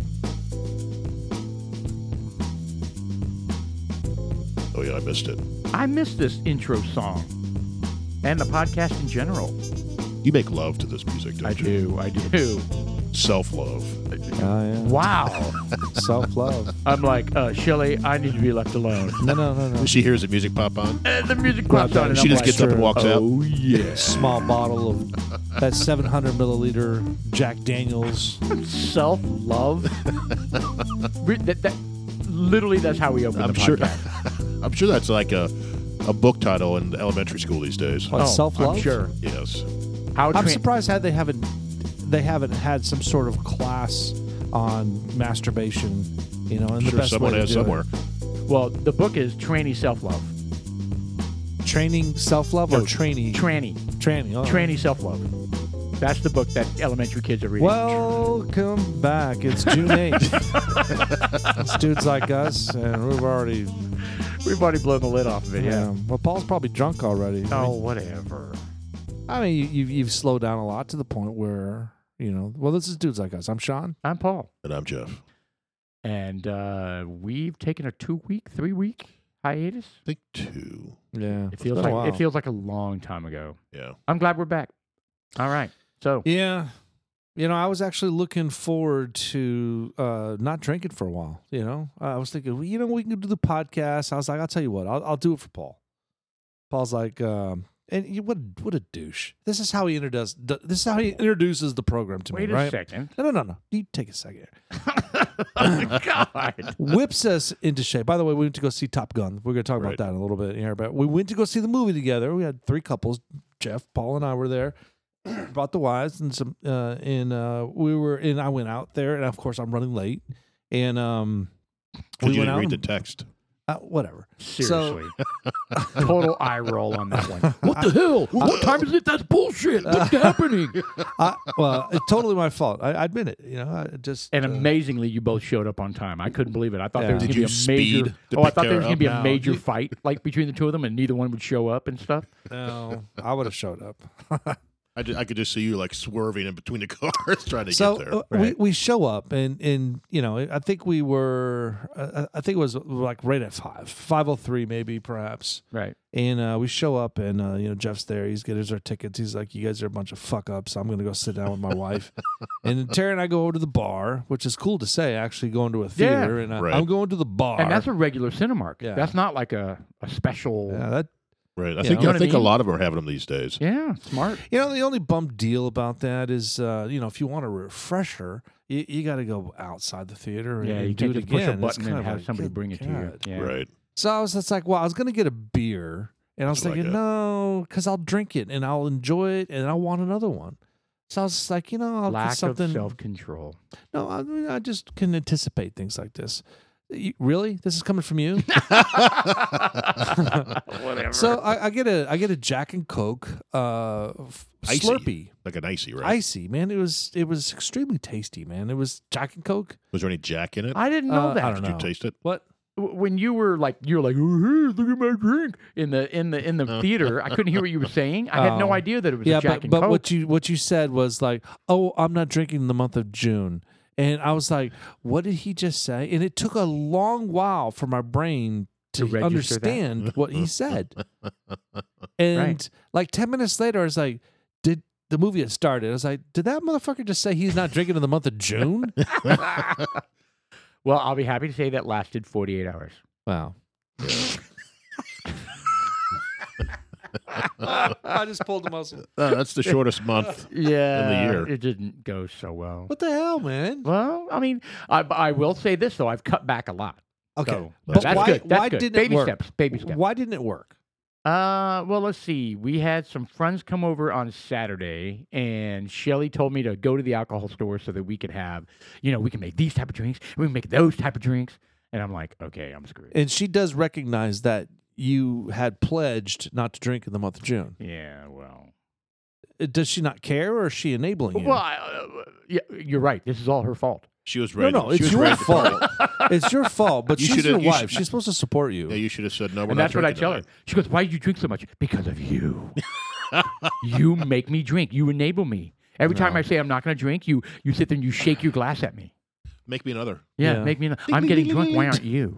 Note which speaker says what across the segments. Speaker 1: quickly. Oh, I missed it.
Speaker 2: I miss this intro song and the podcast in general.
Speaker 1: You make love to this music, don't
Speaker 2: I
Speaker 1: you?
Speaker 2: do. I do.
Speaker 1: Self love.
Speaker 3: Oh, yeah.
Speaker 2: Wow.
Speaker 3: Self love.
Speaker 2: I'm like, uh, Shelly, I need to be left alone.
Speaker 3: No, no, no, no.
Speaker 1: She hears the music pop on.
Speaker 2: And the music pops on, and
Speaker 1: She
Speaker 2: I'm
Speaker 1: just
Speaker 2: like,
Speaker 1: gets up and
Speaker 3: sure.
Speaker 1: walks out.
Speaker 2: Oh yeah.
Speaker 3: Small bottle of that 700 milliliter Jack Daniels.
Speaker 2: Self love. that, that, literally, that's how we open
Speaker 1: I'm
Speaker 2: the
Speaker 1: sure.
Speaker 2: podcast.
Speaker 1: I'm sure that's like a, a book title in elementary school these days.
Speaker 3: What,
Speaker 2: Oh,
Speaker 3: self-love?
Speaker 2: I'm sure.
Speaker 1: Yes.
Speaker 2: How
Speaker 3: I'm
Speaker 2: tran-
Speaker 3: surprised how they haven't they haven't had some sort of class on masturbation. You know, and the
Speaker 1: Sure,
Speaker 3: best
Speaker 1: someone
Speaker 3: way to
Speaker 1: has
Speaker 3: do it.
Speaker 1: somewhere.
Speaker 2: Well, the book is Tranny Self Love.
Speaker 3: Training self love or training?
Speaker 2: Tranny.
Speaker 3: training. Oh.
Speaker 2: Tranny Self Love. That's the book that elementary kids are reading.
Speaker 3: Welcome back. It's June 8th. it's dudes like us, and we've already.
Speaker 2: We've already blown the lid off of it. Yeah.
Speaker 3: Yeah. Well, Paul's probably drunk already.
Speaker 2: Oh, whatever.
Speaker 3: I mean, you, you've, you've slowed down a lot to the point where, you know, well, this is dudes like us. I'm Sean.
Speaker 2: I'm Paul,
Speaker 1: And I'm Jeff. I
Speaker 2: and uh, we've taken a two-week, three-week hiatus.
Speaker 1: think two.
Speaker 3: Yeah.
Speaker 2: It feels
Speaker 3: been a
Speaker 2: like it
Speaker 3: while.
Speaker 2: feels like a long time ago.
Speaker 1: Yeah.
Speaker 2: I'm glad we're back. All right. So
Speaker 3: Yeah. You know, I was actually looking forward to uh, not drinking for a while. You know, I was thinking, well, you know, we can do the podcast. I was like, I'll tell you what, I'll, I'll do it for Paul. Paul's like, um, and you, what, what a douche. This is how he introduces. This is how he introduces the program to
Speaker 2: wait
Speaker 3: me,
Speaker 2: a
Speaker 3: right?
Speaker 2: second.
Speaker 3: No, no, no, no. You take a second.
Speaker 2: God.
Speaker 1: Uh,
Speaker 3: Whips us into shape. By the way, we went to go see Top Gun. We're going to talk
Speaker 1: Right.
Speaker 3: about that in a little bit here, but we went to go see the movie together. We had three couples. Jeff, Paul, and I were there. Brought the wives and some, uh, and uh, we were, and I went out there, and of course I'm running late, and um,
Speaker 1: Because
Speaker 3: We
Speaker 1: you
Speaker 3: went
Speaker 1: didn't
Speaker 3: out
Speaker 1: read the
Speaker 3: and-
Speaker 1: text.
Speaker 3: uh, whatever.
Speaker 2: Seriously. Total eye roll on that one.
Speaker 1: What the hell? What time is it? That's bullshit. What's happening?
Speaker 3: I, well, it's totally my fault. I, I admit it. You know, I just
Speaker 2: And
Speaker 3: uh,
Speaker 2: amazing amazingly, you both showed up on time. I couldn't believe it. I thought
Speaker 3: Yeah.
Speaker 2: there was
Speaker 3: Did
Speaker 2: going to be a
Speaker 1: you
Speaker 2: major.
Speaker 1: speed to
Speaker 2: oh, I
Speaker 1: pick
Speaker 2: thought there
Speaker 1: her
Speaker 2: was going to
Speaker 1: up?
Speaker 2: be a
Speaker 3: No.
Speaker 2: major fight, like between the two of them, and neither one would show up and stuff.
Speaker 3: no, I would have showed up.
Speaker 1: I, ju- I could just see you like swerving in between the cars trying to
Speaker 3: so
Speaker 1: get there.
Speaker 3: uh, we, we show up and and you know I think we were uh, I think it was like right at five five oh three maybe perhaps
Speaker 2: Right.
Speaker 3: and uh, we show up and uh, you know Jeff's there he's getting our tickets he's like you guys are a bunch of fuck ups I'm gonna go sit down with my wife and then Tara and I go over to the bar which is cool to say actually going to a theater and I,
Speaker 1: Right.
Speaker 3: I'm going to the bar
Speaker 2: And that's a regular Cinemark.
Speaker 3: Yeah.
Speaker 2: That's not like a, a special.
Speaker 3: yeah, that
Speaker 1: right. I
Speaker 3: Yeah.
Speaker 1: think,
Speaker 2: You know
Speaker 1: I
Speaker 2: what I
Speaker 1: think
Speaker 2: mean?
Speaker 1: a lot of them are having them these days.
Speaker 2: Yeah, smart.
Speaker 3: You know, the only bum deal about that is, uh, you know, if you want a refresher, you, you got to go outside the theater and,
Speaker 2: Yeah,
Speaker 3: and
Speaker 2: you
Speaker 3: do
Speaker 2: can't
Speaker 3: it
Speaker 2: just
Speaker 3: again.
Speaker 2: push a
Speaker 3: It's
Speaker 2: button
Speaker 3: kind
Speaker 2: and
Speaker 3: of
Speaker 2: have
Speaker 3: like,
Speaker 2: somebody
Speaker 3: good
Speaker 2: bring it to you.
Speaker 3: God.
Speaker 2: Yeah.
Speaker 1: Right.
Speaker 3: So I was just like, well, I was going to get a beer. And I was
Speaker 1: Just like
Speaker 3: thinking,
Speaker 1: that.
Speaker 3: no, because I'll drink it and I'll enjoy it and I'll want another one. So I was just like, you know, I'll
Speaker 2: Lack
Speaker 3: get something.
Speaker 2: of self control.
Speaker 3: no, I, mean, I just can anticipate things like this. You- really? This is coming from you?
Speaker 2: Whatever.
Speaker 3: so I, I get a I get a Jack and Coke uh, f-
Speaker 1: Icy.
Speaker 3: Slurpee.
Speaker 1: Like an icy, right?
Speaker 3: icy, man. It was it was extremely tasty, man. It was Jack and Coke.
Speaker 1: Was there any jack in it?
Speaker 2: I didn't know
Speaker 3: Uh, I
Speaker 2: that.
Speaker 3: don't
Speaker 1: Did
Speaker 3: know.
Speaker 1: you taste it?
Speaker 3: What?
Speaker 2: W- When you were like, you were like, "Oh, hey, look at my drink in the in the in the theater. I couldn't hear what you were saying. I had no
Speaker 3: Uh. Oh.
Speaker 2: idea that it was
Speaker 3: yeah,
Speaker 2: a Jack
Speaker 3: but,
Speaker 2: and
Speaker 3: but
Speaker 2: Coke.
Speaker 3: what you what you said was like, oh, I'm not drinking in the month of June, and I was like, what did he just say? And it took a long while for my brain
Speaker 2: To
Speaker 3: to,
Speaker 2: register that.
Speaker 3: understand what he said. And like ten minutes later, I was like, did the movie had started? I was like, did that motherfucker just say he's not drinking in the month of June?
Speaker 2: well, I'll be happy to say that lasted 48 hours.
Speaker 3: wow. I just pulled the muscle.
Speaker 1: Uh, that's the shortest month.
Speaker 2: Yeah,
Speaker 1: year.
Speaker 2: it didn't go so well.
Speaker 3: What the hell, man?
Speaker 2: Well, I mean, I, I will say this though: I've cut back a lot.
Speaker 3: Okay,
Speaker 2: So,
Speaker 3: but
Speaker 2: that's
Speaker 3: why,
Speaker 2: good. That's
Speaker 3: why
Speaker 2: good.
Speaker 3: didn't
Speaker 2: baby
Speaker 3: it work?
Speaker 2: steps? Baby steps.
Speaker 3: Why didn't it work?
Speaker 2: Uh, well, let's see. We had some friends come over on Saturday, and Shelly told me to go to the alcohol store so that we could have, you know, we can make these type of drinks, we can make those type of drinks, and I'm like, okay, I'm screwed.
Speaker 3: And she does recognize that you had pledged not to drink in the month of June.
Speaker 2: yeah, well,
Speaker 3: Uh, Does she not care, or is she enabling you?
Speaker 2: well, I, uh, yeah, you're right. This is all her fault.
Speaker 1: She was
Speaker 3: no,
Speaker 1: ready.
Speaker 3: no,
Speaker 1: she
Speaker 3: it's
Speaker 1: was
Speaker 3: your
Speaker 1: ready to
Speaker 3: fault.
Speaker 1: party.
Speaker 3: it's your fault. But
Speaker 1: You
Speaker 3: she's
Speaker 1: shoulda-
Speaker 3: your
Speaker 1: you
Speaker 3: wife.
Speaker 1: should-
Speaker 3: she's supposed to support you.
Speaker 1: Yeah, you should have said no. We're
Speaker 2: and
Speaker 1: not
Speaker 2: that's what I
Speaker 1: drinking
Speaker 2: tell her.
Speaker 1: tonight.
Speaker 2: She goes, "Why did you drink so much?" Because of you. you make me drink. You enable me. Every time
Speaker 3: No.
Speaker 2: I say I'm not going to drink, you you sit there and you shake your glass at me.
Speaker 1: Make me another.
Speaker 2: Yeah,
Speaker 3: Yeah.
Speaker 2: make me.
Speaker 1: Ding,
Speaker 2: I'm
Speaker 1: ding,
Speaker 2: getting
Speaker 1: ding,
Speaker 2: drunk.
Speaker 1: ding,
Speaker 2: Why
Speaker 1: ding.
Speaker 2: aren't you?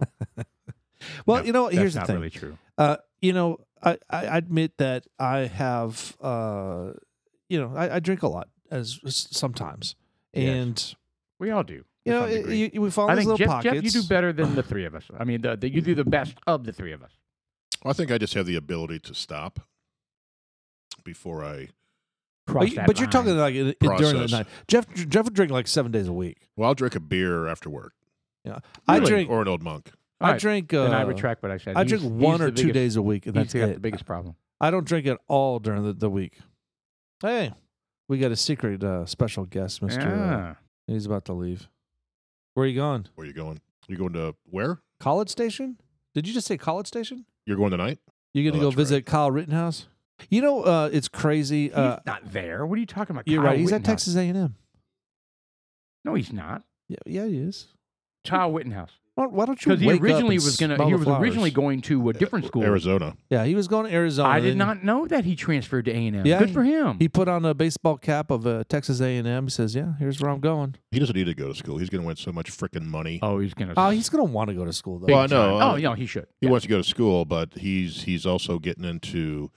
Speaker 3: Well,
Speaker 2: No,
Speaker 3: you know,
Speaker 2: That's
Speaker 3: here's the
Speaker 2: not
Speaker 3: thing.
Speaker 2: really true.
Speaker 3: Uh, you know, I, I admit that I have, uh, you know, I, I drink a lot as as sometimes,
Speaker 2: Yes.
Speaker 3: and
Speaker 2: We all do.
Speaker 3: you
Speaker 2: to
Speaker 3: know,
Speaker 2: some
Speaker 3: it-
Speaker 2: degree.
Speaker 3: you, we fall
Speaker 2: I
Speaker 3: in these
Speaker 2: think
Speaker 3: little
Speaker 2: Jeff,
Speaker 3: pockets.
Speaker 2: Jeff, you do better than the three of us. I mean, the, the, you do the best of the three of us.
Speaker 1: Well, I think I just have the ability to stop before I.
Speaker 3: But,
Speaker 2: Cross
Speaker 3: you-
Speaker 2: that
Speaker 3: but you're
Speaker 2: line.
Speaker 3: talking like in- in- during the
Speaker 1: Process.
Speaker 3: night. Jeff Jeff would drink like seven days a week.
Speaker 1: Well, I'll drink a beer after work,
Speaker 3: I
Speaker 2: Really?
Speaker 3: drink.
Speaker 1: or an old monk.
Speaker 2: All
Speaker 3: I
Speaker 2: right,
Speaker 3: drink. Uh,
Speaker 2: then I retract what I said.
Speaker 3: I
Speaker 2: He's-
Speaker 3: drink
Speaker 2: he's
Speaker 3: one
Speaker 2: the
Speaker 3: or two
Speaker 2: biggest-
Speaker 3: days a week, and
Speaker 2: He's
Speaker 3: that's
Speaker 2: got the
Speaker 3: it.
Speaker 2: biggest problem.
Speaker 3: I don't drink at all during the, the week. Hey, we got a secret uh, special guest, Mister.
Speaker 2: Yeah.
Speaker 3: he's about to leave. Where are you going?
Speaker 1: Where you going? You going to where?
Speaker 3: College Station? Did you just say College Station?
Speaker 1: You're going tonight?
Speaker 3: You're gonna
Speaker 1: Oh,
Speaker 3: go
Speaker 1: that's right.
Speaker 3: visit Kyle Rittenhouse? You know, uh, it's crazy. Uh,
Speaker 2: he's not there. What are you talking about?
Speaker 3: you're
Speaker 2: Kyle
Speaker 3: right. He's at
Speaker 2: Rittenhouse.
Speaker 3: Texas A&M.
Speaker 2: No, he's not.
Speaker 3: Yeah, yeah, he is.
Speaker 2: Kyle Wittenhouse.
Speaker 3: Why, why don't you?
Speaker 2: Because he
Speaker 3: wake up
Speaker 2: originally
Speaker 3: and
Speaker 2: was going to.
Speaker 3: smell
Speaker 2: He
Speaker 3: the
Speaker 2: was
Speaker 3: flowers?
Speaker 2: originally going to a different school.
Speaker 1: Uh, Arizona.
Speaker 3: Yeah, he was going to Arizona.
Speaker 2: I did
Speaker 3: and
Speaker 2: not know that he transferred to A and M.
Speaker 3: Yeah,
Speaker 2: Good
Speaker 3: he-
Speaker 2: for him.
Speaker 3: He put on a baseball cap of uh, Texas A&M. He says, "Yeah, here's where I'm going."
Speaker 1: He doesn't need to go to school. He's going to win so much freaking money.
Speaker 2: oh, he's going to.
Speaker 3: Oh, he's going to want to go to school though.
Speaker 1: Well, I know.
Speaker 2: Oh, no, he should.
Speaker 1: He
Speaker 2: Yeah.
Speaker 1: wants to go to school, but he's he's also getting into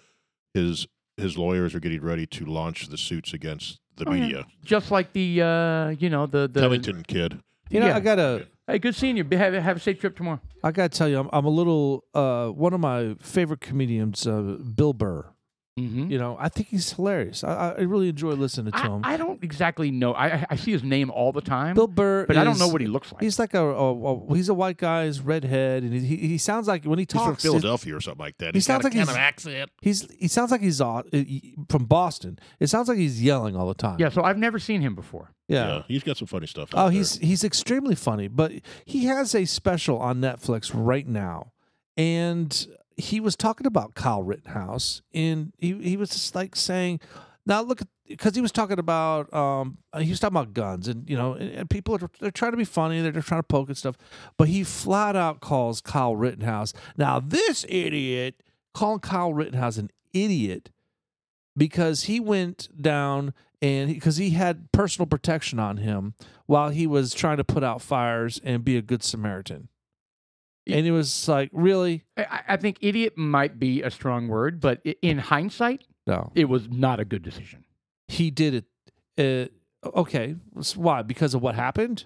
Speaker 1: his his lawyers are getting ready to launch the suits against the
Speaker 2: Oh, yeah.
Speaker 1: media.
Speaker 2: Just like the, uh, you know, the the.
Speaker 1: Covington kid.
Speaker 3: you know,
Speaker 2: yeah.
Speaker 3: I gotta.
Speaker 2: Hey, good seeing you. Be- Have, have a safe trip tomorrow.
Speaker 3: I gotta tell you, I'm, I'm a little. Uh, one of my favorite comedians, uh, Bill Burr.
Speaker 2: Mm-hmm.
Speaker 3: You know, I think he's hilarious. I, I- I really enjoy listening to him.
Speaker 2: I, I don't exactly know. I I- I see his name all the time,
Speaker 3: Bill Burr,
Speaker 2: but I don't
Speaker 3: is-
Speaker 2: know what he looks like.
Speaker 3: He's like a, a, a he's a white guy, he's redhead, and he he, he sounds like when he
Speaker 1: He's from
Speaker 3: talks, he's,
Speaker 1: Philadelphia or something like that.
Speaker 3: he
Speaker 1: He's got a
Speaker 3: sounds like
Speaker 1: kind
Speaker 3: he's-
Speaker 1: of accent.
Speaker 3: he's he sounds like he's uh, from Boston. It sounds like he's yelling all the time.
Speaker 2: yeah, so I've never seen him before.
Speaker 1: Yeah.
Speaker 3: yeah.
Speaker 1: he's got some funny stuff. out
Speaker 3: Oh,
Speaker 1: there.
Speaker 3: he's he's extremely funny, but he has a special on Netflix right now, and he was talking about Kyle Rittenhouse, and he he was just like saying, now look, because he was talking about um uh, he was talking about guns, and you know, and, and people are they're trying to be funny, they're, they're trying to poke at stuff, but he flat out calls Kyle Rittenhouse. Now this idiot calling Kyle Rittenhouse an idiot because he went down and because he had personal protection on him while he was trying to put out fires and be a good Samaritan. And it was like, really?
Speaker 2: I- I, I think idiot might be a strong word, but i- in hindsight,
Speaker 3: No.
Speaker 2: it was not a good decision.
Speaker 3: He did it. Uh, okay. s- Why? Because of what happened?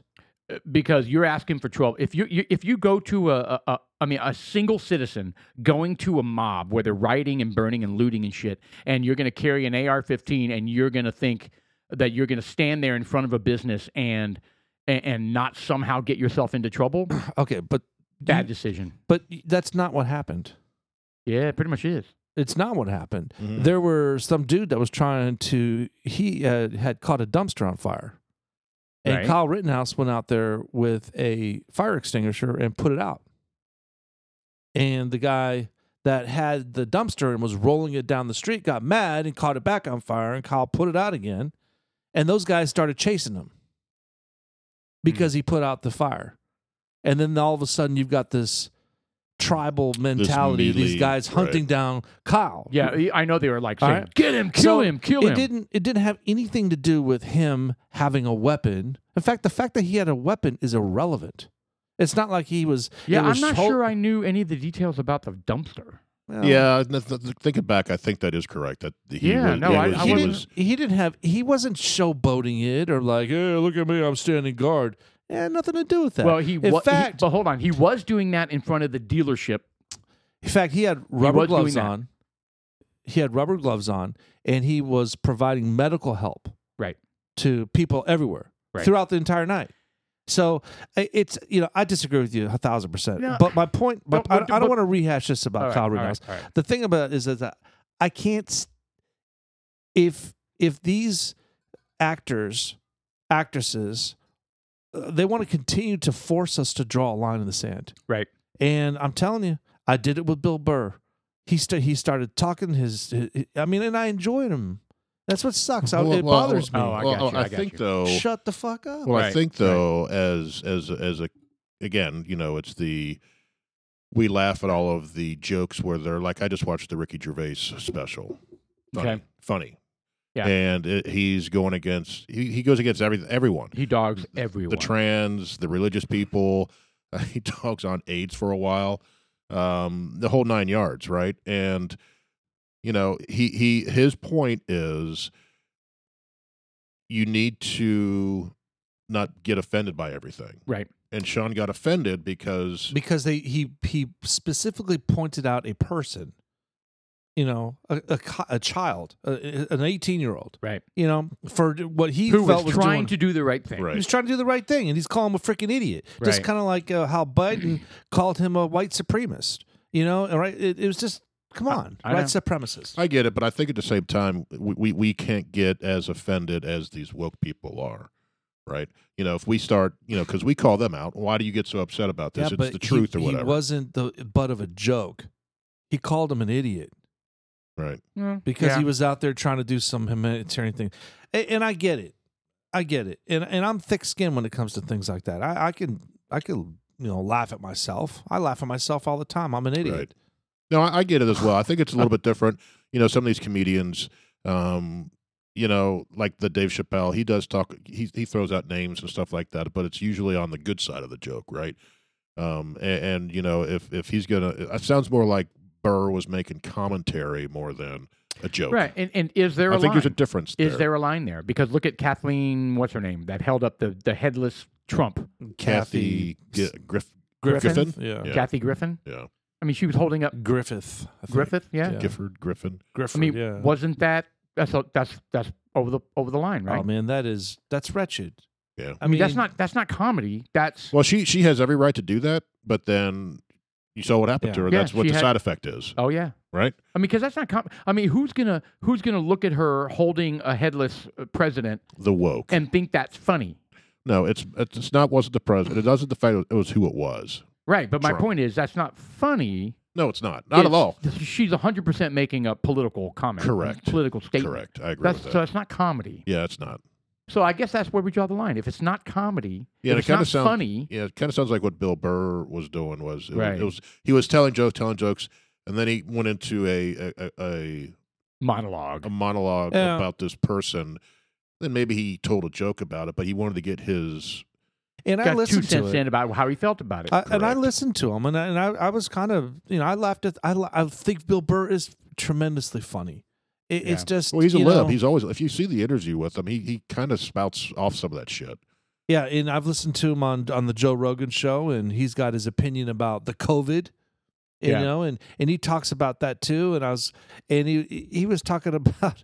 Speaker 2: Uh, Because you're asking for trouble. If you, you if you go to a, a, a I mean a single citizen going to a mob where they're rioting and burning and looting and shit, and you're going to carry an AR-15 and you're going to think that you're going to stand there in front of a business and, and and not somehow get yourself into trouble,
Speaker 3: Okay. But
Speaker 2: bad decision.
Speaker 3: but that's not what happened.
Speaker 2: Yeah, it pretty much is.
Speaker 3: It's not what happened.
Speaker 1: Mhm.
Speaker 3: There were some dude that was trying to, he uh, had caught a dumpster on fire. And
Speaker 2: Right.
Speaker 3: Kyle Rittenhouse went out there with a fire extinguisher and put it out. And the guy that had the dumpster and was rolling it down the street got mad and caught it back on fire. And Kyle put it out again. And those guys started chasing him because he put out the fire. And then all of a sudden, you've got this tribal mentality, these
Speaker 1: melee,
Speaker 3: guys
Speaker 1: right.
Speaker 3: hunting down Kyle.
Speaker 2: Yeah, e, I- I know they were like
Speaker 3: All
Speaker 2: saying,
Speaker 3: right.
Speaker 2: "Get him, kill
Speaker 3: So,
Speaker 2: him, kill
Speaker 3: it
Speaker 2: him."
Speaker 3: didn't it didn't have anything to do with him having a weapon. In fact, the fact that he had a weapon is irrelevant. It's not like he was. it
Speaker 2: Yeah, I'm
Speaker 3: was
Speaker 2: not
Speaker 3: hol-
Speaker 2: sure I knew any of the details about the dumpster.
Speaker 3: Well,
Speaker 1: Yeah, th- th- th- thinking back, I think that is correct. That he
Speaker 2: Yeah,
Speaker 1: was,
Speaker 2: no,
Speaker 1: he
Speaker 2: I-
Speaker 1: was,
Speaker 2: I
Speaker 1: he
Speaker 2: wouldn't-
Speaker 1: was-
Speaker 3: He didn't have. He wasn't showboating it or like, "Hey, look at me, I'm standing guard." It had nothing to do with that.
Speaker 2: Well, he
Speaker 3: in
Speaker 2: wa- he-
Speaker 3: fact,
Speaker 2: but hold on, he was doing that in front of the dealership.
Speaker 3: in fact, he had rubber
Speaker 2: was doing
Speaker 3: gloves
Speaker 2: that.
Speaker 3: on. He had rubber gloves on, and he was providing medical help.
Speaker 2: Right.
Speaker 3: to people everywhere
Speaker 2: Right.
Speaker 3: throughout the entire night. So i- it's you know I disagree with you a thousand percent.
Speaker 2: No.
Speaker 3: But my point, but
Speaker 2: But-
Speaker 3: I,
Speaker 2: but-
Speaker 3: I don't
Speaker 2: but-
Speaker 3: want to rehash this about
Speaker 2: All right,
Speaker 3: Kyle
Speaker 2: all right,
Speaker 3: Rittenhouse.
Speaker 2: all right.
Speaker 3: The thing about it is that I can't s- if if these actors actresses uh, they want to continue to force us to draw a line in the sand.
Speaker 2: Right.
Speaker 3: And I'm telling you, I did it with Bill Burr. He st- he started talking his, hi- I mean, and I enjoyed him. That's what sucks. I-
Speaker 1: Well,
Speaker 3: it
Speaker 1: well,
Speaker 3: bothers me.
Speaker 2: Oh, I
Speaker 1: well,
Speaker 2: got you, I got
Speaker 1: think
Speaker 2: you.
Speaker 1: though.
Speaker 3: Shut the fuck up.
Speaker 1: Well, I
Speaker 2: Right,
Speaker 1: think though, as as as a again, you know, it's the we laugh at all of the jokes where they're like, I just watched the Ricky Gervais special. Funny,
Speaker 2: Okay.
Speaker 1: funny.
Speaker 2: Yeah.
Speaker 1: and it, he's going against he, he goes against every everyone,
Speaker 2: He dogs everyone.
Speaker 1: the trans, the religious people. he talks on AIDS for a while. um, the whole nine yards, right? And you know, he he his point is you need to not get offended by everything.
Speaker 2: Right.
Speaker 1: And Sean got offended because
Speaker 3: because they he he specifically pointed out a person you know a, a, co- a child a, an 18 year old
Speaker 2: Right.
Speaker 3: you know for what he
Speaker 2: Who
Speaker 3: felt
Speaker 2: was
Speaker 3: was
Speaker 2: trying
Speaker 3: doing
Speaker 2: to do the right thing.
Speaker 1: Right.
Speaker 3: he was trying to do the right thing and he's calling him a freaking idiot just
Speaker 2: Right.
Speaker 3: kind of like uh, how biden called him a white supremacist you know and right it, it was just come on
Speaker 2: I
Speaker 3: right
Speaker 2: know.
Speaker 3: supremacist
Speaker 1: I get it, but I think at the same time we, we, we can't get as offended as these woke people are. Right. You know, if we start, you know, because we call them out, why do you get so upset about this? it's the
Speaker 3: he-
Speaker 1: truth or
Speaker 3: he,
Speaker 1: whatever.
Speaker 3: wasn't the butt of a joke he called him an idiot
Speaker 1: right.
Speaker 2: Mm,
Speaker 3: because
Speaker 2: yeah.
Speaker 3: he was out there trying to do some humanitarian thing. A- And, I get it, I get it, and and I'm thick skinned when it comes to things like that. I, I can I can you know laugh at myself. I laugh at myself all the time. I'm an idiot.
Speaker 1: Right. No, I, I get it as well. I think it's a little bit different. You know, some of these comedians, um, you know, like the Dave Chappelle, he does talk. He he throws out names and stuff like that, but it's usually on the good side of the joke, right? Um, a- and, you know, if if he's gonna, it sounds more like Burr was making commentary more than a joke.
Speaker 2: right. And, and is there
Speaker 1: I
Speaker 2: a
Speaker 1: think
Speaker 2: line?
Speaker 1: there's a difference.
Speaker 2: is there a line there? Because look at Kathleen, what's her name, that held up the, the headless Trump,
Speaker 1: Kathy G- Griff,
Speaker 3: Griffin?
Speaker 1: Griffin?
Speaker 3: Yeah.
Speaker 1: Yeah.
Speaker 2: Kathy Griffin.
Speaker 1: yeah,
Speaker 2: I mean, she was holding up
Speaker 3: Griffith. I think.
Speaker 2: Griffith. Yeah.
Speaker 3: Yeah.
Speaker 1: Gifford Griffin.
Speaker 3: Griffith.
Speaker 2: I mean,
Speaker 3: yeah.
Speaker 2: wasn't that that's that's that's over the over the line, right?
Speaker 3: Oh man, that is that's wretched.
Speaker 1: Yeah.
Speaker 2: I
Speaker 3: I
Speaker 2: mean,
Speaker 3: mean
Speaker 2: that's not that's not comedy. That's
Speaker 1: Well, she she has every right to do that, but then you saw what happened to
Speaker 3: Yeah.
Speaker 1: her.
Speaker 2: Yeah,
Speaker 1: That's what
Speaker 2: she
Speaker 1: the
Speaker 2: had-
Speaker 1: side effect is,
Speaker 2: oh yeah.
Speaker 1: right?
Speaker 2: I mean, because that's not. Com- I mean, who's gonna who's gonna look at her holding a headless uh, president
Speaker 1: The woke.
Speaker 2: and think that's funny,
Speaker 1: No, it's it's it's not wasn't the president. It doesn't the fact it was who it was.
Speaker 2: right? But my
Speaker 1: Trump.
Speaker 2: point is that's not funny.
Speaker 1: No, it's not. Not at
Speaker 2: It's-
Speaker 1: all.
Speaker 2: She's hundred percent making a political comment,
Speaker 1: Correct.
Speaker 2: Political statement.
Speaker 1: Correct. I agree
Speaker 2: That's
Speaker 1: with that.
Speaker 2: so. It's not comedy.
Speaker 1: yeah, it's not.
Speaker 2: So I guess that's where we draw the line. If it's not comedy,
Speaker 1: Yeah,
Speaker 2: if
Speaker 1: and
Speaker 2: it's
Speaker 1: it kinda
Speaker 2: not
Speaker 1: sounds-
Speaker 2: funny,
Speaker 1: Yeah, it kind of sounds like what Bill Burr was doing was it,
Speaker 2: Right.
Speaker 1: was it was he was telling jokes, telling jokes, and then he went into a a, a,
Speaker 2: monologue.
Speaker 1: a monologue
Speaker 3: Yeah.
Speaker 1: about this person. Then maybe he told a joke about it, but he wanted to get his
Speaker 3: and I
Speaker 2: got two
Speaker 3: listened to
Speaker 2: cents
Speaker 3: it.
Speaker 2: in about how he felt about it.
Speaker 3: I, and I
Speaker 1: Correct.
Speaker 3: listened to him, and I, and I, I was kind of, you know, I laughed at. I, la- I think Bill Burr is tremendously funny. It, It's
Speaker 2: Yeah.
Speaker 3: just
Speaker 1: Well, he's a
Speaker 3: you
Speaker 1: lib.
Speaker 3: know-
Speaker 1: He's always. If you see the interview with him, he he kind of spouts off some of that shit.
Speaker 3: Yeah, and I've listened to him on on the Joe Rogan show, and he's got his opinion about the COVID. You
Speaker 2: Yeah.
Speaker 3: know, and and he talks about that too. And I was, and he he was talking about,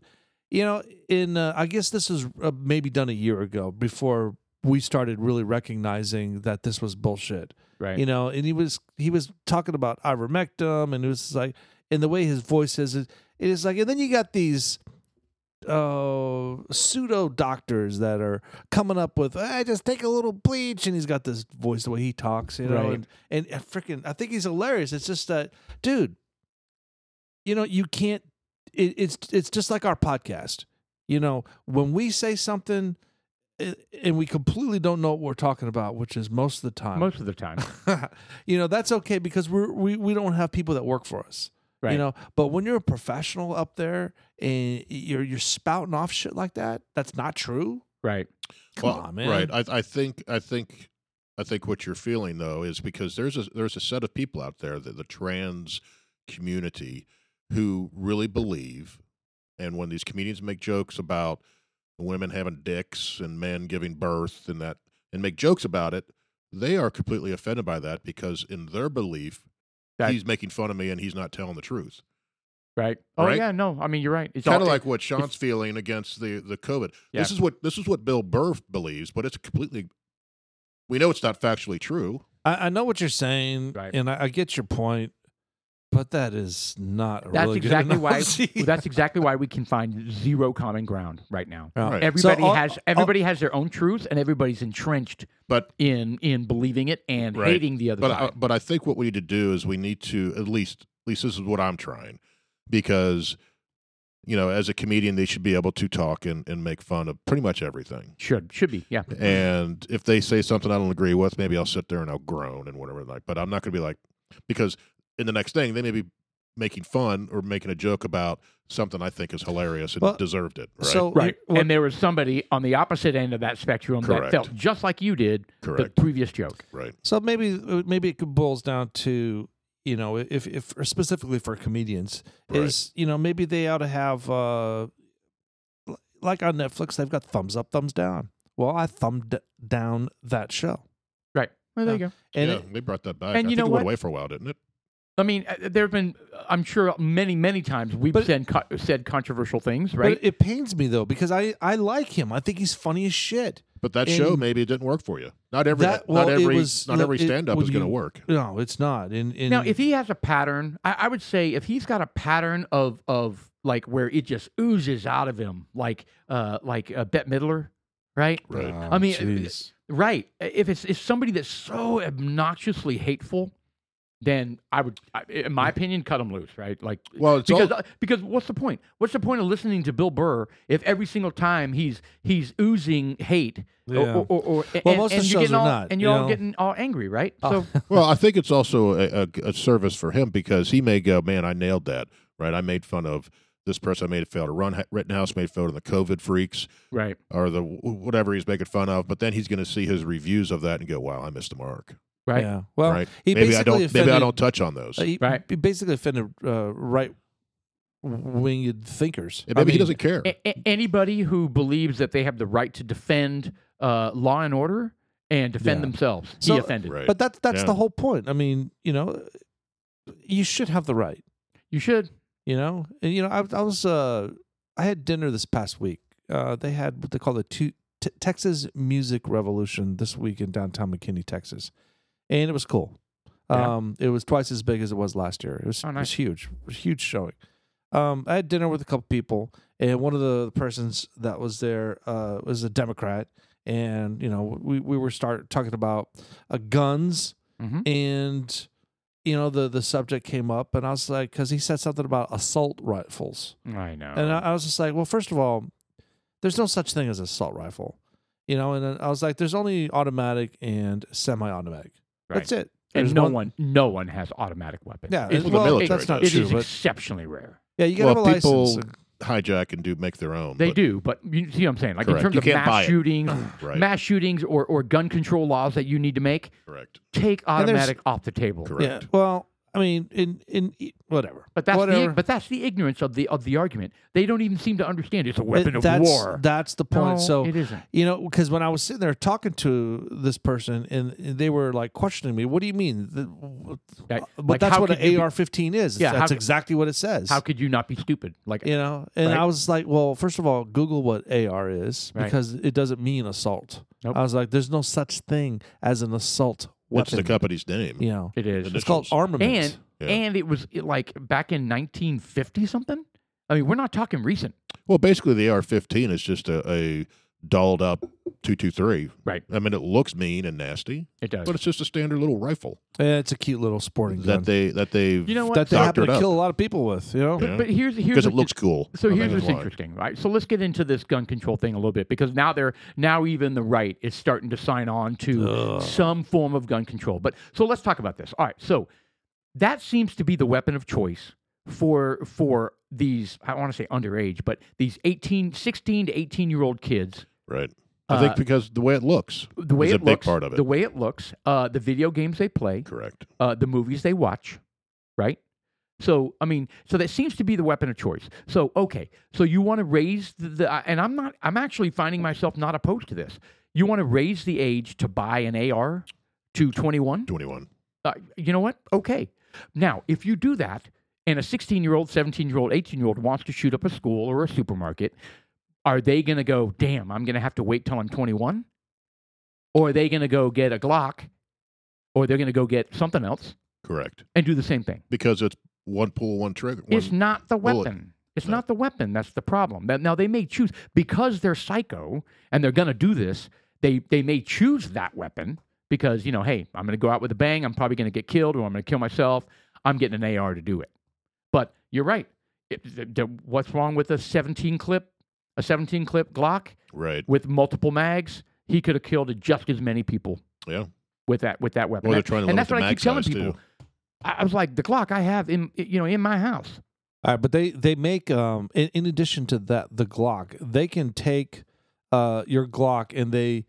Speaker 3: you know, in uh, I guess this was uh, maybe done a year ago before we started really recognizing that this was bullshit.
Speaker 2: right.
Speaker 3: You know, and he was he was talking about ivermectin, and it was like, and the way his voice is, it it is like, and then you got these uh pseudo doctors that are coming up with I just take a little bleach and he's got this voice the way he talks you know
Speaker 2: Right.
Speaker 3: and and, and freaking I think he's hilarious it's just that dude you know you can't it, it's it's just like our podcast you know when we say something eh, and we completely don't know what we're talking about which is most of the time
Speaker 2: Most of the time,
Speaker 3: you know that's okay because we're, we we don't have people that work for us
Speaker 2: right?
Speaker 3: you know but when you're a professional up there and you're you're spouting off shit like that that's not true
Speaker 2: right.
Speaker 3: come
Speaker 1: Well,
Speaker 3: on man
Speaker 1: Right. I I think I think I think what you're feeling though is because there's a there's a set of people out there that the trans community who really believe, and when these comedians make jokes about women having dicks and men giving birth and that and make jokes about it, they are completely offended by that because in their belief,
Speaker 2: That-
Speaker 1: he's making fun of me and he's not telling the truth.
Speaker 2: Right. Oh
Speaker 1: Right?
Speaker 2: yeah, no. I mean, you're right. It's
Speaker 1: kind of
Speaker 2: all-
Speaker 1: like what Sean's feeling against the the COVID.
Speaker 2: Yeah.
Speaker 1: This is what this is what Bill Burr believes, but it's completely. We know it's not factually true.
Speaker 3: I, I know what you're saying
Speaker 2: Right.
Speaker 3: and I, I get your point but that is not a
Speaker 2: That's
Speaker 3: really
Speaker 2: exactly
Speaker 3: good
Speaker 2: why-
Speaker 3: analogy.
Speaker 2: Well, that's exactly why we can find zero common ground right now.
Speaker 3: Yeah.
Speaker 1: Right. uh,
Speaker 2: Everybody
Speaker 3: all-
Speaker 2: has everybody has their own truth, and everybody's entrenched
Speaker 1: But
Speaker 2: in in believing it and
Speaker 1: Right.
Speaker 2: hating the other
Speaker 1: but uh, I,
Speaker 2: side.
Speaker 1: but I think what we need to do is we need to at least at least this is what I'm trying because you know as a comedian they should be able to talk and, and make fun of pretty much everything.
Speaker 2: should should be yeah.
Speaker 1: And if they say something I don't agree with, maybe I'll sit there and I'll groan and whatever like. But I'm not going to be like because in the next thing they may be making fun or making a joke about something I think is hilarious and
Speaker 3: Well,
Speaker 1: deserved it. Right.
Speaker 3: so
Speaker 2: Right.
Speaker 3: it- well,
Speaker 2: and there was somebody on the opposite end of that spectrum
Speaker 1: Correct.
Speaker 2: that felt just like you did
Speaker 1: Correct.
Speaker 2: the previous joke.
Speaker 3: uh,
Speaker 1: Right.
Speaker 3: so maybe maybe it boils down to you know, if if specifically for comedians
Speaker 1: Right.
Speaker 3: is you know maybe they ought to have uh, l- like on Netflix they've got thumbs up, thumbs down. Well, I thumbed d- down that show,
Speaker 2: Right. Well, there you go.
Speaker 3: and
Speaker 1: yeah,
Speaker 3: it-
Speaker 1: they brought that back.
Speaker 2: and
Speaker 1: I
Speaker 2: you
Speaker 1: think
Speaker 2: know
Speaker 1: it went
Speaker 2: what?
Speaker 1: away for a while, didn't it?
Speaker 2: I mean, uh, there have been, I'm sure, many, many times we've
Speaker 3: But-
Speaker 2: said, co- said controversial things,
Speaker 3: but
Speaker 2: right?
Speaker 3: it pains me though because I I like him. I think he's funny as shit.
Speaker 1: But that show
Speaker 3: And-
Speaker 1: maybe it didn't work for you. Not every
Speaker 3: That- well,
Speaker 1: not
Speaker 3: it
Speaker 1: every
Speaker 3: was-
Speaker 1: not every
Speaker 3: it-
Speaker 1: stand up
Speaker 3: well,
Speaker 1: is going to
Speaker 3: you-
Speaker 1: work.
Speaker 3: No, it's not. And, and
Speaker 2: now, if he has a pattern, I, I would say if he's got a pattern of of like where it just oozes out of him, like uh like uh, Bette Midler, right?
Speaker 1: Right.
Speaker 3: Oh,
Speaker 2: I mean,
Speaker 3: jeez.
Speaker 2: Right. If it's if somebody that's so obnoxiously hateful, then I would, I- in my opinion, cut them loose. Right. Like
Speaker 1: Well, it's
Speaker 2: because uh,
Speaker 1: all,
Speaker 2: because what's the point? What's the point of listening to Bill Burr if every single time he's he's oozing hate? or-
Speaker 3: Yeah.
Speaker 2: Or, or, or,
Speaker 3: Well,
Speaker 2: and,
Speaker 3: most of
Speaker 2: and you're
Speaker 3: the shows
Speaker 2: getting
Speaker 3: are
Speaker 2: all,
Speaker 3: not,
Speaker 2: and
Speaker 3: you
Speaker 2: you're all
Speaker 3: know?
Speaker 2: getting all angry, right?
Speaker 3: Oh.
Speaker 2: So
Speaker 1: well, I think it's also a, a, a service for him because he may go, man, I nailed that. Right, I made fun of this person. I made fun of Run Rittenhouse. Made fun of the COVID freaks
Speaker 2: right.
Speaker 1: or the whatever he's making fun of. But then he's going to see his reviews of that and go, wow, I missed the mark.
Speaker 2: Right.
Speaker 3: yeah. Well,
Speaker 1: right?
Speaker 3: he
Speaker 1: Maybe I
Speaker 3: basically
Speaker 1: don't. Maybe I
Speaker 3: offended-
Speaker 1: don't touch on those.
Speaker 3: Uh, he,
Speaker 2: Right.
Speaker 3: he basically offended uh, right winged thinkers.
Speaker 1: And
Speaker 3: I
Speaker 1: maybe he
Speaker 3: mean,
Speaker 1: doesn't care.
Speaker 2: A- a- anybody who believes that they have the right to defend uh, law and order and defend
Speaker 3: Yeah.
Speaker 2: themselves,
Speaker 3: So-
Speaker 2: he offended.
Speaker 1: Right.
Speaker 3: But that that's
Speaker 1: Yeah.
Speaker 3: the whole point. I mean, you know, you should have the right.
Speaker 2: You should.
Speaker 3: You know, and you know, I, I was uh, I had dinner this past week. Uh, they had what they call the two, t- Texas Music Revolution this week in downtown McKinney, Texas, and it was cool.
Speaker 2: Yeah.
Speaker 3: Um, it was twice as big as it was last year. It was,
Speaker 2: Oh,
Speaker 3: it was
Speaker 2: nice.
Speaker 3: huge, It was a huge showing. Um, I had dinner with a couple people, and one of the, the persons that was there uh, was a Democrat, and you know, we we were start talking about uh, guns
Speaker 2: Mhm.
Speaker 3: and you know the the subject came up and i was like because he said something about assault rifles
Speaker 2: I know.
Speaker 3: and I, I was just like well first of all there's no such thing as an assault rifle you know and then i was like there's only automatic and semi-automatic that's it
Speaker 2: And
Speaker 3: There's
Speaker 2: no one, no one has automatic weapons.
Speaker 3: yeah
Speaker 2: It's-
Speaker 1: Well, the
Speaker 3: well,
Speaker 1: military
Speaker 3: that's not
Speaker 1: does.
Speaker 2: it
Speaker 3: true
Speaker 2: is
Speaker 3: but
Speaker 2: exceptionally rare.
Speaker 3: yeah you gotta
Speaker 1: Well,
Speaker 3: have a
Speaker 1: people-
Speaker 3: license and-
Speaker 1: Hijack and do make their own.
Speaker 2: They
Speaker 1: but-
Speaker 2: do, but you see what I'm saying? Like
Speaker 1: Correct.
Speaker 2: in terms
Speaker 1: You
Speaker 2: of
Speaker 1: can't buy
Speaker 2: mass
Speaker 1: it.
Speaker 2: shootings,
Speaker 1: Right.
Speaker 2: mass shootings or, or gun control laws that you need to make,
Speaker 1: correct.
Speaker 2: take
Speaker 3: And there's-
Speaker 2: automatic off the table.
Speaker 1: Correct.
Speaker 3: yeah well i mean in in e, whatever
Speaker 2: But that's
Speaker 3: whatever
Speaker 2: the but that's the ignorance of the of the argument. They don't even seem to understand it's a weapon
Speaker 3: It-
Speaker 2: of
Speaker 3: that's,
Speaker 2: war.
Speaker 3: that's the point
Speaker 2: No,
Speaker 3: so
Speaker 2: it isn't.
Speaker 3: you know because when i was sitting there talking to this person and they were like questioning me what do you mean The- w-
Speaker 2: That-
Speaker 3: but
Speaker 2: like,
Speaker 3: that's
Speaker 2: how
Speaker 3: what
Speaker 2: could you
Speaker 3: an
Speaker 2: be-
Speaker 3: ar-15 is
Speaker 2: Yeah, how
Speaker 3: that's
Speaker 2: could-
Speaker 3: exactly what it says
Speaker 2: How could you not be stupid? Like
Speaker 3: you know and
Speaker 2: Right.
Speaker 3: i was like well first of all google what ar is
Speaker 2: Right.
Speaker 3: because it doesn't mean assault
Speaker 2: Nope.
Speaker 3: i was like there's no such thing as an assault
Speaker 1: What's the
Speaker 3: weapon
Speaker 1: company's name?
Speaker 3: you know
Speaker 2: it is.
Speaker 3: it's called
Speaker 1: Initials.
Speaker 3: armament
Speaker 2: And
Speaker 1: Yeah.
Speaker 2: and it was it, like back in 1950 something. I mean, we're not talking recent.
Speaker 1: Well, basically, the AR-15 is just a, a dolled up 223.
Speaker 2: Right.
Speaker 1: I mean, it looks mean and nasty,
Speaker 2: It does.
Speaker 1: but it's just a standard little rifle
Speaker 3: Yeah, it's a cute little sporting
Speaker 1: that
Speaker 3: gun
Speaker 1: they that they
Speaker 2: you know what?
Speaker 3: that they happen
Speaker 1: doctored
Speaker 3: to
Speaker 1: up.
Speaker 3: kill a lot of people with you know
Speaker 1: Yeah.
Speaker 2: But here's here's
Speaker 1: because it
Speaker 2: what-
Speaker 1: looks cool.
Speaker 2: So
Speaker 1: I think
Speaker 2: here's
Speaker 1: that's
Speaker 2: what's
Speaker 1: why.
Speaker 2: interesting, right? So let's get into this gun control thing a little bit because now they're now even the right is starting to sign on to
Speaker 1: Uh,
Speaker 3: Ugh.
Speaker 2: some form of gun control. But so let's talk about this. All right, so that seems to be the weapon of choice for for these I want to say underage, but these 18 16 to 18 year old kids
Speaker 1: Right. I think
Speaker 2: Uh,
Speaker 1: because the way it looks.
Speaker 2: the way
Speaker 1: Is a
Speaker 2: it
Speaker 1: big
Speaker 2: looks
Speaker 1: part of it.
Speaker 2: the way it looks uh, the video games they play
Speaker 1: Correct.
Speaker 2: uh, the movies they watch, right? So I mean, so that seems to be the weapon of choice. So okay, so you want to raise the, the I- and I'm not I'm actually finding myself not opposed to this. You want to raise the age to buy an AR to 21?
Speaker 1: Twenty-one.
Speaker 2: Uh, you know what? Okay. Now, if you do that and a 16-year-old, 17-year-old, 18-year-old wants to shoot up a school or a supermarket, are they going to go, "Damn, I'm going to have to wait till I'm 21?" Or are they going to go get a Glock? Or they're going to go get something else?
Speaker 1: Correct.
Speaker 2: and do the same thing.
Speaker 1: Because it's one pull, one trigger. One,
Speaker 2: It's not the
Speaker 1: bullet.
Speaker 2: weapon. It's
Speaker 1: No.
Speaker 2: not the weapon. That's the problem. That now they may choose because they're psycho and they're going to do this. They they may choose that weapon because you know, hey, I'm going to go out with a bang. I'm probably going to get killed, or I'm going to kill myself. I'm getting an AR to do it. But you're right. It- th- th- what's wrong with a 17 clip, a 17 clip Glock
Speaker 1: right.
Speaker 2: with multiple mags? He could have killed just as many people
Speaker 1: Yeah.
Speaker 2: with that with that weapon.
Speaker 1: Well, they're
Speaker 2: That-
Speaker 1: trying to
Speaker 2: and
Speaker 1: limit
Speaker 2: that's
Speaker 1: the
Speaker 2: what I
Speaker 1: mag
Speaker 2: keep telling
Speaker 1: size,
Speaker 2: people.
Speaker 1: too.
Speaker 2: I I was like, the Glock I have in you know in my house.
Speaker 3: All right, but they they make um in, in addition to that the Glock, they can take uh your Glock and they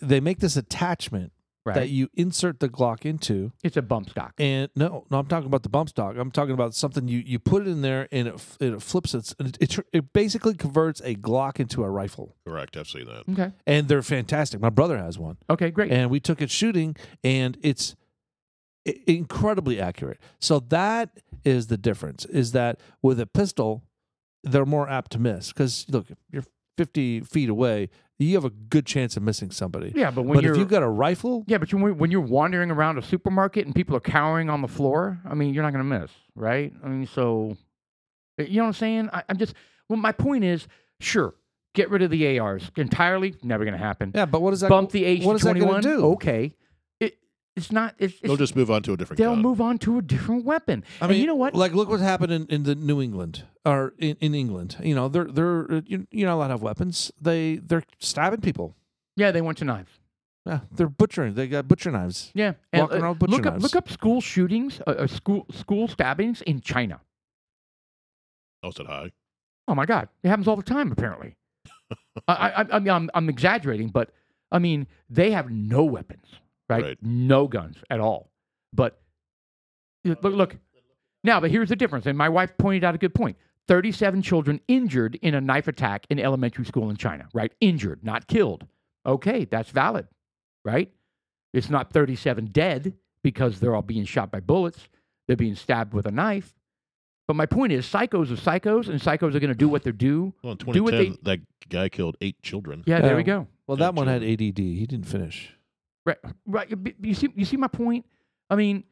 Speaker 3: they make this attachment
Speaker 2: right?
Speaker 3: that you insert the Glock into.
Speaker 2: it's a bump stock.
Speaker 3: And no, no, I'm talking about the bump stock. I'm talking about something you, you put it in there and it, f- and it flips it. It, it. tr- it basically converts a Glock into a rifle.
Speaker 1: Correct. I've seen that.
Speaker 2: Okay.
Speaker 3: And they're fantastic. My brother has one.
Speaker 2: Okay. Great.
Speaker 3: and we took it shooting and it's i- incredibly accurate so that is the difference is that with a pistol they're more apt to miss because look if you're 50 feet away you have a good chance of missing somebody
Speaker 2: yeah, but when
Speaker 3: but
Speaker 2: you're
Speaker 3: if you've got a rifle
Speaker 2: yeah, but you, when you're wandering around a supermarket and people are cowering on the floor, I mean, you're not going to miss, right? I mean, so eh, you know what I'm saying? I, I'm just well, my point is, sure, get rid of the ARs entirely. Never going to happen.
Speaker 3: yeah but what is that
Speaker 2: Bump the H
Speaker 3: what is that gonna
Speaker 2: 21.
Speaker 3: do?
Speaker 2: Okay, it, it's not. It's, it's
Speaker 1: They'll just move on to a different.
Speaker 2: they'll
Speaker 1: gun.
Speaker 2: move on to a different weapon.
Speaker 3: I
Speaker 2: And
Speaker 3: mean,
Speaker 2: you know what?
Speaker 3: Like, look what happened in, in the New England or in, in England. You know, they're they're uh, you, you're not allowed to have weapons. They they're stabbing people.
Speaker 2: yeah, they went to knives.
Speaker 3: Yeah, they're butchering. They got butcher knives.
Speaker 2: Yeah, uh,
Speaker 3: Walking around with
Speaker 2: look
Speaker 3: butcher
Speaker 2: up
Speaker 3: knives.
Speaker 2: look up school shootings, uh, uh, school school stabbings in China.
Speaker 1: I said hi.
Speaker 2: Oh my God, it happens all the time. Apparently, I, I, I mean, I'm, I'm exaggerating, but I mean they have no weapons, right?
Speaker 1: Right.
Speaker 2: No guns at all. But y- look, look now, but here's the difference. And my wife pointed out a good point. 37 children injured in a knife attack in elementary school in China, right? Injured, not killed. Okay, that's valid, right? It's not 37 dead because they're all being shot by bullets. They're being stabbed with a knife. But my point is, psychos are psychos, and psychos are going to do what they do.
Speaker 1: Well, in
Speaker 2: Do what
Speaker 1: 2010, that guy killed eight children.
Speaker 2: Yeah, there we
Speaker 3: Yeah.
Speaker 2: go.
Speaker 3: Well,
Speaker 1: Yeah,
Speaker 3: that one
Speaker 1: true.
Speaker 3: had ADD. He didn't finish.
Speaker 2: Right, right. You, b- you see, you see my point. I mean,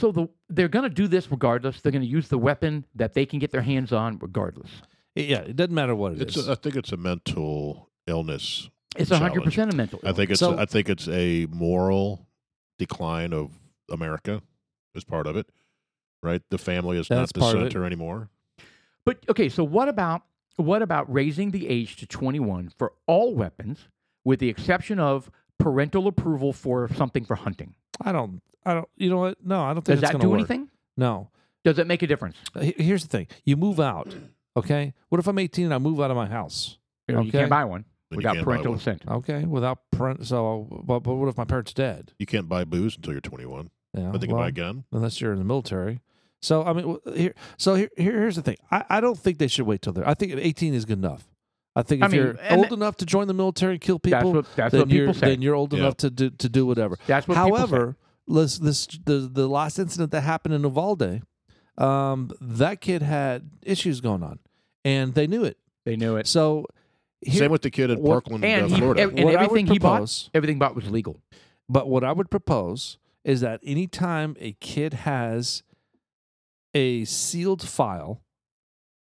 Speaker 2: so the they're going to do this regardless. They're going to use the weapon that they can get their hands on, regardless.
Speaker 3: It- Yeah, it doesn't matter what it
Speaker 1: It's.
Speaker 3: is.
Speaker 1: A, I think it's a mental illness.
Speaker 2: It's
Speaker 1: Challenge.
Speaker 2: hundred percent a mental.
Speaker 1: I think it's.
Speaker 3: So-
Speaker 1: I think it's a moral decline of America, is part of it, right? The family is not
Speaker 3: That's
Speaker 1: the
Speaker 3: part of it.
Speaker 1: center anymore.
Speaker 2: But okay, so what about what about raising the age to 21 for all weapons with the exception of parental approval for something for hunting?
Speaker 3: I don't. I don't. You know what? No, I don't
Speaker 2: Does
Speaker 3: think that's
Speaker 2: that
Speaker 3: gonna
Speaker 2: do
Speaker 3: work.
Speaker 2: anything?
Speaker 3: No.
Speaker 2: Does it make a difference?
Speaker 3: Uh, he- Here's the thing. You move out. Okay. What if I'm 18 and I move out of my house?
Speaker 2: You, know, you
Speaker 3: Okay.
Speaker 2: can't buy one
Speaker 1: Then
Speaker 2: without
Speaker 1: you can't buy
Speaker 2: parental
Speaker 1: one-
Speaker 2: consent.
Speaker 3: Okay. Without parent. So, but, but what if my parents dead?
Speaker 1: You can't buy booze until you're 21.
Speaker 3: You
Speaker 2: Oh,
Speaker 3: know,
Speaker 1: But they can
Speaker 3: well,
Speaker 1: buy a gun.
Speaker 3: unless you're in the military. So I mean, w- here. So here, here here's the thing. I, I don't think they should wait till they're. I think 18 is good enough. I think
Speaker 2: I
Speaker 3: if
Speaker 2: mean,
Speaker 3: you're
Speaker 2: and-
Speaker 3: old enough to join the military and kill
Speaker 2: That's
Speaker 3: people,
Speaker 2: what that's
Speaker 3: then
Speaker 2: what
Speaker 3: you're
Speaker 2: people say.
Speaker 3: then you're old
Speaker 1: Yeah.
Speaker 3: enough to do to do whatever.
Speaker 2: That's what people say.
Speaker 3: However, this, this the the last incident that happened in Uvalde, um, that kid had issues going on, and they knew it.
Speaker 2: they knew it.
Speaker 3: So here,
Speaker 1: Same with the kid in
Speaker 3: what-
Speaker 1: Parkland, uh,
Speaker 2: And, he,
Speaker 1: Florida.
Speaker 2: ev- and
Speaker 3: What I would
Speaker 2: everything he bought,
Speaker 3: propose-
Speaker 2: everything bought was legal.
Speaker 3: but what I would propose is that anytime a kid has a sealed file,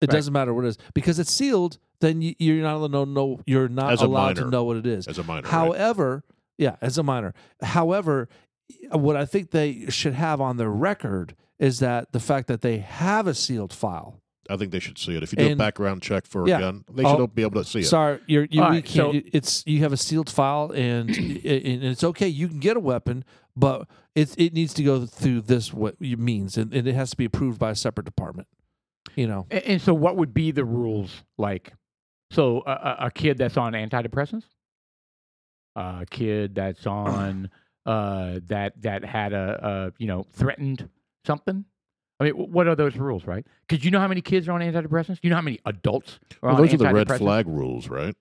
Speaker 3: it
Speaker 2: Right.
Speaker 3: doesn't matter what it is because it's sealed. Then you, you're not allowed to know. You're not
Speaker 1: As a
Speaker 3: allowed to
Speaker 1: minor.
Speaker 3: know what it is.
Speaker 1: as a minor. right?
Speaker 3: However, yeah, as a minor. However, what I think they should have on their record is that the fact that they have a sealed file.
Speaker 1: I think they should see it. If you do a
Speaker 3: And-
Speaker 1: background check for
Speaker 3: Yeah.
Speaker 1: a gun, they
Speaker 3: Oh,
Speaker 1: should be able to see it.
Speaker 3: Sorry, you're, you,
Speaker 2: All
Speaker 3: we
Speaker 2: right,
Speaker 3: can't,
Speaker 2: so-
Speaker 3: you- it's you have a sealed file, and, and it's okay. You can get a weapon, but it it needs to go through this what you means, and, and it has to be approved by a separate department. You know,
Speaker 2: A- And, so, what would be the rules like? So, a, a, a kid that's on antidepressants, a kid that's on uh, that that had a, a you know threatened something. I mean, wh- what are those rules, right? Because you know how many kids are on antidepressants. You know how many adults are
Speaker 1: Well,
Speaker 2: on
Speaker 1: those are the red
Speaker 2: antidepressants?
Speaker 1: flag rules, right?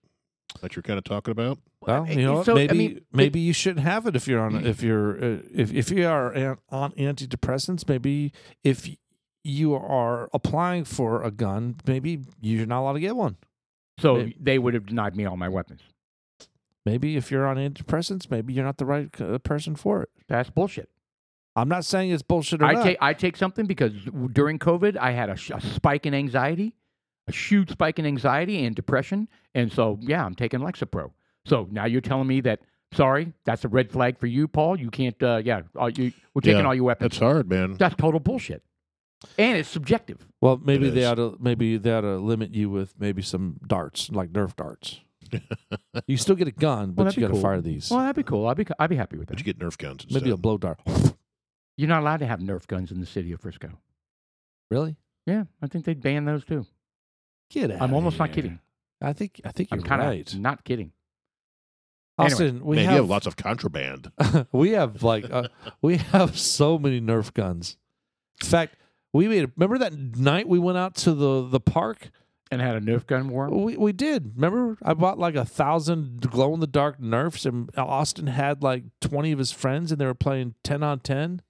Speaker 1: That you're kind of talking about.
Speaker 3: well,
Speaker 2: I-
Speaker 3: you know, what?
Speaker 2: so, I
Speaker 3: maybe
Speaker 2: mean, it-
Speaker 3: maybe you shouldn't have it if you're on if you're uh, if if you are an, on antidepressants. Maybe if you are applying for a gun, maybe you're not allowed to get one.
Speaker 2: So
Speaker 3: it-
Speaker 2: they would have denied me all my weapons.
Speaker 3: Maybe if you're on antidepressants, maybe you're not the right uh, person for it.
Speaker 2: That's bullshit.
Speaker 3: I'm not saying it's bullshit or
Speaker 2: I
Speaker 3: not.
Speaker 2: take I take something because w- during COVID I had a, sh- a spike in anxiety, a huge spike in anxiety and depression, and so yeah, I'm taking Lexapro. So now you're telling me that sorry, that's a red flag for you, Paul. You can't. Uh, yeah, all, you, we're taking
Speaker 1: Yeah,
Speaker 2: all your weapons.
Speaker 1: That's hard, man.
Speaker 2: That's total bullshit, and it's subjective.
Speaker 3: Well, maybe
Speaker 1: It
Speaker 3: they
Speaker 1: is.
Speaker 3: ought to maybe they ought to limit you with maybe some darts, like Nerf darts. you still get a gun, but
Speaker 2: that'd be
Speaker 3: you got to
Speaker 2: cool.
Speaker 3: fire these.
Speaker 2: Well, that'd be cool. I'd be I'd be happy with
Speaker 1: But
Speaker 2: that.
Speaker 1: you get Nerf guns instead.
Speaker 3: maybe a blow dart.
Speaker 2: You're not allowed to have Nerf guns in the city of Frisco.
Speaker 3: really?
Speaker 2: Yeah, I think they'd ban those too.
Speaker 3: Get out.
Speaker 2: I'm almost not kidding.
Speaker 3: I think I think you're
Speaker 2: I'm kind of
Speaker 3: right.
Speaker 2: not kidding. Anyway,
Speaker 3: Austin, we
Speaker 1: Man,
Speaker 3: have,
Speaker 1: you have lots of contraband.
Speaker 3: we have like uh, we have so many Nerf guns. In fact, we made. Remember that night we went out to the the park.
Speaker 2: and had a Nerf gun war.
Speaker 3: We we did. Remember, I bought like a thousand glow in the dark Nerfs, and Austin had like twenty of his friends, and they were playing ten on ten.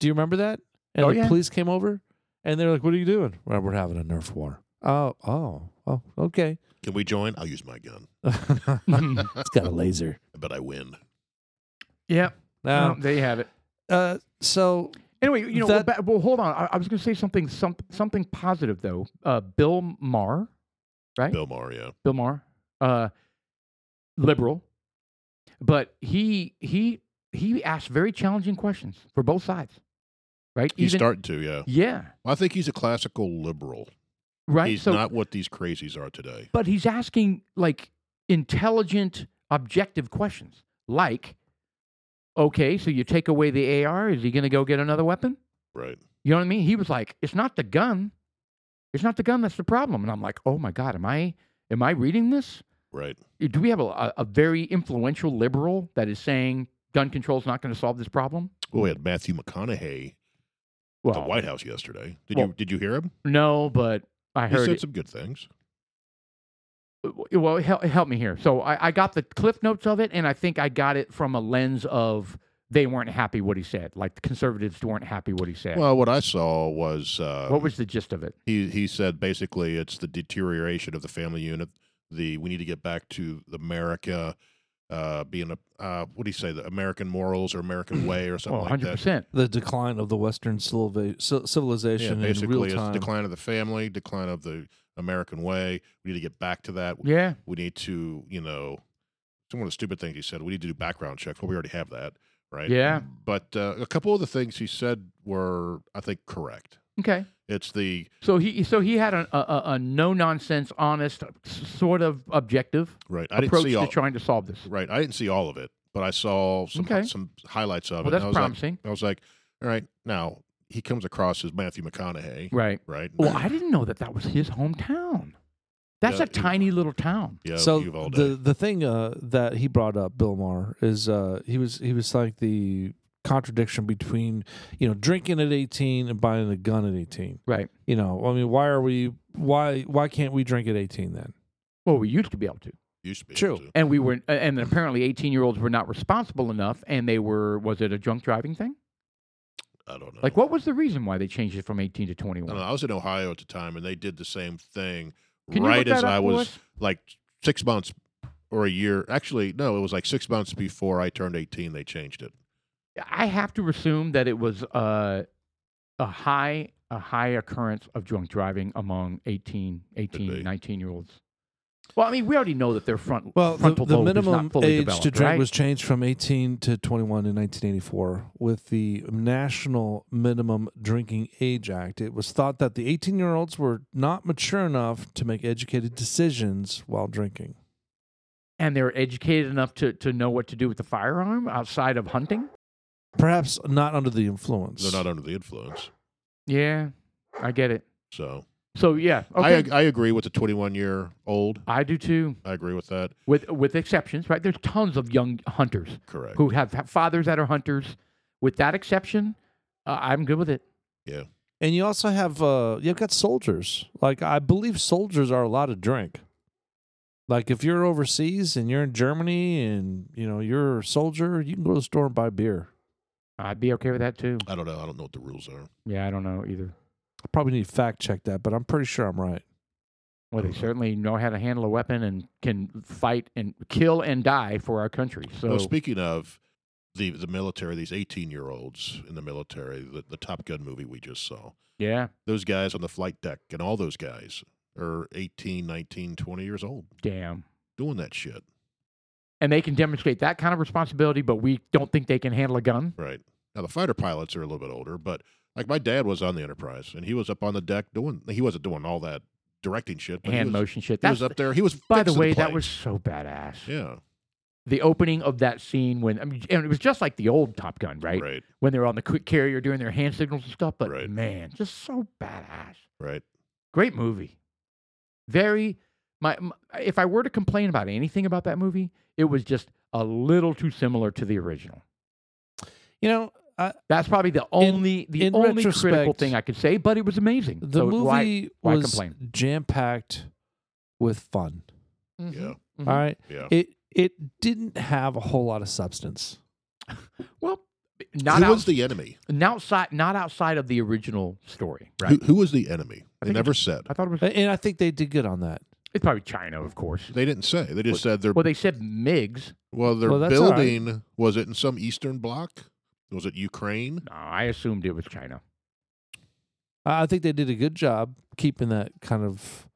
Speaker 3: Do you remember that? And
Speaker 2: Oh,
Speaker 3: the
Speaker 2: yeah.
Speaker 3: police came over, and they're like, "What are you doing?" Well, we're having a Nerf war. Oh, oh, oh, okay.
Speaker 1: Can we join? I'll use my gun.
Speaker 3: it's got a laser.
Speaker 1: But I win.
Speaker 2: yeah,
Speaker 3: Now,
Speaker 2: no, they had it.
Speaker 3: uh, so
Speaker 2: Anyway, you know, well, ba-
Speaker 3: That-
Speaker 2: well, hold on. I, I was going to say something, some, something positive though. Uh, Bill Maher, Right.
Speaker 1: Bill Mario.
Speaker 2: Bill Maher, uh, liberal, but he he he asked very challenging questions for both sides, right?
Speaker 1: He's starting to, yeah.
Speaker 2: yeah,
Speaker 1: Well, I think he's a classical liberal.
Speaker 2: right.
Speaker 1: He's
Speaker 2: so,
Speaker 1: not what these crazies are today.
Speaker 2: but he's asking like intelligent, objective questions, like, okay, so you take away the AR, is he going to go get another weapon?
Speaker 1: Right.
Speaker 2: You know what I mean? He was like, "It's not the gun, it's not the gun that's the problem." And I'm like, "Oh my god, am I am I reading this?
Speaker 1: Right.
Speaker 2: Do we have a, a, a very influential liberal that is saying gun control is not going to solve this problem?"
Speaker 1: Well, we had Matthew McConaughey at
Speaker 2: Well,
Speaker 1: the White House yesterday. Did
Speaker 2: well,
Speaker 1: you did you hear him?
Speaker 2: no, but I
Speaker 1: He
Speaker 2: heard.
Speaker 1: said
Speaker 2: It.
Speaker 1: some good things.
Speaker 2: Well, help, help me here. So I, I got the cliff notes of it, and I think I got it from a lens of they weren't happy what he said. Like the conservatives weren't happy what he said.
Speaker 1: Well, what I saw was uh,
Speaker 2: what was the gist of it?
Speaker 1: he he said basically it's the deterioration of the family unit. The we need to get back to the America uh, being a uh, what do you say the American morals or American way or something
Speaker 2: Well,
Speaker 1: like
Speaker 2: Oh, hundred
Speaker 1: that.
Speaker 2: percent.
Speaker 3: the decline of the Western civiliza- ci-
Speaker 1: Yeah,
Speaker 3: civilization in real
Speaker 1: basically it's
Speaker 3: time.
Speaker 1: decline of the family, decline of the American way. We need to get back to that.
Speaker 2: Yeah.
Speaker 1: We need to you know some of the stupid things he said. We need to do background checks. Well, we already have that, right?
Speaker 2: Yeah.
Speaker 1: But uh, a couple of the things he said were I think correct.
Speaker 2: Okay.
Speaker 1: It's the
Speaker 2: So he so he had a, a- a, a no nonsense, honest s- sort of objective
Speaker 1: right. I didn't
Speaker 2: approach
Speaker 1: see
Speaker 2: to
Speaker 1: all.
Speaker 2: trying to solve this.
Speaker 1: Right. I didn't see all of it, but I saw some
Speaker 2: Okay.
Speaker 1: some highlights of it. and
Speaker 2: Well, that's
Speaker 1: I was like,
Speaker 2: promising,
Speaker 1: I was like, all right, now he comes across as Matthew McConaughey,
Speaker 2: right?
Speaker 1: right?
Speaker 2: Well, I didn't know that that was his hometown. That's
Speaker 1: Yeah,
Speaker 2: a
Speaker 1: it-
Speaker 2: tiny little town.
Speaker 1: yeah,
Speaker 3: so
Speaker 1: Uvalde.
Speaker 3: the the thing uh, that he brought up, Bill Maher, is uh, he was he was like the contradiction between you know drinking at eighteen and buying a gun at eighteen.
Speaker 2: Right.
Speaker 3: You know, I mean, why are we why why can't we drink at eighteen then?
Speaker 2: Well, we used to be able to,
Speaker 1: used to be
Speaker 3: True.
Speaker 1: able to.
Speaker 2: and we were, a- and apparently, eighteen-year-olds were not responsible enough, and they were. Was it a drunk driving thing?
Speaker 1: I don't know.
Speaker 2: Like, what was the reason why they changed it from eighteen to
Speaker 1: I, don't
Speaker 2: twenty-one?
Speaker 1: know. I was in Ohio at the time, and they did the same thing
Speaker 2: Can you
Speaker 1: right
Speaker 2: look that
Speaker 1: as
Speaker 2: up
Speaker 1: I
Speaker 2: for
Speaker 1: was
Speaker 2: us?
Speaker 1: like six months or a year. Actually, no, it was like six months before I turned 18, they changed it.
Speaker 2: I have to assume that it was uh, a high a high occurrence of drunk driving among 18, 18,
Speaker 1: be.
Speaker 2: 19 year olds. Well, I mean, we already know that their front
Speaker 3: Well, the,
Speaker 2: frontal
Speaker 3: the
Speaker 2: lobe is not
Speaker 3: minimum
Speaker 2: fully
Speaker 3: age
Speaker 2: developed,
Speaker 3: to drink
Speaker 2: right?
Speaker 3: was changed from 18 to 21 in 1984 with the National Minimum Drinking Age Act. It was thought that the 18 year olds were not mature enough to make educated decisions while drinking.
Speaker 2: and they're educated enough to, to know what to do with the firearm outside of hunting.
Speaker 3: Perhaps not under the influence.
Speaker 1: They're not under the influence.
Speaker 2: Yeah, I get it.
Speaker 1: So
Speaker 2: So yeah, okay.
Speaker 1: I, I agree with the 21 year old.
Speaker 2: I, do too,
Speaker 1: I agree with that.
Speaker 2: with with exceptions, right? There's tons of young hunters
Speaker 1: Correct.
Speaker 2: who have, have fathers that are hunters. With that exception, uh, I'm good with it.
Speaker 3: and you also have, uh, you've got soldiers. Like, I believe soldiers are allowed to drink. Like, if you're overseas and you're in Germany and, you know, you're a soldier, you can go to the store and buy beer.
Speaker 2: I'd be okay with that too.
Speaker 1: I don't know. I don't know what the rules are.
Speaker 2: Yeah, I don't know either.
Speaker 3: I probably need to fact check that, but I'm pretty sure I'm right.
Speaker 2: Well, they
Speaker 1: Mhm.
Speaker 2: certainly know how to handle a weapon and can fight and kill and die for our country. So,
Speaker 1: Well, speaking of the the military, these eighteen year olds in the military, the, the Top Gun movie we just saw,
Speaker 2: yeah,
Speaker 1: those guys on the flight deck and all those guys are 18, 19, 20 years old
Speaker 2: damn.
Speaker 1: doing that shit.
Speaker 2: And they can demonstrate that kind of responsibility, but we don't think they can handle a gun.
Speaker 1: Right. Now the fighter pilots are a little bit older, but like my dad was on the Enterprise and he was up on the deck doing he wasn't doing all that directing shit, but
Speaker 2: Hand
Speaker 1: he was,
Speaker 2: motion shit.
Speaker 1: he
Speaker 2: That's
Speaker 1: was up there. He was
Speaker 2: by the
Speaker 1: fixing
Speaker 2: way, that
Speaker 1: plane.
Speaker 2: was so badass.
Speaker 1: Yeah.
Speaker 2: The opening of that scene when I mean, and it was just like the old Top Gun, right?
Speaker 1: Right. Right.
Speaker 2: When they were on the quick carrier doing their hand signals and stuff. But
Speaker 1: Right.
Speaker 2: man, just so badass. Great movie. Very, my, m if I were to complain about anything about that movie, it was just a little too similar to the original.
Speaker 3: You know,
Speaker 2: That's probably the only the
Speaker 3: in
Speaker 2: only critical
Speaker 3: retrospect,
Speaker 2: thing I could say, but it was amazing.
Speaker 3: the
Speaker 2: So why-
Speaker 3: movie
Speaker 2: why
Speaker 3: was
Speaker 2: complain?
Speaker 3: jam packed with fun.
Speaker 1: Yeah.
Speaker 2: mhm.
Speaker 3: All right,
Speaker 1: Mm-hmm. Yeah.
Speaker 3: it it didn't have a whole lot of substance.
Speaker 2: Well, not
Speaker 1: who was
Speaker 2: out,
Speaker 1: the enemy?
Speaker 2: not outside not outside of the original story, right?
Speaker 1: Who, who was the enemy?
Speaker 2: I
Speaker 1: They
Speaker 2: think
Speaker 1: never said.
Speaker 2: I thought it was
Speaker 3: A- And I think they did good on that.
Speaker 2: it's probably China, of course.
Speaker 1: They didn't say. They just said their
Speaker 2: Well, they said MIGs.
Speaker 1: well their
Speaker 3: Well, that's all right.
Speaker 1: building was it in some eastern bloc? Was it Ukraine?
Speaker 2: No, I assumed it was China.
Speaker 3: I I think they did a good job keeping that kind of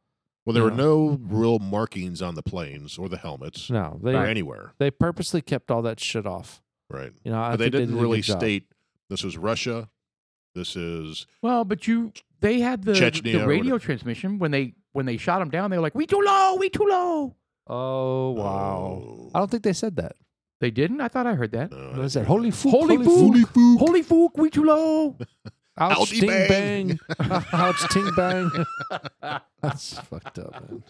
Speaker 1: Well, there were
Speaker 3: Yeah.
Speaker 1: no real markings on the planes or the helmets
Speaker 3: no. Mm-hmm. They
Speaker 1: or anywhere,
Speaker 3: they purposely kept all that shit off.
Speaker 1: right?
Speaker 3: You know, I
Speaker 1: But they
Speaker 3: think
Speaker 1: didn't
Speaker 3: did a
Speaker 1: really
Speaker 3: good job.
Speaker 1: state this is Russia, this is
Speaker 2: Well, but you they had the
Speaker 1: Chechnya
Speaker 2: the
Speaker 1: or
Speaker 2: radio
Speaker 1: whatever.
Speaker 2: transmission when they when they shot him down. They were like, "We too low, we too low."
Speaker 3: Oh wow!
Speaker 1: Oh,
Speaker 3: I don't think they said that.
Speaker 2: They didn't. I thought I heard that.
Speaker 1: no, I
Speaker 3: They
Speaker 1: didn't
Speaker 3: said
Speaker 1: hear
Speaker 3: holy
Speaker 1: that.
Speaker 3: fook,
Speaker 2: Holy
Speaker 3: fook,
Speaker 1: Holy fook.
Speaker 2: Holy fook, we too low.
Speaker 3: ouch,
Speaker 1: Ouchie
Speaker 3: ting
Speaker 1: bang.
Speaker 3: bang, ouch, ting bang. That's fucked up. Man.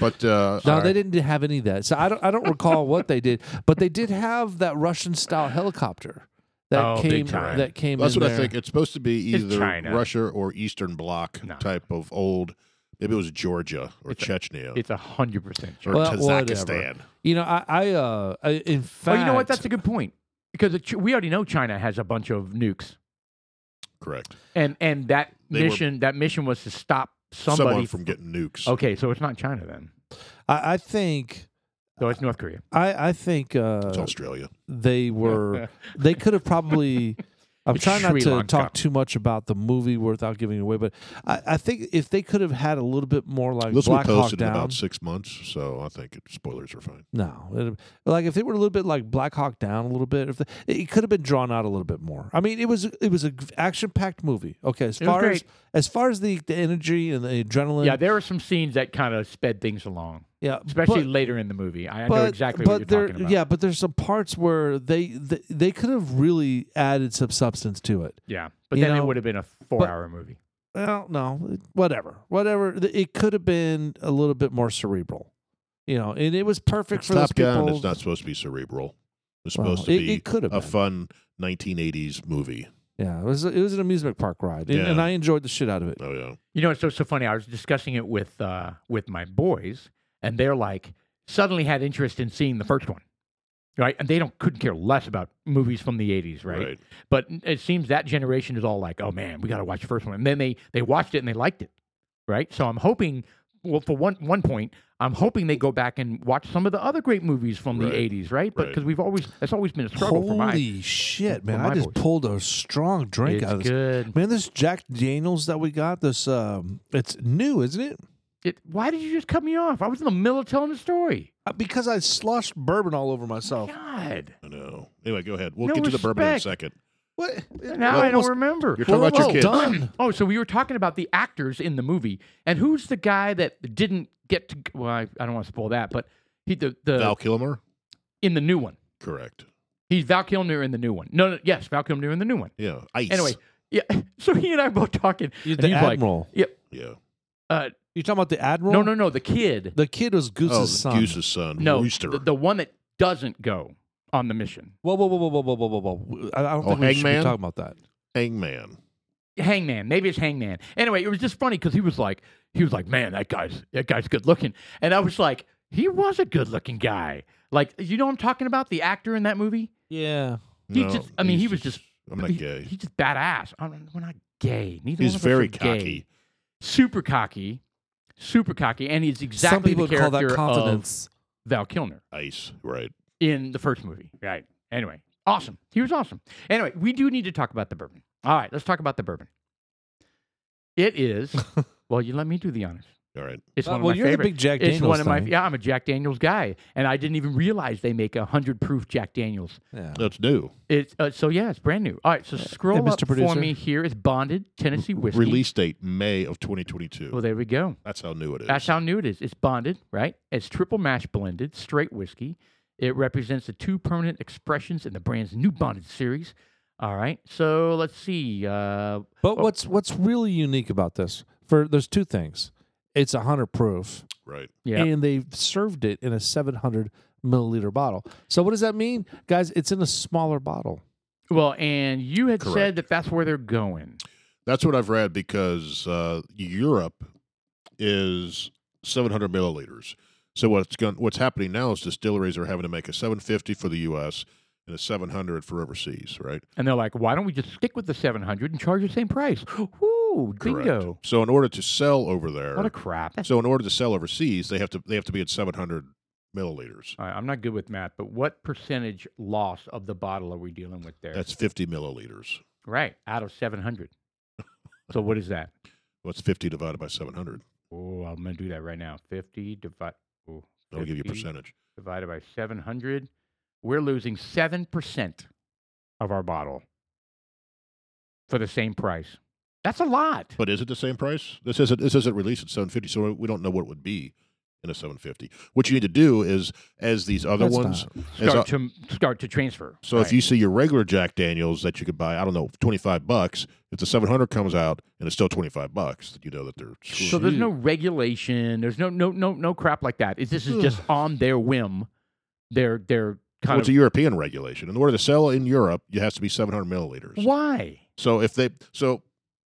Speaker 1: But uh,
Speaker 3: No,
Speaker 1: all
Speaker 3: they
Speaker 1: right.
Speaker 3: didn't have any of that. So I don't I don't recall what they did, but they did have that Russian style helicopter that
Speaker 2: Oh,
Speaker 3: came
Speaker 2: big time.
Speaker 3: that came
Speaker 1: that's
Speaker 3: in
Speaker 1: what I
Speaker 3: there.
Speaker 1: think. It's supposed to be
Speaker 2: It's
Speaker 1: either
Speaker 2: China.
Speaker 1: Russia or Eastern Bloc
Speaker 2: No.
Speaker 1: type of old. Maybe it was Georgia or
Speaker 2: It's a-
Speaker 1: Chechnya
Speaker 2: It's a hundred percent.
Speaker 1: or
Speaker 2: China.
Speaker 3: Well, whatever.
Speaker 1: Kazakhstan.
Speaker 3: You know, I, I uh I, in fact
Speaker 2: Well, you know what? That's a good point because it, we already know China has a bunch of nukes,
Speaker 1: Correct.
Speaker 2: and and that
Speaker 1: They were-
Speaker 2: mission that mission was to stop somebody
Speaker 1: Someone from getting nukes.
Speaker 2: Okay, so it's not China then.
Speaker 3: I, I think
Speaker 2: So it's North Korea.
Speaker 3: I, I
Speaker 1: It's
Speaker 3: think uh,
Speaker 1: Australia.
Speaker 3: they were they could have probably I'm
Speaker 2: It's
Speaker 3: trying not
Speaker 2: Sri
Speaker 3: to
Speaker 2: Lanka.
Speaker 3: talk too much about the movie without giving it away, but I, I think if they could have had a little bit more like
Speaker 1: This will
Speaker 3: Black
Speaker 1: be
Speaker 3: Hawk
Speaker 1: posted in
Speaker 3: Down,
Speaker 1: about six months, so I think it, spoilers are fine.
Speaker 3: No, it, like if they were a little bit like Black Hawk Down a little bit, if the, it could have been drawn out a little bit more. I mean, it was it was an action packed movie. Okay, as
Speaker 2: It was
Speaker 3: far as
Speaker 2: great.
Speaker 3: as far as the, the energy and the adrenaline,
Speaker 2: Yeah, there were some scenes that kind of sped things along,
Speaker 3: yeah,
Speaker 2: especially
Speaker 3: but-
Speaker 2: later in the movie. I I
Speaker 3: but,
Speaker 2: know exactly
Speaker 3: but
Speaker 2: what you're
Speaker 3: there,
Speaker 2: talking about.
Speaker 3: yeah, but there's some parts where they they, they could have really added some substance to it.
Speaker 2: Yeah, but
Speaker 3: You
Speaker 2: then
Speaker 3: know,
Speaker 2: it would have been a four-hour movie.
Speaker 3: Well, no, whatever, whatever. It could have been a little bit more cerebral, you know. And it was perfect
Speaker 1: It's
Speaker 3: for those
Speaker 1: Top
Speaker 3: people.
Speaker 1: Gun. It's not supposed to be cerebral. It's
Speaker 3: Well,
Speaker 1: supposed to
Speaker 3: it-
Speaker 1: be
Speaker 3: it could have
Speaker 1: a
Speaker 3: been.
Speaker 1: fun 1980s movie.
Speaker 3: yeah, it was it was an amusement park ride, and,
Speaker 1: Yeah.
Speaker 3: and I enjoyed the shit out of it.
Speaker 1: Oh yeah.
Speaker 2: You know, it's so so funny. I was discussing it with uh, with my boys, and they're like suddenly had interest in seeing the first one, right? And they don't couldn't care less about movies from the '80s, right?
Speaker 1: Right.
Speaker 2: But it seems that generation is all like, "Oh man, we got to watch the first one," and then they they watched it and they liked it, right? So I'm hoping, well, for one one point, I'm hoping they go back and watch some of the other great movies from
Speaker 1: Right.
Speaker 2: the '80s, right? But
Speaker 1: Right.
Speaker 2: because we've always that's always been a struggle
Speaker 3: Holy
Speaker 2: for my
Speaker 3: shit, man!
Speaker 2: for
Speaker 3: I
Speaker 2: my
Speaker 3: just
Speaker 2: boys.
Speaker 3: pulled a strong drink
Speaker 2: It's
Speaker 3: out of this.
Speaker 2: good.
Speaker 3: Man, this Jack Daniels that we got, this um, it's new, isn't it?
Speaker 2: It, why did you just cut me off? I was in the middle of telling the story.
Speaker 3: Uh, Because I sloshed bourbon all over myself.
Speaker 2: God.
Speaker 1: I know. Anyway, go ahead. We'll
Speaker 2: No
Speaker 1: get to the bourbon in a
Speaker 2: respect.
Speaker 1: second.
Speaker 3: What?
Speaker 2: Now I don't remember.
Speaker 1: You're talking
Speaker 3: Well,
Speaker 1: about your
Speaker 3: well
Speaker 1: kids.
Speaker 3: done.
Speaker 2: Oh, so we were talking about the actors in the movie, and who's the guy that didn't get to? Well, I, I don't want to spoil that, but he the the
Speaker 1: Val Kilmer.
Speaker 2: in the new one.
Speaker 1: Correct.
Speaker 2: He's Val Kilmer in the new one. No, no, yes, Val Kilmer in the new one.
Speaker 1: Yeah. Ice.
Speaker 2: Anyway, yeah. So he and I were both talking.
Speaker 3: You-
Speaker 2: and
Speaker 3: the
Speaker 2: he's like,
Speaker 3: admiral.
Speaker 1: Yeah.
Speaker 2: uh,
Speaker 3: you talking about the admiral?
Speaker 2: no, no, no. The kid.
Speaker 3: The kid was Goose's
Speaker 1: oh,
Speaker 3: son.
Speaker 1: Goose's son.
Speaker 2: no,
Speaker 1: Rooster.
Speaker 2: The, the one that doesn't go on the mission.
Speaker 3: Whoa, whoa, whoa, whoa, whoa, whoa, whoa, whoa, whoa! I I don't
Speaker 1: Oh,
Speaker 3: think we should be
Speaker 1: Hangman?
Speaker 3: talking about that.
Speaker 1: Hangman.
Speaker 2: Hangman, maybe it's Hangman. Anyway, it was just funny because he was like, he was like, man, that guy's that guy's good looking, and I was like, he was a good looking guy. Like, you know, what I'm talking about the actor in that movie.
Speaker 3: Yeah,
Speaker 2: He
Speaker 1: No,
Speaker 2: just, I mean,
Speaker 1: he's
Speaker 2: he was just,
Speaker 1: I'm not
Speaker 2: he-
Speaker 1: gay.
Speaker 2: He's just badass. I don't, we're not gay. Neither
Speaker 1: He's
Speaker 2: one of us
Speaker 1: very
Speaker 2: are gay.
Speaker 1: cocky.
Speaker 2: super cocky, super cocky, and he's exactly
Speaker 3: some people
Speaker 2: the
Speaker 3: call
Speaker 2: character
Speaker 3: that confidence.
Speaker 2: of Val Kilmer
Speaker 1: Ice. Right.
Speaker 2: in the first movie. Right. Anyway, awesome. He was awesome. Anyway, we do need to talk about the bourbon. All right, let's talk about the bourbon. It is. well, you let me do the honors.
Speaker 1: All right.
Speaker 2: It's
Speaker 3: Uh,
Speaker 2: one of
Speaker 3: well,
Speaker 2: my
Speaker 3: you're
Speaker 2: favorite.
Speaker 3: a big Jack Daniels.
Speaker 2: it's one of my
Speaker 3: fan.
Speaker 2: yeah. I'm a Jack Daniels guy, and I didn't even realize they make a hundred proof Jack Daniels.
Speaker 3: Yeah.
Speaker 1: That's new.
Speaker 2: It's uh, so yeah, it's brand new. All right, so scroll
Speaker 3: Mr.
Speaker 2: up
Speaker 3: Uh, Producer.
Speaker 2: for me here. It's bonded Tennessee whiskey.
Speaker 1: Release date May of 2022.
Speaker 2: Well, there we go.
Speaker 1: That's how new it is.
Speaker 2: That's how new it is. It's bonded, right? It's triple mash blended, straight whiskey. It represents the two permanent expressions in the brand's new bonded series. All right, so let's see. Uh,
Speaker 3: But what's what's really unique about this? For there's two things. It's a hundred proof,
Speaker 1: Right.
Speaker 2: Yeah.
Speaker 3: and they've served it in a seven hundred milliliter bottle. So what does that mean, guys? It's in a smaller bottle.
Speaker 2: Well, and you had
Speaker 1: Correct.
Speaker 2: said that that's where they're going.
Speaker 1: That's what I've read because uh, Europe is 700 milliliters. So what's going, what's happening now is distilleries are having to make a 750 for the U.S. and a 700 for overseas, right?
Speaker 2: And they're like, why don't we just stick with the 700 and charge the same price? Woo,
Speaker 1: Correct.
Speaker 2: bingo.
Speaker 1: So in order to sell over there,
Speaker 2: What a crap. That's-
Speaker 1: so in order to sell overseas, they have to they have to be at 700 milliliters.
Speaker 2: All right, I'm not good with math, but what percentage loss of the bottle are we dealing with there?
Speaker 1: That's 50 milliliters.
Speaker 2: right, out of 700. so what is that?
Speaker 1: What's 50 divided by 700?
Speaker 2: Oh, I'm going to do that right now. 50 divided. Oh,
Speaker 1: That'll give you a
Speaker 2: 50
Speaker 1: percentage.
Speaker 2: Divided by 700. We're losing 7% of our bottle for the same price. That's a lot.
Speaker 1: But is it the same price? This isn't this isn't released at 750, so we don't know what it would be in a 750. What you need to do is as these other
Speaker 3: That's
Speaker 1: ones
Speaker 3: not-
Speaker 1: as
Speaker 2: start
Speaker 1: a-
Speaker 2: to start to transfer.
Speaker 1: so if
Speaker 2: Right.
Speaker 1: you see your regular Jack Daniels that you could buy, I don't know, 25 bucks, if the 700 comes out and it's still 25 bucks, then you know that they're screwing
Speaker 2: so
Speaker 1: you.
Speaker 2: there's no regulation, there's no no no no crap like that. It's, this is just on their whim. They're they're
Speaker 1: Well,
Speaker 2: kind
Speaker 1: it's a European regulation. In order to sell in Europe, it has to be 700 milliliters.
Speaker 2: of why
Speaker 1: So if they, so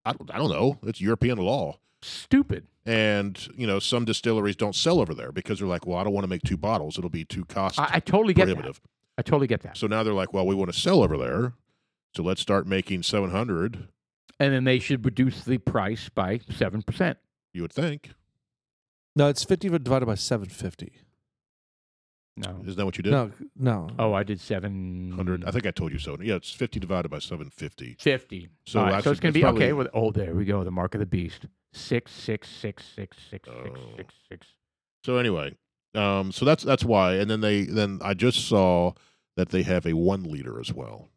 Speaker 1: I, don't- I don't know, it's European law.
Speaker 2: stupid.
Speaker 1: And, you know, some distilleries don't sell over there because they're like, well, I don't want to make two bottles. It'll be too cost
Speaker 2: I, I totally get that.
Speaker 1: prohibitive.
Speaker 2: I totally get that.
Speaker 1: So now they're like, well, we want to sell over there. So let's start making 700,
Speaker 2: And then they should reduce the price by seven percent.
Speaker 1: you would think.
Speaker 3: No, it's fifty divided by seven fifty.
Speaker 2: No.
Speaker 1: Isn't that what you did?
Speaker 3: No, no.
Speaker 2: Oh, I did seven
Speaker 1: 100. I think I told you so. Yeah, it's 50 divided by 750.
Speaker 2: fifty.
Speaker 1: So
Speaker 2: All right, so
Speaker 1: actually,
Speaker 2: it's going
Speaker 1: it's
Speaker 2: to be
Speaker 1: probably-
Speaker 2: okay with. Oh, there we go. The mark of the beast. Six six six six six six
Speaker 1: Oh.
Speaker 2: six six.
Speaker 1: So anyway, um, so that's that's why. And then they then I just saw that they have a one liter as well.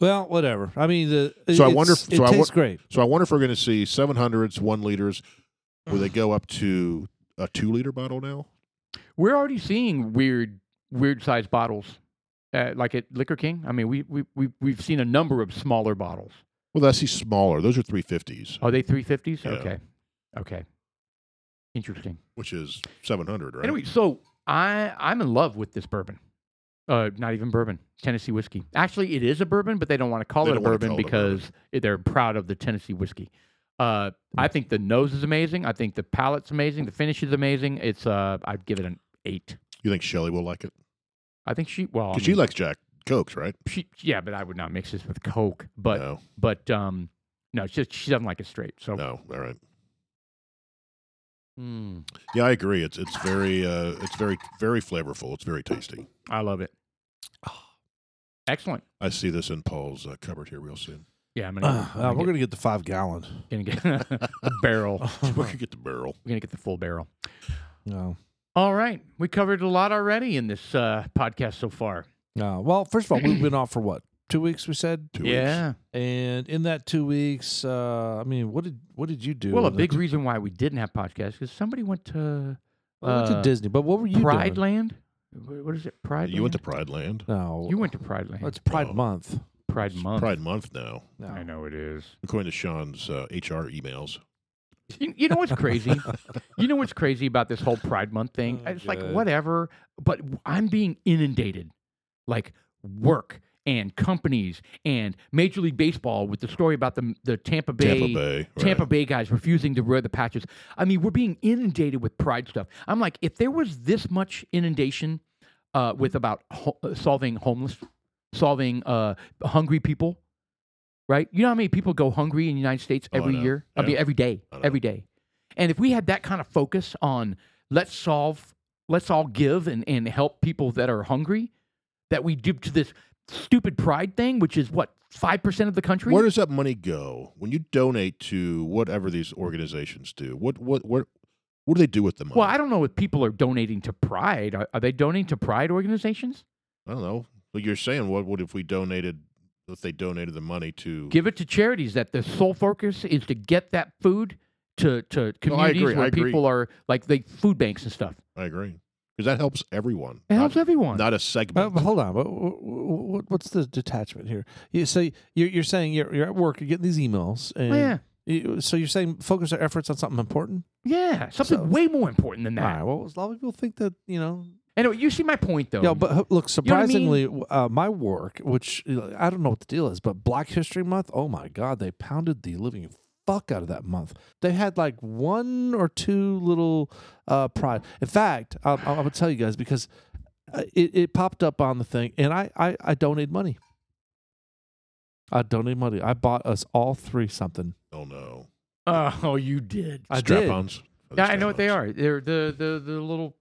Speaker 3: Well, whatever. I mean, the
Speaker 1: So I wonder
Speaker 3: it's-
Speaker 1: if-
Speaker 3: It
Speaker 1: so I
Speaker 3: tastes
Speaker 1: won-
Speaker 3: great.
Speaker 1: So I wonder if we're going to see 700s, one liters, where they go up to a two liter bottle now.
Speaker 2: We're already seeing weird, weird sized bottles, uh, like at Liquor King. I mean, we we we we've seen a number of smaller bottles.
Speaker 1: Well, that's these smaller. Those are 350s,
Speaker 2: Are they three fifties?
Speaker 1: Yeah.
Speaker 2: Okay, okay, interesting.
Speaker 1: which is 700, right?
Speaker 2: Anyway, so I I'm in love with this bourbon. Uh, not even bourbon, Tennessee whiskey. Actually, it is a bourbon, but they don't want to call
Speaker 1: They
Speaker 2: it a
Speaker 1: don't wanna
Speaker 2: bourbon
Speaker 1: call it a bourbon.
Speaker 2: because it- they're proud of the Tennessee whiskey. Uh,
Speaker 1: Hmm.
Speaker 2: I think the nose is amazing. I think the palate's amazing. The finish is amazing. It's uh, I'd give it an eight.
Speaker 1: you think Shelly will like it?
Speaker 2: I think she well, I
Speaker 1: Because she
Speaker 2: mean,
Speaker 1: likes Jack Cokes, right?
Speaker 2: she, yeah, but I would not mix this with Coke. But Oh.
Speaker 1: no,
Speaker 2: but um, no, she she doesn't like it straight. So
Speaker 1: no, all right.
Speaker 3: Hmm.
Speaker 2: Mm,
Speaker 1: Yeah, I agree. It's it's very uh, it's very very flavorful. It's very tasty.
Speaker 2: I love it.
Speaker 1: Ah.
Speaker 2: Excellent.
Speaker 1: I see this in Paul's uh, cupboard here real soon.
Speaker 2: Yeah, I'm gonna,
Speaker 3: Uh,
Speaker 2: I'm gonna
Speaker 3: we're gonna get the five gallon.
Speaker 2: get, gonna get a barrel.
Speaker 3: Oh.
Speaker 1: We're gonna get the barrel.
Speaker 2: We're gonna get the full barrel.
Speaker 3: no,
Speaker 2: All right, we covered a lot already in this uh, podcast so far.
Speaker 3: no. Well, first of all, we've been off for what two weeks? We said,
Speaker 1: Two weeks.
Speaker 2: yeah.
Speaker 3: and in that two weeks, uh, I mean, what did what did you do?
Speaker 2: Well, a
Speaker 3: in the
Speaker 2: big
Speaker 3: two-
Speaker 2: reason why we didn't have podcasts because somebody went to
Speaker 3: I went
Speaker 2: uh,
Speaker 3: to Disney, but what were you
Speaker 2: Pride
Speaker 3: doing?
Speaker 2: Land. Wh- What is it? Pride.
Speaker 1: You went to
Speaker 2: Land?
Speaker 1: Pride Land.
Speaker 3: No,
Speaker 2: You went to Pride Land.
Speaker 3: It's Pride
Speaker 1: Oh.
Speaker 3: Month.
Speaker 2: Pride
Speaker 1: It's
Speaker 2: Month.
Speaker 1: Pride Month now,
Speaker 3: No.
Speaker 2: I know it is.
Speaker 1: according to Sean's uh, HR emails.
Speaker 2: You, you know what's crazy? you know what's crazy about this whole Pride Month thing?
Speaker 3: Oh,
Speaker 2: it's like
Speaker 3: God.
Speaker 2: whatever, but w- I'm being inundated, like work and companies and Major League Baseball with the story about the the Tampa Bay
Speaker 1: Tampa Bay. right.
Speaker 2: Tampa Bay guys refusing to wear the patches. I mean, we're being inundated with pride stuff. I'm like, if there was this much inundation uh, with about ho- uh, solving homeless, solving uh, hungry people, right? You know how many people go hungry in the United States
Speaker 1: Oh, I
Speaker 2: every
Speaker 1: know.
Speaker 2: year? I
Speaker 1: Yeah.
Speaker 2: mean, every day,
Speaker 1: I know.
Speaker 2: every day. And if we had that kind of focus on let's solve, let's all give and, and help people that are hungry, that we do to this stupid pride thing, which is what, 5% of the country?
Speaker 1: Where does that money go when you donate to whatever these organizations do? What what what what do they do with the money?
Speaker 2: Well, I don't know if people are donating to Pride. Are, are they donating to Pride organizations?
Speaker 1: I don't know. But you're saying what would if we donated if they donated the money to
Speaker 2: Give it to charities that the sole focus is to get that food to, to communities
Speaker 1: agree,
Speaker 2: where
Speaker 1: I agree.
Speaker 2: people are like they food banks and stuff.
Speaker 1: I agree. Because that helps everyone.
Speaker 2: It helps
Speaker 1: not,
Speaker 2: everyone.
Speaker 1: not a
Speaker 3: Uh,
Speaker 1: segment.
Speaker 3: but hold on. What, what, what's the detachment here? You, so you're, you're saying you're, you're at work, you're getting these emails, and
Speaker 2: Oh, yeah.
Speaker 3: You- So you're saying focus our efforts on something important?
Speaker 2: Yeah, something
Speaker 3: So-
Speaker 2: way more important than
Speaker 3: All
Speaker 2: that.
Speaker 3: right. Well, a lot of people think that you know.
Speaker 2: Anyway, you see my point though.
Speaker 3: yeah, but uh, look,
Speaker 2: know what I mean?
Speaker 3: surprisingly, w- uh, my work, which you know, I don't know what the deal is, but Black History Month. Oh my God, they pounded the living fuck out of that month. They had like one or two little uh, pride. In fact, I, I, I would tell you guys because uh, it, it popped up on the thing, and I I, I donated money. I donated money. I bought us all three something.
Speaker 1: Oh no.
Speaker 2: oh, you did.
Speaker 3: I did.
Speaker 1: Strap-ons. Are they
Speaker 2: Yeah, I know what they
Speaker 1: strap-ons?
Speaker 2: are. They're the the the little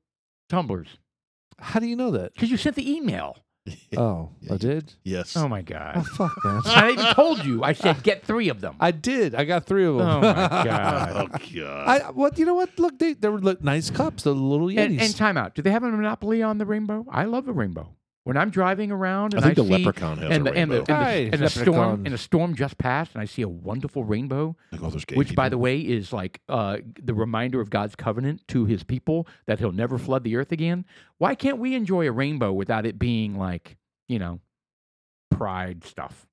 Speaker 2: tumblers
Speaker 3: How do you know that?
Speaker 2: because you sent the email.
Speaker 3: Oh,
Speaker 1: Yeah.
Speaker 3: I did.
Speaker 1: Yes.
Speaker 2: Oh my
Speaker 3: Oh,
Speaker 2: god!
Speaker 3: fuck, man.
Speaker 2: I even told you. I said get three of them.
Speaker 3: I did. I got three of them.
Speaker 2: Oh my God.
Speaker 1: Oh, God.
Speaker 3: I what you know what? Look, they they were look, nice cups. The little Yetis.
Speaker 2: and, and time out. Do they have a monopoly on the rainbow? I love the rainbow. When I'm driving around
Speaker 1: I
Speaker 2: and I,
Speaker 1: think the
Speaker 2: see
Speaker 1: leprechaun has
Speaker 2: and
Speaker 1: a
Speaker 2: the, and the, and
Speaker 1: rainbow.
Speaker 2: the,
Speaker 3: Hey,
Speaker 2: and the storm
Speaker 3: leprechaun.
Speaker 2: and a storm just passed and I see a wonderful rainbow,
Speaker 1: Like all those gay
Speaker 2: which by
Speaker 1: people.
Speaker 2: the way is like uh, the reminder of God's covenant to His people that He'll never
Speaker 1: Mm-hmm.
Speaker 2: flood the earth again. Why can't we enjoy a rainbow without it being like you know pride stuff?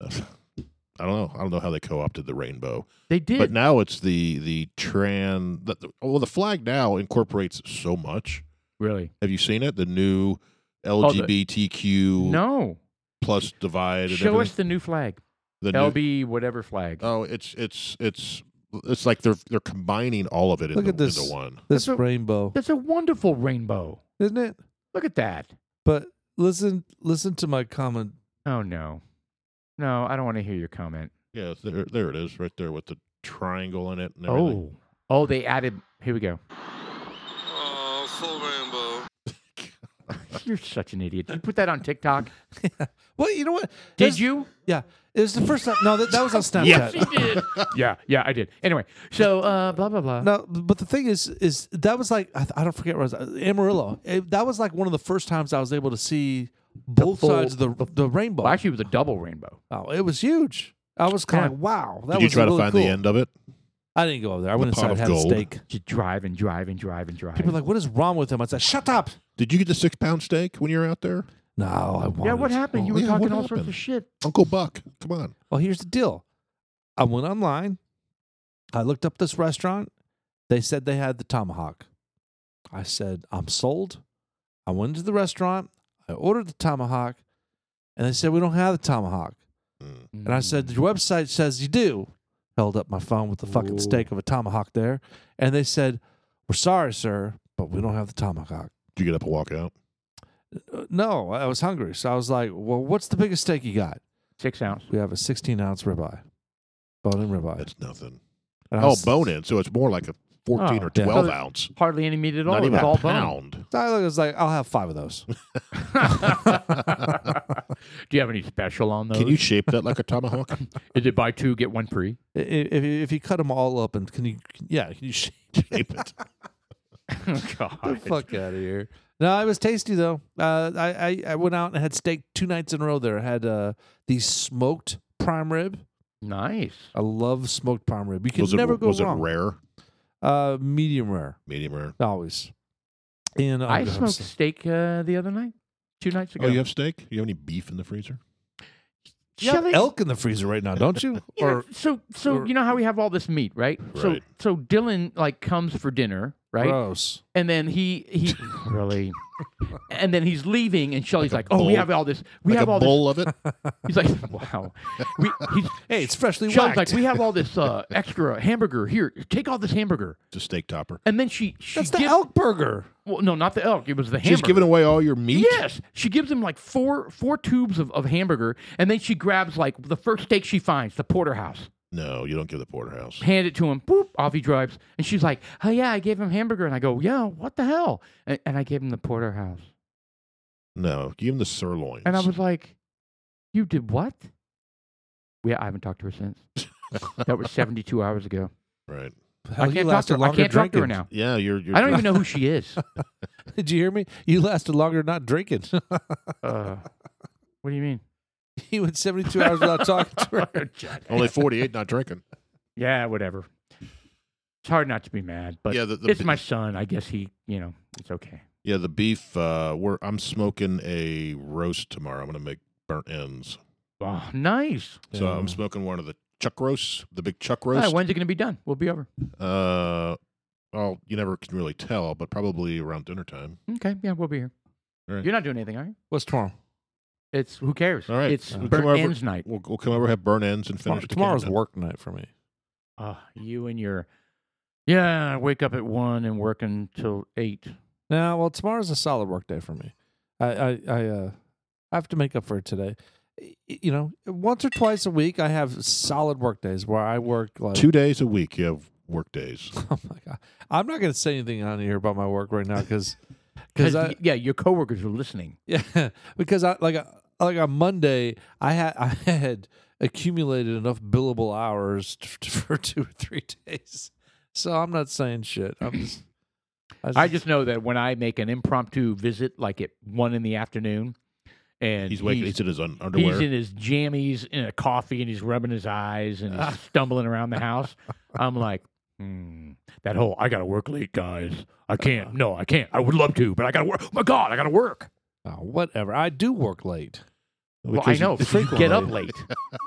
Speaker 1: I don't know. I don't know how they co-opted the rainbow,
Speaker 2: They did.
Speaker 1: but now it's the the tran. The, the- well, the flag now incorporates so much.
Speaker 2: Really?
Speaker 1: Have you seen it? The new
Speaker 2: Oh, the-
Speaker 1: LGBTQ
Speaker 2: No.
Speaker 1: plus divide. And
Speaker 2: Show us
Speaker 1: everything.
Speaker 2: the new flag.
Speaker 1: the new-
Speaker 2: LB whatever flag.
Speaker 1: Oh, it's it's it's it's like they're they're combining all of it
Speaker 3: Look
Speaker 1: into,
Speaker 3: at this.
Speaker 1: into one.
Speaker 3: this
Speaker 2: That's a-
Speaker 3: rainbow,
Speaker 2: That's a wonderful rainbow.
Speaker 3: isn't it?
Speaker 2: Look at that.
Speaker 3: But listen, listen to my comment.
Speaker 2: Oh no. No, I don't want to hear your comment.
Speaker 1: Yeah, there there it is, right there with the triangle in it and everything.
Speaker 2: Oh. Oh, they added here we go.
Speaker 4: Oh, full rainbow.
Speaker 2: You're such an idiot. Did you put that on TikTok?
Speaker 3: Well, you know what?
Speaker 2: Did
Speaker 3: That's-
Speaker 2: you?
Speaker 3: Yeah, it was the first time. No, that, that was on
Speaker 2: Yes,
Speaker 3: Snapchat.
Speaker 2: you did. yeah, yeah, I did. Anyway, so uh blah blah blah.
Speaker 3: No, but the thing is, is that was like I, th- I don't forget where I was uh, Amarillo. It- that was like one of the first times I was able to see both
Speaker 2: full-
Speaker 3: sides of the the, rainbow.
Speaker 2: Well, actually it was a double rainbow.
Speaker 3: oh, it was huge. I was kind
Speaker 2: Yeah.
Speaker 3: of like, wow. That
Speaker 1: Did you
Speaker 3: was
Speaker 1: try
Speaker 3: really
Speaker 1: to find
Speaker 3: cool.
Speaker 1: the end of it?
Speaker 3: I didn't go over there. I went
Speaker 1: pot
Speaker 3: inside and
Speaker 1: of
Speaker 3: had
Speaker 1: gold.
Speaker 3: a steak.
Speaker 2: Just drive and drive and drive and drive.
Speaker 3: People are like, what is wrong with him? I said, shut up.
Speaker 1: Did you get the six pound steak when you were out there,
Speaker 3: No, I wanted.
Speaker 2: yeah, what happened?
Speaker 1: Oh,
Speaker 2: you were
Speaker 1: yeah,
Speaker 2: talking
Speaker 1: what
Speaker 2: all sorts of
Speaker 1: happened?
Speaker 2: shit.
Speaker 1: Uncle Buck? Come on.
Speaker 3: Well, here's the deal. I went online. I looked up this restaurant. They said they had the tomahawk. I said, I'm sold. I went into the restaurant. I ordered the tomahawk. And they said, we don't have the tomahawk.
Speaker 1: Mm.
Speaker 3: And I said, your website says you do. Held up my phone with the fucking
Speaker 2: Ooh.
Speaker 3: steak of a tomahawk there. And they said, we're sorry, sir, but we don't have the tomahawk.
Speaker 1: Did you get up and walk out?
Speaker 3: Uh, No, I was hungry. So I was like, well, what's the biggest steak you got?
Speaker 2: six ounce.
Speaker 3: We have a 16 ounce ribeye, bone in ribeye.
Speaker 1: That's nothing.
Speaker 3: And I
Speaker 1: Oh,
Speaker 3: was-
Speaker 1: bone in, so it's more like a fourteen
Speaker 2: Oh,
Speaker 1: or
Speaker 3: yeah.
Speaker 1: twelve
Speaker 2: So-
Speaker 1: ounce.
Speaker 2: Hardly any meat at all.
Speaker 1: Not
Speaker 2: It
Speaker 1: even
Speaker 2: was
Speaker 1: a
Speaker 2: all bone.
Speaker 1: pound.
Speaker 3: So I look- I was like, I'll have five of those.
Speaker 2: Do you have any special on those?
Speaker 1: Can you shape that like a tomahawk?
Speaker 2: Is it buy two get one free?
Speaker 3: I- i- if, you- if you cut them all up and can you, can- yeah, can you shape
Speaker 1: shape it.
Speaker 3: the
Speaker 2: God.
Speaker 3: fuck out of here? No, it was tasty though. Uh, I, I I went out and had steak two nights in a row. There, I had uh, the smoked prime rib.
Speaker 2: Nice.
Speaker 3: I love smoked prime rib. You can
Speaker 1: Was it
Speaker 3: never go
Speaker 1: was it
Speaker 3: wrong.
Speaker 1: rare?
Speaker 3: Uh, medium rare,
Speaker 1: Medium rare.
Speaker 3: always. And uh,
Speaker 2: I
Speaker 3: I'm
Speaker 2: smoked
Speaker 3: so-
Speaker 2: steak uh, the other night, two nights ago.
Speaker 1: Oh, you have steak? You have any beef in the freezer?
Speaker 3: You have
Speaker 2: Shelly-
Speaker 3: elk in the freezer right now, don't you?
Speaker 2: you know,
Speaker 3: or
Speaker 2: so so
Speaker 3: or-
Speaker 2: you know how we have all this meat, right? So
Speaker 1: Right.
Speaker 2: so Dylan like comes for dinner, right?
Speaker 3: gross.
Speaker 2: And then he he really, and then he's leaving, and Shelly's like,
Speaker 1: Like a
Speaker 2: "Oh, we
Speaker 1: bowl-
Speaker 2: have all this. We
Speaker 1: like
Speaker 2: have
Speaker 1: a
Speaker 2: all
Speaker 1: bowl of it?
Speaker 2: this." He's like, "Wow." We, he's,
Speaker 3: Hey, it's freshly
Speaker 2: Shelly's
Speaker 3: whacked.
Speaker 2: like, "We have all this uh, extra hamburger here. Take all this hamburger."
Speaker 1: It's a steak topper.
Speaker 2: And then she she
Speaker 3: That's the
Speaker 2: gives-
Speaker 3: elk burger.
Speaker 2: Well, no, not the elk. It was the hamburger.
Speaker 1: She's giving away all your meat?
Speaker 2: Yes, she gives him like four four tubes of, of hamburger, and then she grabs like the first steak she finds, the porterhouse,
Speaker 1: No, you don't give the porterhouse.
Speaker 2: hand it to him, boop, off he drives, and she's like, "Oh yeah, I gave him hamburger," and I go, "Yeah, what the hell?" And, and I gave him the porterhouse,
Speaker 1: No, give him the sirloins.
Speaker 2: and I was like, "You did what?" Yeah, I haven't talked to her since. that was seventy two hours ago.
Speaker 1: right.
Speaker 3: Hell,
Speaker 2: I
Speaker 3: you
Speaker 2: can't talk
Speaker 3: lasted
Speaker 2: to her. I
Speaker 3: longer
Speaker 2: can't talk to her
Speaker 3: drinking.
Speaker 2: now.
Speaker 1: Yeah, you're. you're
Speaker 2: I don't even know who she is.
Speaker 3: Did you hear me? You lasted longer not drinking.
Speaker 2: Uh, what do you mean?
Speaker 3: he went 72 hours without talking to her.
Speaker 1: only forty-eight, not drinking.
Speaker 2: Yeah, whatever. It's hard not to be mad, but
Speaker 1: yeah, the, the
Speaker 2: it's
Speaker 1: be-
Speaker 2: my son. I guess he, you know, it's okay.
Speaker 1: yeah the beef. Uh, we're I'm smoking a roast tomorrow. I'm gonna make burnt ends,
Speaker 2: Oh, nice.
Speaker 1: so um,
Speaker 3: Yeah.
Speaker 1: I'm smoking one of the chuck roast, the big chuck
Speaker 2: All right,
Speaker 1: roast.
Speaker 2: when's it going to be done? We'll be over.
Speaker 1: uh, well, you never can really tell, but probably around dinner time.
Speaker 2: Okay, yeah, we'll be here.
Speaker 1: All right.
Speaker 2: You're not doing anything, are you?
Speaker 3: What's tomorrow?
Speaker 2: It's who cares?
Speaker 1: All right,
Speaker 2: It's
Speaker 1: we'll
Speaker 2: burnt
Speaker 1: come over-
Speaker 2: ends night.
Speaker 1: We'll, we'll come over, have burn ends, and
Speaker 3: Tomorrow-
Speaker 1: finish. the
Speaker 3: tomorrow's
Speaker 1: cannon.
Speaker 3: work night for me.
Speaker 2: Oh, you and your yeah. I wake up at one and work until eight.
Speaker 3: No, well, tomorrow's a solid work day for me. I, I, I, uh, I have to make up for it today. Y- You know, once or twice a week, I have solid work days where I work uh, like.
Speaker 1: Two days a week, you have work days.
Speaker 3: Oh my god! I'm not going to say anything on here about my work right now because,
Speaker 2: Because
Speaker 3: because I,
Speaker 2: yeah, your coworkers are listening.
Speaker 3: yeah, because I like uh, like on Monday, I had I had accumulated enough billable hours t- t- for two or three days, so I'm not saying shit. I'm just.
Speaker 2: I just know that when I make an impromptu visit, like at one in the afternoon, and
Speaker 1: He's waking. He's in his un- underwear.
Speaker 2: He's in his jammies in a coffee and he's rubbing his eyes and he's stumbling around the house. I'm like, hmm, that whole I gotta work late, guys. I can't. No, I can't. I would love to, but I gotta work. Oh my God, I gotta work.
Speaker 3: Oh, whatever. I do work late.
Speaker 2: Well, I
Speaker 1: Because you-
Speaker 2: know. because You get up late.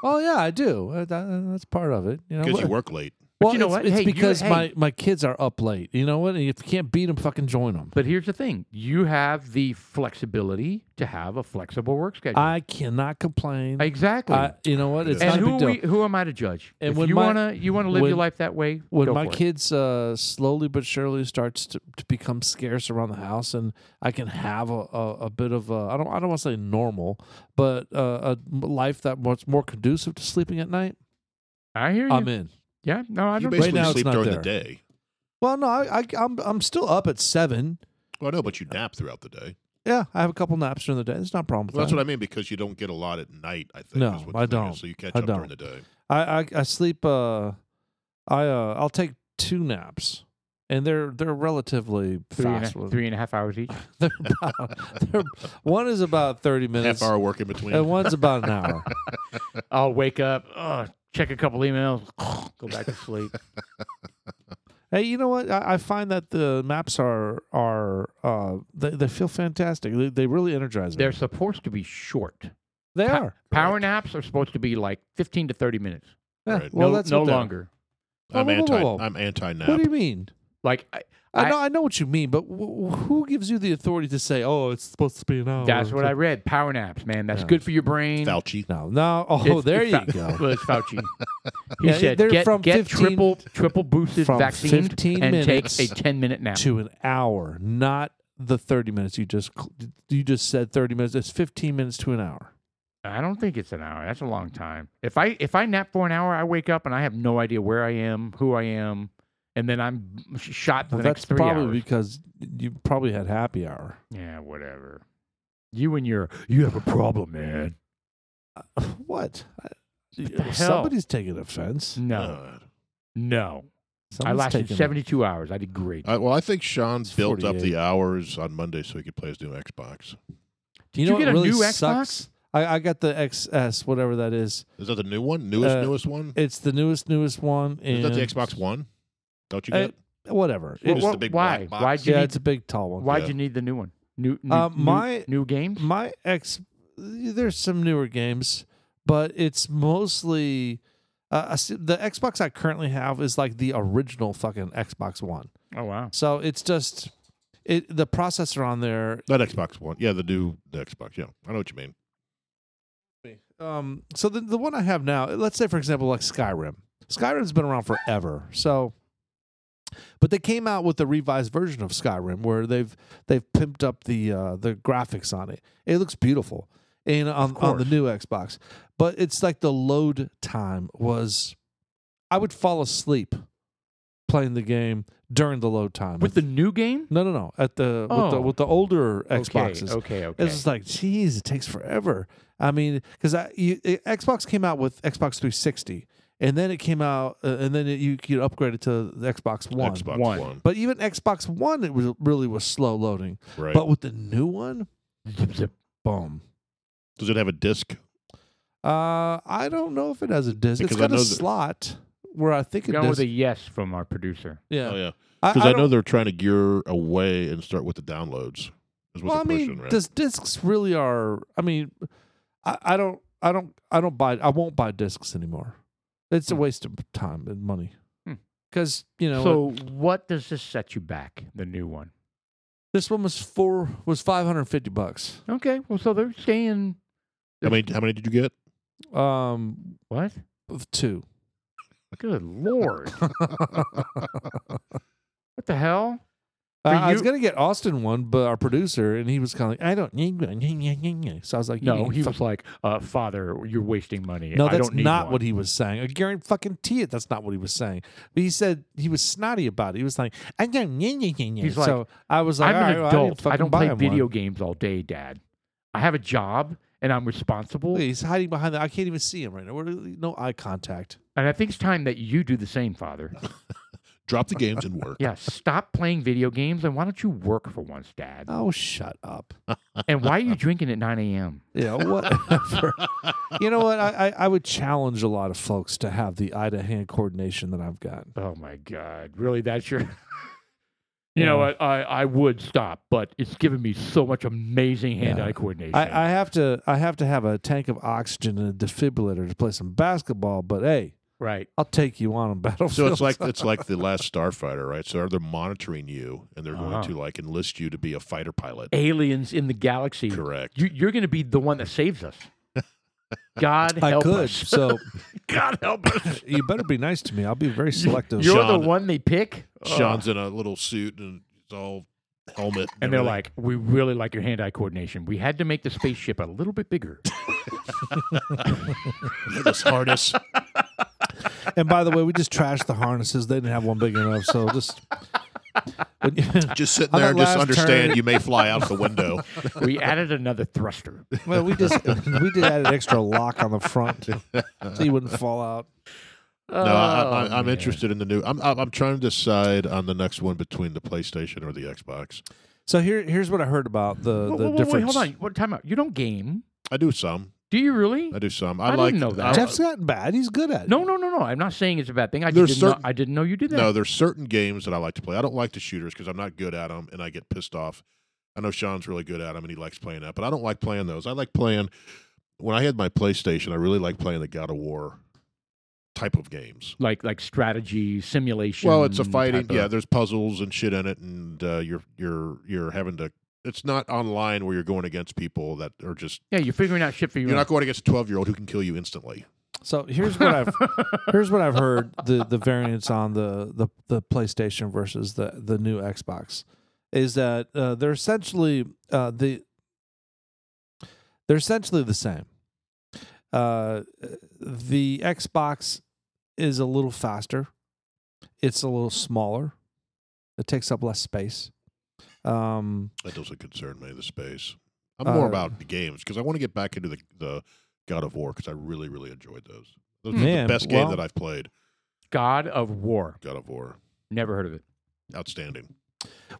Speaker 3: Well, yeah, I do. Uh, that- that's part of it. You know,
Speaker 1: Because you
Speaker 3: Well,
Speaker 1: work late.
Speaker 3: well,
Speaker 2: you know
Speaker 3: it's,
Speaker 2: what?
Speaker 3: it's
Speaker 2: Hey, you-
Speaker 3: because
Speaker 2: hey.
Speaker 3: my, my kids are up late. You know what? And if you can't beat them, fucking join them.
Speaker 2: But here's the thing: you have the flexibility to have a flexible work schedule.
Speaker 3: I cannot complain.
Speaker 2: exactly.
Speaker 3: I, you know what? It's
Speaker 1: Yeah.
Speaker 2: and
Speaker 3: not a
Speaker 2: who
Speaker 3: big
Speaker 2: are
Speaker 3: deal.
Speaker 2: we, who am I to judge?
Speaker 3: And
Speaker 2: if
Speaker 3: when
Speaker 2: you
Speaker 3: my-
Speaker 2: wanna you wanna live your
Speaker 3: when-
Speaker 2: life that way,
Speaker 3: when
Speaker 2: go
Speaker 3: my
Speaker 2: for it.
Speaker 3: kids uh, slowly but surely starts to, to become scarce around the house, and I can have a, a, a bit of a, I don't I don't want to say normal, but uh, a life that was more conducive to sleeping at night.
Speaker 2: I hear you.
Speaker 3: I'm in.
Speaker 2: yeah, no, I
Speaker 1: You
Speaker 2: don't.
Speaker 1: basically
Speaker 3: now it's
Speaker 1: sleep
Speaker 3: not
Speaker 1: during the
Speaker 3: there.
Speaker 1: day.
Speaker 3: Well, no, I, I I'm I'm still up at seven.
Speaker 1: Well, I know, but you nap throughout the day.
Speaker 3: Yeah, I have a couple naps during the day. There's not a problem with
Speaker 1: Well, that's
Speaker 3: that.
Speaker 1: what I mean because you don't get a lot at night. I think.
Speaker 3: No,
Speaker 1: is what the
Speaker 3: I
Speaker 1: thing is,
Speaker 3: don't.
Speaker 1: So you catch
Speaker 3: I
Speaker 1: up during
Speaker 3: don't.
Speaker 1: the day.
Speaker 3: I I, I sleep. Uh, I uh, I'll take two naps, and they're they're relatively
Speaker 2: three and a-
Speaker 3: fast. with-
Speaker 2: three and a half hours each.
Speaker 3: They're about, they're, one is about thirty minutes,
Speaker 1: Half hour work in between.
Speaker 3: and one's about an hour.
Speaker 2: I'll wake up, uh, check a couple emails, go back to sleep.
Speaker 3: hey, you know what? I, I find that the maps are are uh, they they feel fantastic. They, they really energize me.
Speaker 2: They're supposed to be short.
Speaker 3: they
Speaker 2: pa-
Speaker 3: are.
Speaker 2: Power naps are supposed to be like 15 to 30 minutes.
Speaker 3: Yeah,
Speaker 1: Right.
Speaker 3: Well,
Speaker 2: no,
Speaker 3: that's
Speaker 2: no
Speaker 3: what they are.
Speaker 2: longer.
Speaker 1: I'm
Speaker 3: Whoa, whoa, whoa,
Speaker 1: anti.
Speaker 3: whoa.
Speaker 1: I'm anti
Speaker 3: What
Speaker 1: nap.
Speaker 3: do you mean?
Speaker 2: Like I,
Speaker 3: I,
Speaker 2: I-
Speaker 3: know I know what you mean, but wh- wh- who gives you the authority to say, "Oh, it's supposed to be an hour"?
Speaker 2: that's what I read. Power naps, man. That's
Speaker 3: Yeah.
Speaker 2: good for your brain.
Speaker 1: Fauci.
Speaker 3: No, no. Oh,
Speaker 2: It's-
Speaker 3: there
Speaker 2: it's
Speaker 3: you
Speaker 2: Fau-
Speaker 3: go.
Speaker 2: Well, it's Fauci. He
Speaker 3: Yeah,
Speaker 2: said,
Speaker 3: they're
Speaker 2: get,
Speaker 3: from
Speaker 2: get
Speaker 3: 15
Speaker 2: triple triple boosted
Speaker 3: from
Speaker 2: vaccine
Speaker 3: 15
Speaker 2: and take
Speaker 3: minutes
Speaker 2: a 10 minute nap.
Speaker 3: to an hour, not the 30 minutes you just cl- you just said 30 minutes. It's 15 minutes to an hour.
Speaker 2: I don't think it's an hour. That's a long time. If I if I nap for an hour, I wake up and I have no idea where I am, who I am, and then I'm sh- shot for
Speaker 3: Well,
Speaker 2: the
Speaker 3: that's
Speaker 2: next three
Speaker 3: probably
Speaker 2: hours.
Speaker 3: because you probably had happy hour.
Speaker 2: Yeah, whatever. You and your you have a problem, man.
Speaker 3: What? I-
Speaker 2: the hell?
Speaker 3: Somebody's taking offense.
Speaker 2: No,
Speaker 1: Uh,
Speaker 2: no. I
Speaker 3: Someone's
Speaker 2: lasted
Speaker 3: taking-
Speaker 2: seventy-two hours. I did
Speaker 3: Uh,
Speaker 2: great.
Speaker 1: I, well, I think Sean
Speaker 3: It's
Speaker 1: built up
Speaker 3: 48.
Speaker 1: the hours on Monday so he could play his new Xbox.
Speaker 3: Do
Speaker 2: Did
Speaker 3: you know
Speaker 2: you
Speaker 3: what
Speaker 2: get a
Speaker 3: really
Speaker 2: new Xbox?
Speaker 3: sucks? I, I got the XS, whatever that is.
Speaker 1: Is that the new one? Newest,
Speaker 3: Uh,
Speaker 1: newest one?
Speaker 3: It's the newest, newest one. And
Speaker 1: Is that the Xbox One? Don't you
Speaker 3: Uh,
Speaker 1: get?
Speaker 3: Whatever.
Speaker 1: Well,
Speaker 3: It-
Speaker 1: well, the big
Speaker 2: why?
Speaker 1: black box.
Speaker 2: Why'd you
Speaker 3: yeah,
Speaker 2: need?
Speaker 3: it's a big, tall one.
Speaker 2: why'd
Speaker 1: yeah.
Speaker 2: you need the new one? New, new,
Speaker 3: Uh,
Speaker 2: new-
Speaker 3: my-
Speaker 2: new, games.
Speaker 3: My ex, there's some newer games, but it's mostly uh, I see- the Xbox I currently have is like the original fucking Xbox One.
Speaker 2: oh wow.
Speaker 3: So it's just it the processor on there.
Speaker 1: That Xbox One. Yeah, the new the Xbox. Yeah, I know what you mean.
Speaker 3: Um, so the the one I have now, let's say for example like Skyrim. Skyrim's been around forever. So. But they came out with a revised version of Skyrim where they've they've pimped up the uh, the graphics on it. It looks beautiful, and on, on the
Speaker 2: course.
Speaker 3: new Xbox. But it's like the load time was, I would fall asleep playing the game during the load time.
Speaker 2: With the new game.
Speaker 3: no no no at the with the
Speaker 2: Oh.
Speaker 3: with the older
Speaker 2: Okay,
Speaker 3: Xboxes.
Speaker 2: Okay. Okay.
Speaker 3: It's just like, geez, it takes forever. I mean, because I you, it- Xbox came out with Xbox 360, and then it came out, uh, and then it, you could upgrade it to the Xbox One.
Speaker 1: Xbox
Speaker 2: One.
Speaker 1: One.
Speaker 3: But even Xbox One, it was, really was slow loading.
Speaker 1: Right.
Speaker 3: But with the new one,
Speaker 2: Zip, zip.
Speaker 3: boom.
Speaker 1: Does it have a disc?
Speaker 3: Uh, I don't know if it has a disc.
Speaker 1: Because
Speaker 3: it's
Speaker 1: I
Speaker 3: got a
Speaker 1: know that-
Speaker 3: slot where I think it
Speaker 2: Going
Speaker 3: does.
Speaker 2: with a yes from our producer.
Speaker 3: yeah,
Speaker 1: Oh yeah.
Speaker 3: I,
Speaker 1: Because I, know
Speaker 3: don't-
Speaker 1: they're trying to gear away and start with the downloads. Is what
Speaker 3: Well, I
Speaker 1: they're
Speaker 3: mean,
Speaker 1: pushing, right?
Speaker 3: does discs really are? I mean, I, I don't, I don't, I don't buy. I won't buy discs anymore. It's a waste of time and money.
Speaker 2: Hmm.
Speaker 3: Because, you know,
Speaker 2: so what does this set you back? The new one.
Speaker 3: this one was four was 550 bucks.
Speaker 2: Okay. Well, so they're staying.
Speaker 1: How many? How many did you get?
Speaker 3: Um
Speaker 2: What?
Speaker 3: of two.
Speaker 2: Good lord! what the hell?
Speaker 3: Uh, I was
Speaker 2: you-
Speaker 3: gonna get Austin one, but our producer and he was kind of like, I don't need one. So I was like,
Speaker 2: No,
Speaker 3: "You
Speaker 2: he
Speaker 3: fuck-
Speaker 2: was like, uh, "Father, you're wasting money.
Speaker 3: No,
Speaker 2: I
Speaker 3: that's
Speaker 2: don't need
Speaker 3: not
Speaker 2: one."
Speaker 3: what he was saying. I guarantee fucking T it. That's not what he was saying. But he said he was snotty about it. He was like, I don't.
Speaker 2: He's
Speaker 3: He's
Speaker 2: like,
Speaker 3: so I was like,
Speaker 2: I'm
Speaker 3: "All
Speaker 2: an
Speaker 3: right, well, I need to
Speaker 2: adult. I,
Speaker 3: fucking
Speaker 2: don't
Speaker 3: buy
Speaker 2: play
Speaker 3: him
Speaker 2: video
Speaker 3: one."
Speaker 2: games all day, Dad. I have a job and I'm responsible.
Speaker 3: Look, He's hiding behind the. I can't even see him right now. We're, no eye contact.
Speaker 2: And I think it's time that you do the same, Father.
Speaker 1: Drop the games and work.
Speaker 2: yeah, stop playing video games and why don't you work for once, Dad?
Speaker 3: Oh, shut up.
Speaker 2: And why are you drinking at 9 a.m.?
Speaker 3: Yeah, whatever. you know what? I, I I would challenge a lot of folks to have the eye to hand coordination that I've got.
Speaker 2: Oh my God, really? That's your. You know what? I, I would stop, but it's given me so much amazing hand eye
Speaker 3: Yeah.
Speaker 2: coordination.
Speaker 3: I, I have to I have to have a tank of oxygen and a defibrillator to play some basketball. But hey,
Speaker 2: right.
Speaker 3: I'll take you on a battlefield.
Speaker 1: So it's like it's like the last Starfighter, right? So they're monitoring you, and they're
Speaker 2: Uh-huh.
Speaker 1: going to like enlist you to be a fighter pilot.
Speaker 2: Aliens in the galaxy.
Speaker 1: Correct.
Speaker 2: You, you're going to be the one that saves us. God
Speaker 3: I
Speaker 2: help
Speaker 3: could.
Speaker 2: us.
Speaker 3: So
Speaker 2: God help us.
Speaker 3: you better be nice to me. I'll be very selective.
Speaker 2: You're the
Speaker 1: Sean-
Speaker 2: one they pick. Ugh.
Speaker 1: Sean's in a little suit and it's all helmet,
Speaker 2: And they're
Speaker 1: everything.
Speaker 2: like, we really like your hand eye coordination. We had to make the spaceship a little bit bigger.
Speaker 1: "Look at this harness."
Speaker 3: and by the way, we just trashed the harnesses. They didn't have one big enough. So just when you-
Speaker 1: Just sitting
Speaker 3: On
Speaker 1: there, and
Speaker 3: that
Speaker 1: just
Speaker 3: last
Speaker 1: understand
Speaker 3: turn-
Speaker 1: you may fly out the window.
Speaker 2: we added another thruster.
Speaker 3: well, we just we did add an extra lock on the front so you wouldn't fall out.
Speaker 1: No,
Speaker 2: Oh,
Speaker 1: I, I, I'm interested in the new. I'm I'm I'm trying to decide on the next one between the PlayStation or the Xbox.
Speaker 3: So here here's what I heard about the
Speaker 2: Wait,
Speaker 3: the
Speaker 2: wait, wait,
Speaker 3: difference.
Speaker 2: hold on. What time out? You don't game?
Speaker 1: I do some.
Speaker 2: Do you really?
Speaker 1: I do some.
Speaker 2: I
Speaker 1: I,
Speaker 2: didn't
Speaker 1: like.
Speaker 2: know that.
Speaker 1: I-
Speaker 3: Jeff's gotten bad. He's good at it.
Speaker 2: No, no, no, no. I'm not saying it's a bad thing. I
Speaker 1: There's
Speaker 2: just didn't know,
Speaker 1: certain-
Speaker 2: I didn't know you did that.
Speaker 1: No, there's certain games that I like to play. I don't like the shooters because I'm not good at them, and I get pissed off. I know Sean's really good at them, and he likes playing that, but I don't like playing those. I like playing when I had my PlayStation. I really like playing the God of War type of games.
Speaker 2: Like like strategy simulation.
Speaker 1: Well, it's a fighting.
Speaker 2: type of-
Speaker 1: Yeah, there's puzzles and shit in it, and uh, you're you're you're having to. It's not online where you're going against people that are just.
Speaker 2: yeah. You're figuring out shit for your
Speaker 1: You're not going against a 12 year old who can kill you instantly.
Speaker 3: So here's what I've here's what I've heard the the variance on the the, the PlayStation versus the the new Xbox is that uh, they're essentially uh, the they're essentially the same. Uh, the Xbox is a little faster. It's a little smaller. It takes up less space. Um,
Speaker 1: That doesn't concern me. The space. I'm more
Speaker 3: Uh,
Speaker 1: about the games because I want to get back into the, the God of War because I really really enjoyed those. Those
Speaker 2: Hmm.
Speaker 1: were
Speaker 3: Man,
Speaker 1: the best game
Speaker 3: well-
Speaker 1: that I've played.
Speaker 2: God of War.
Speaker 1: God of War,
Speaker 2: Never heard of it.
Speaker 1: outstanding.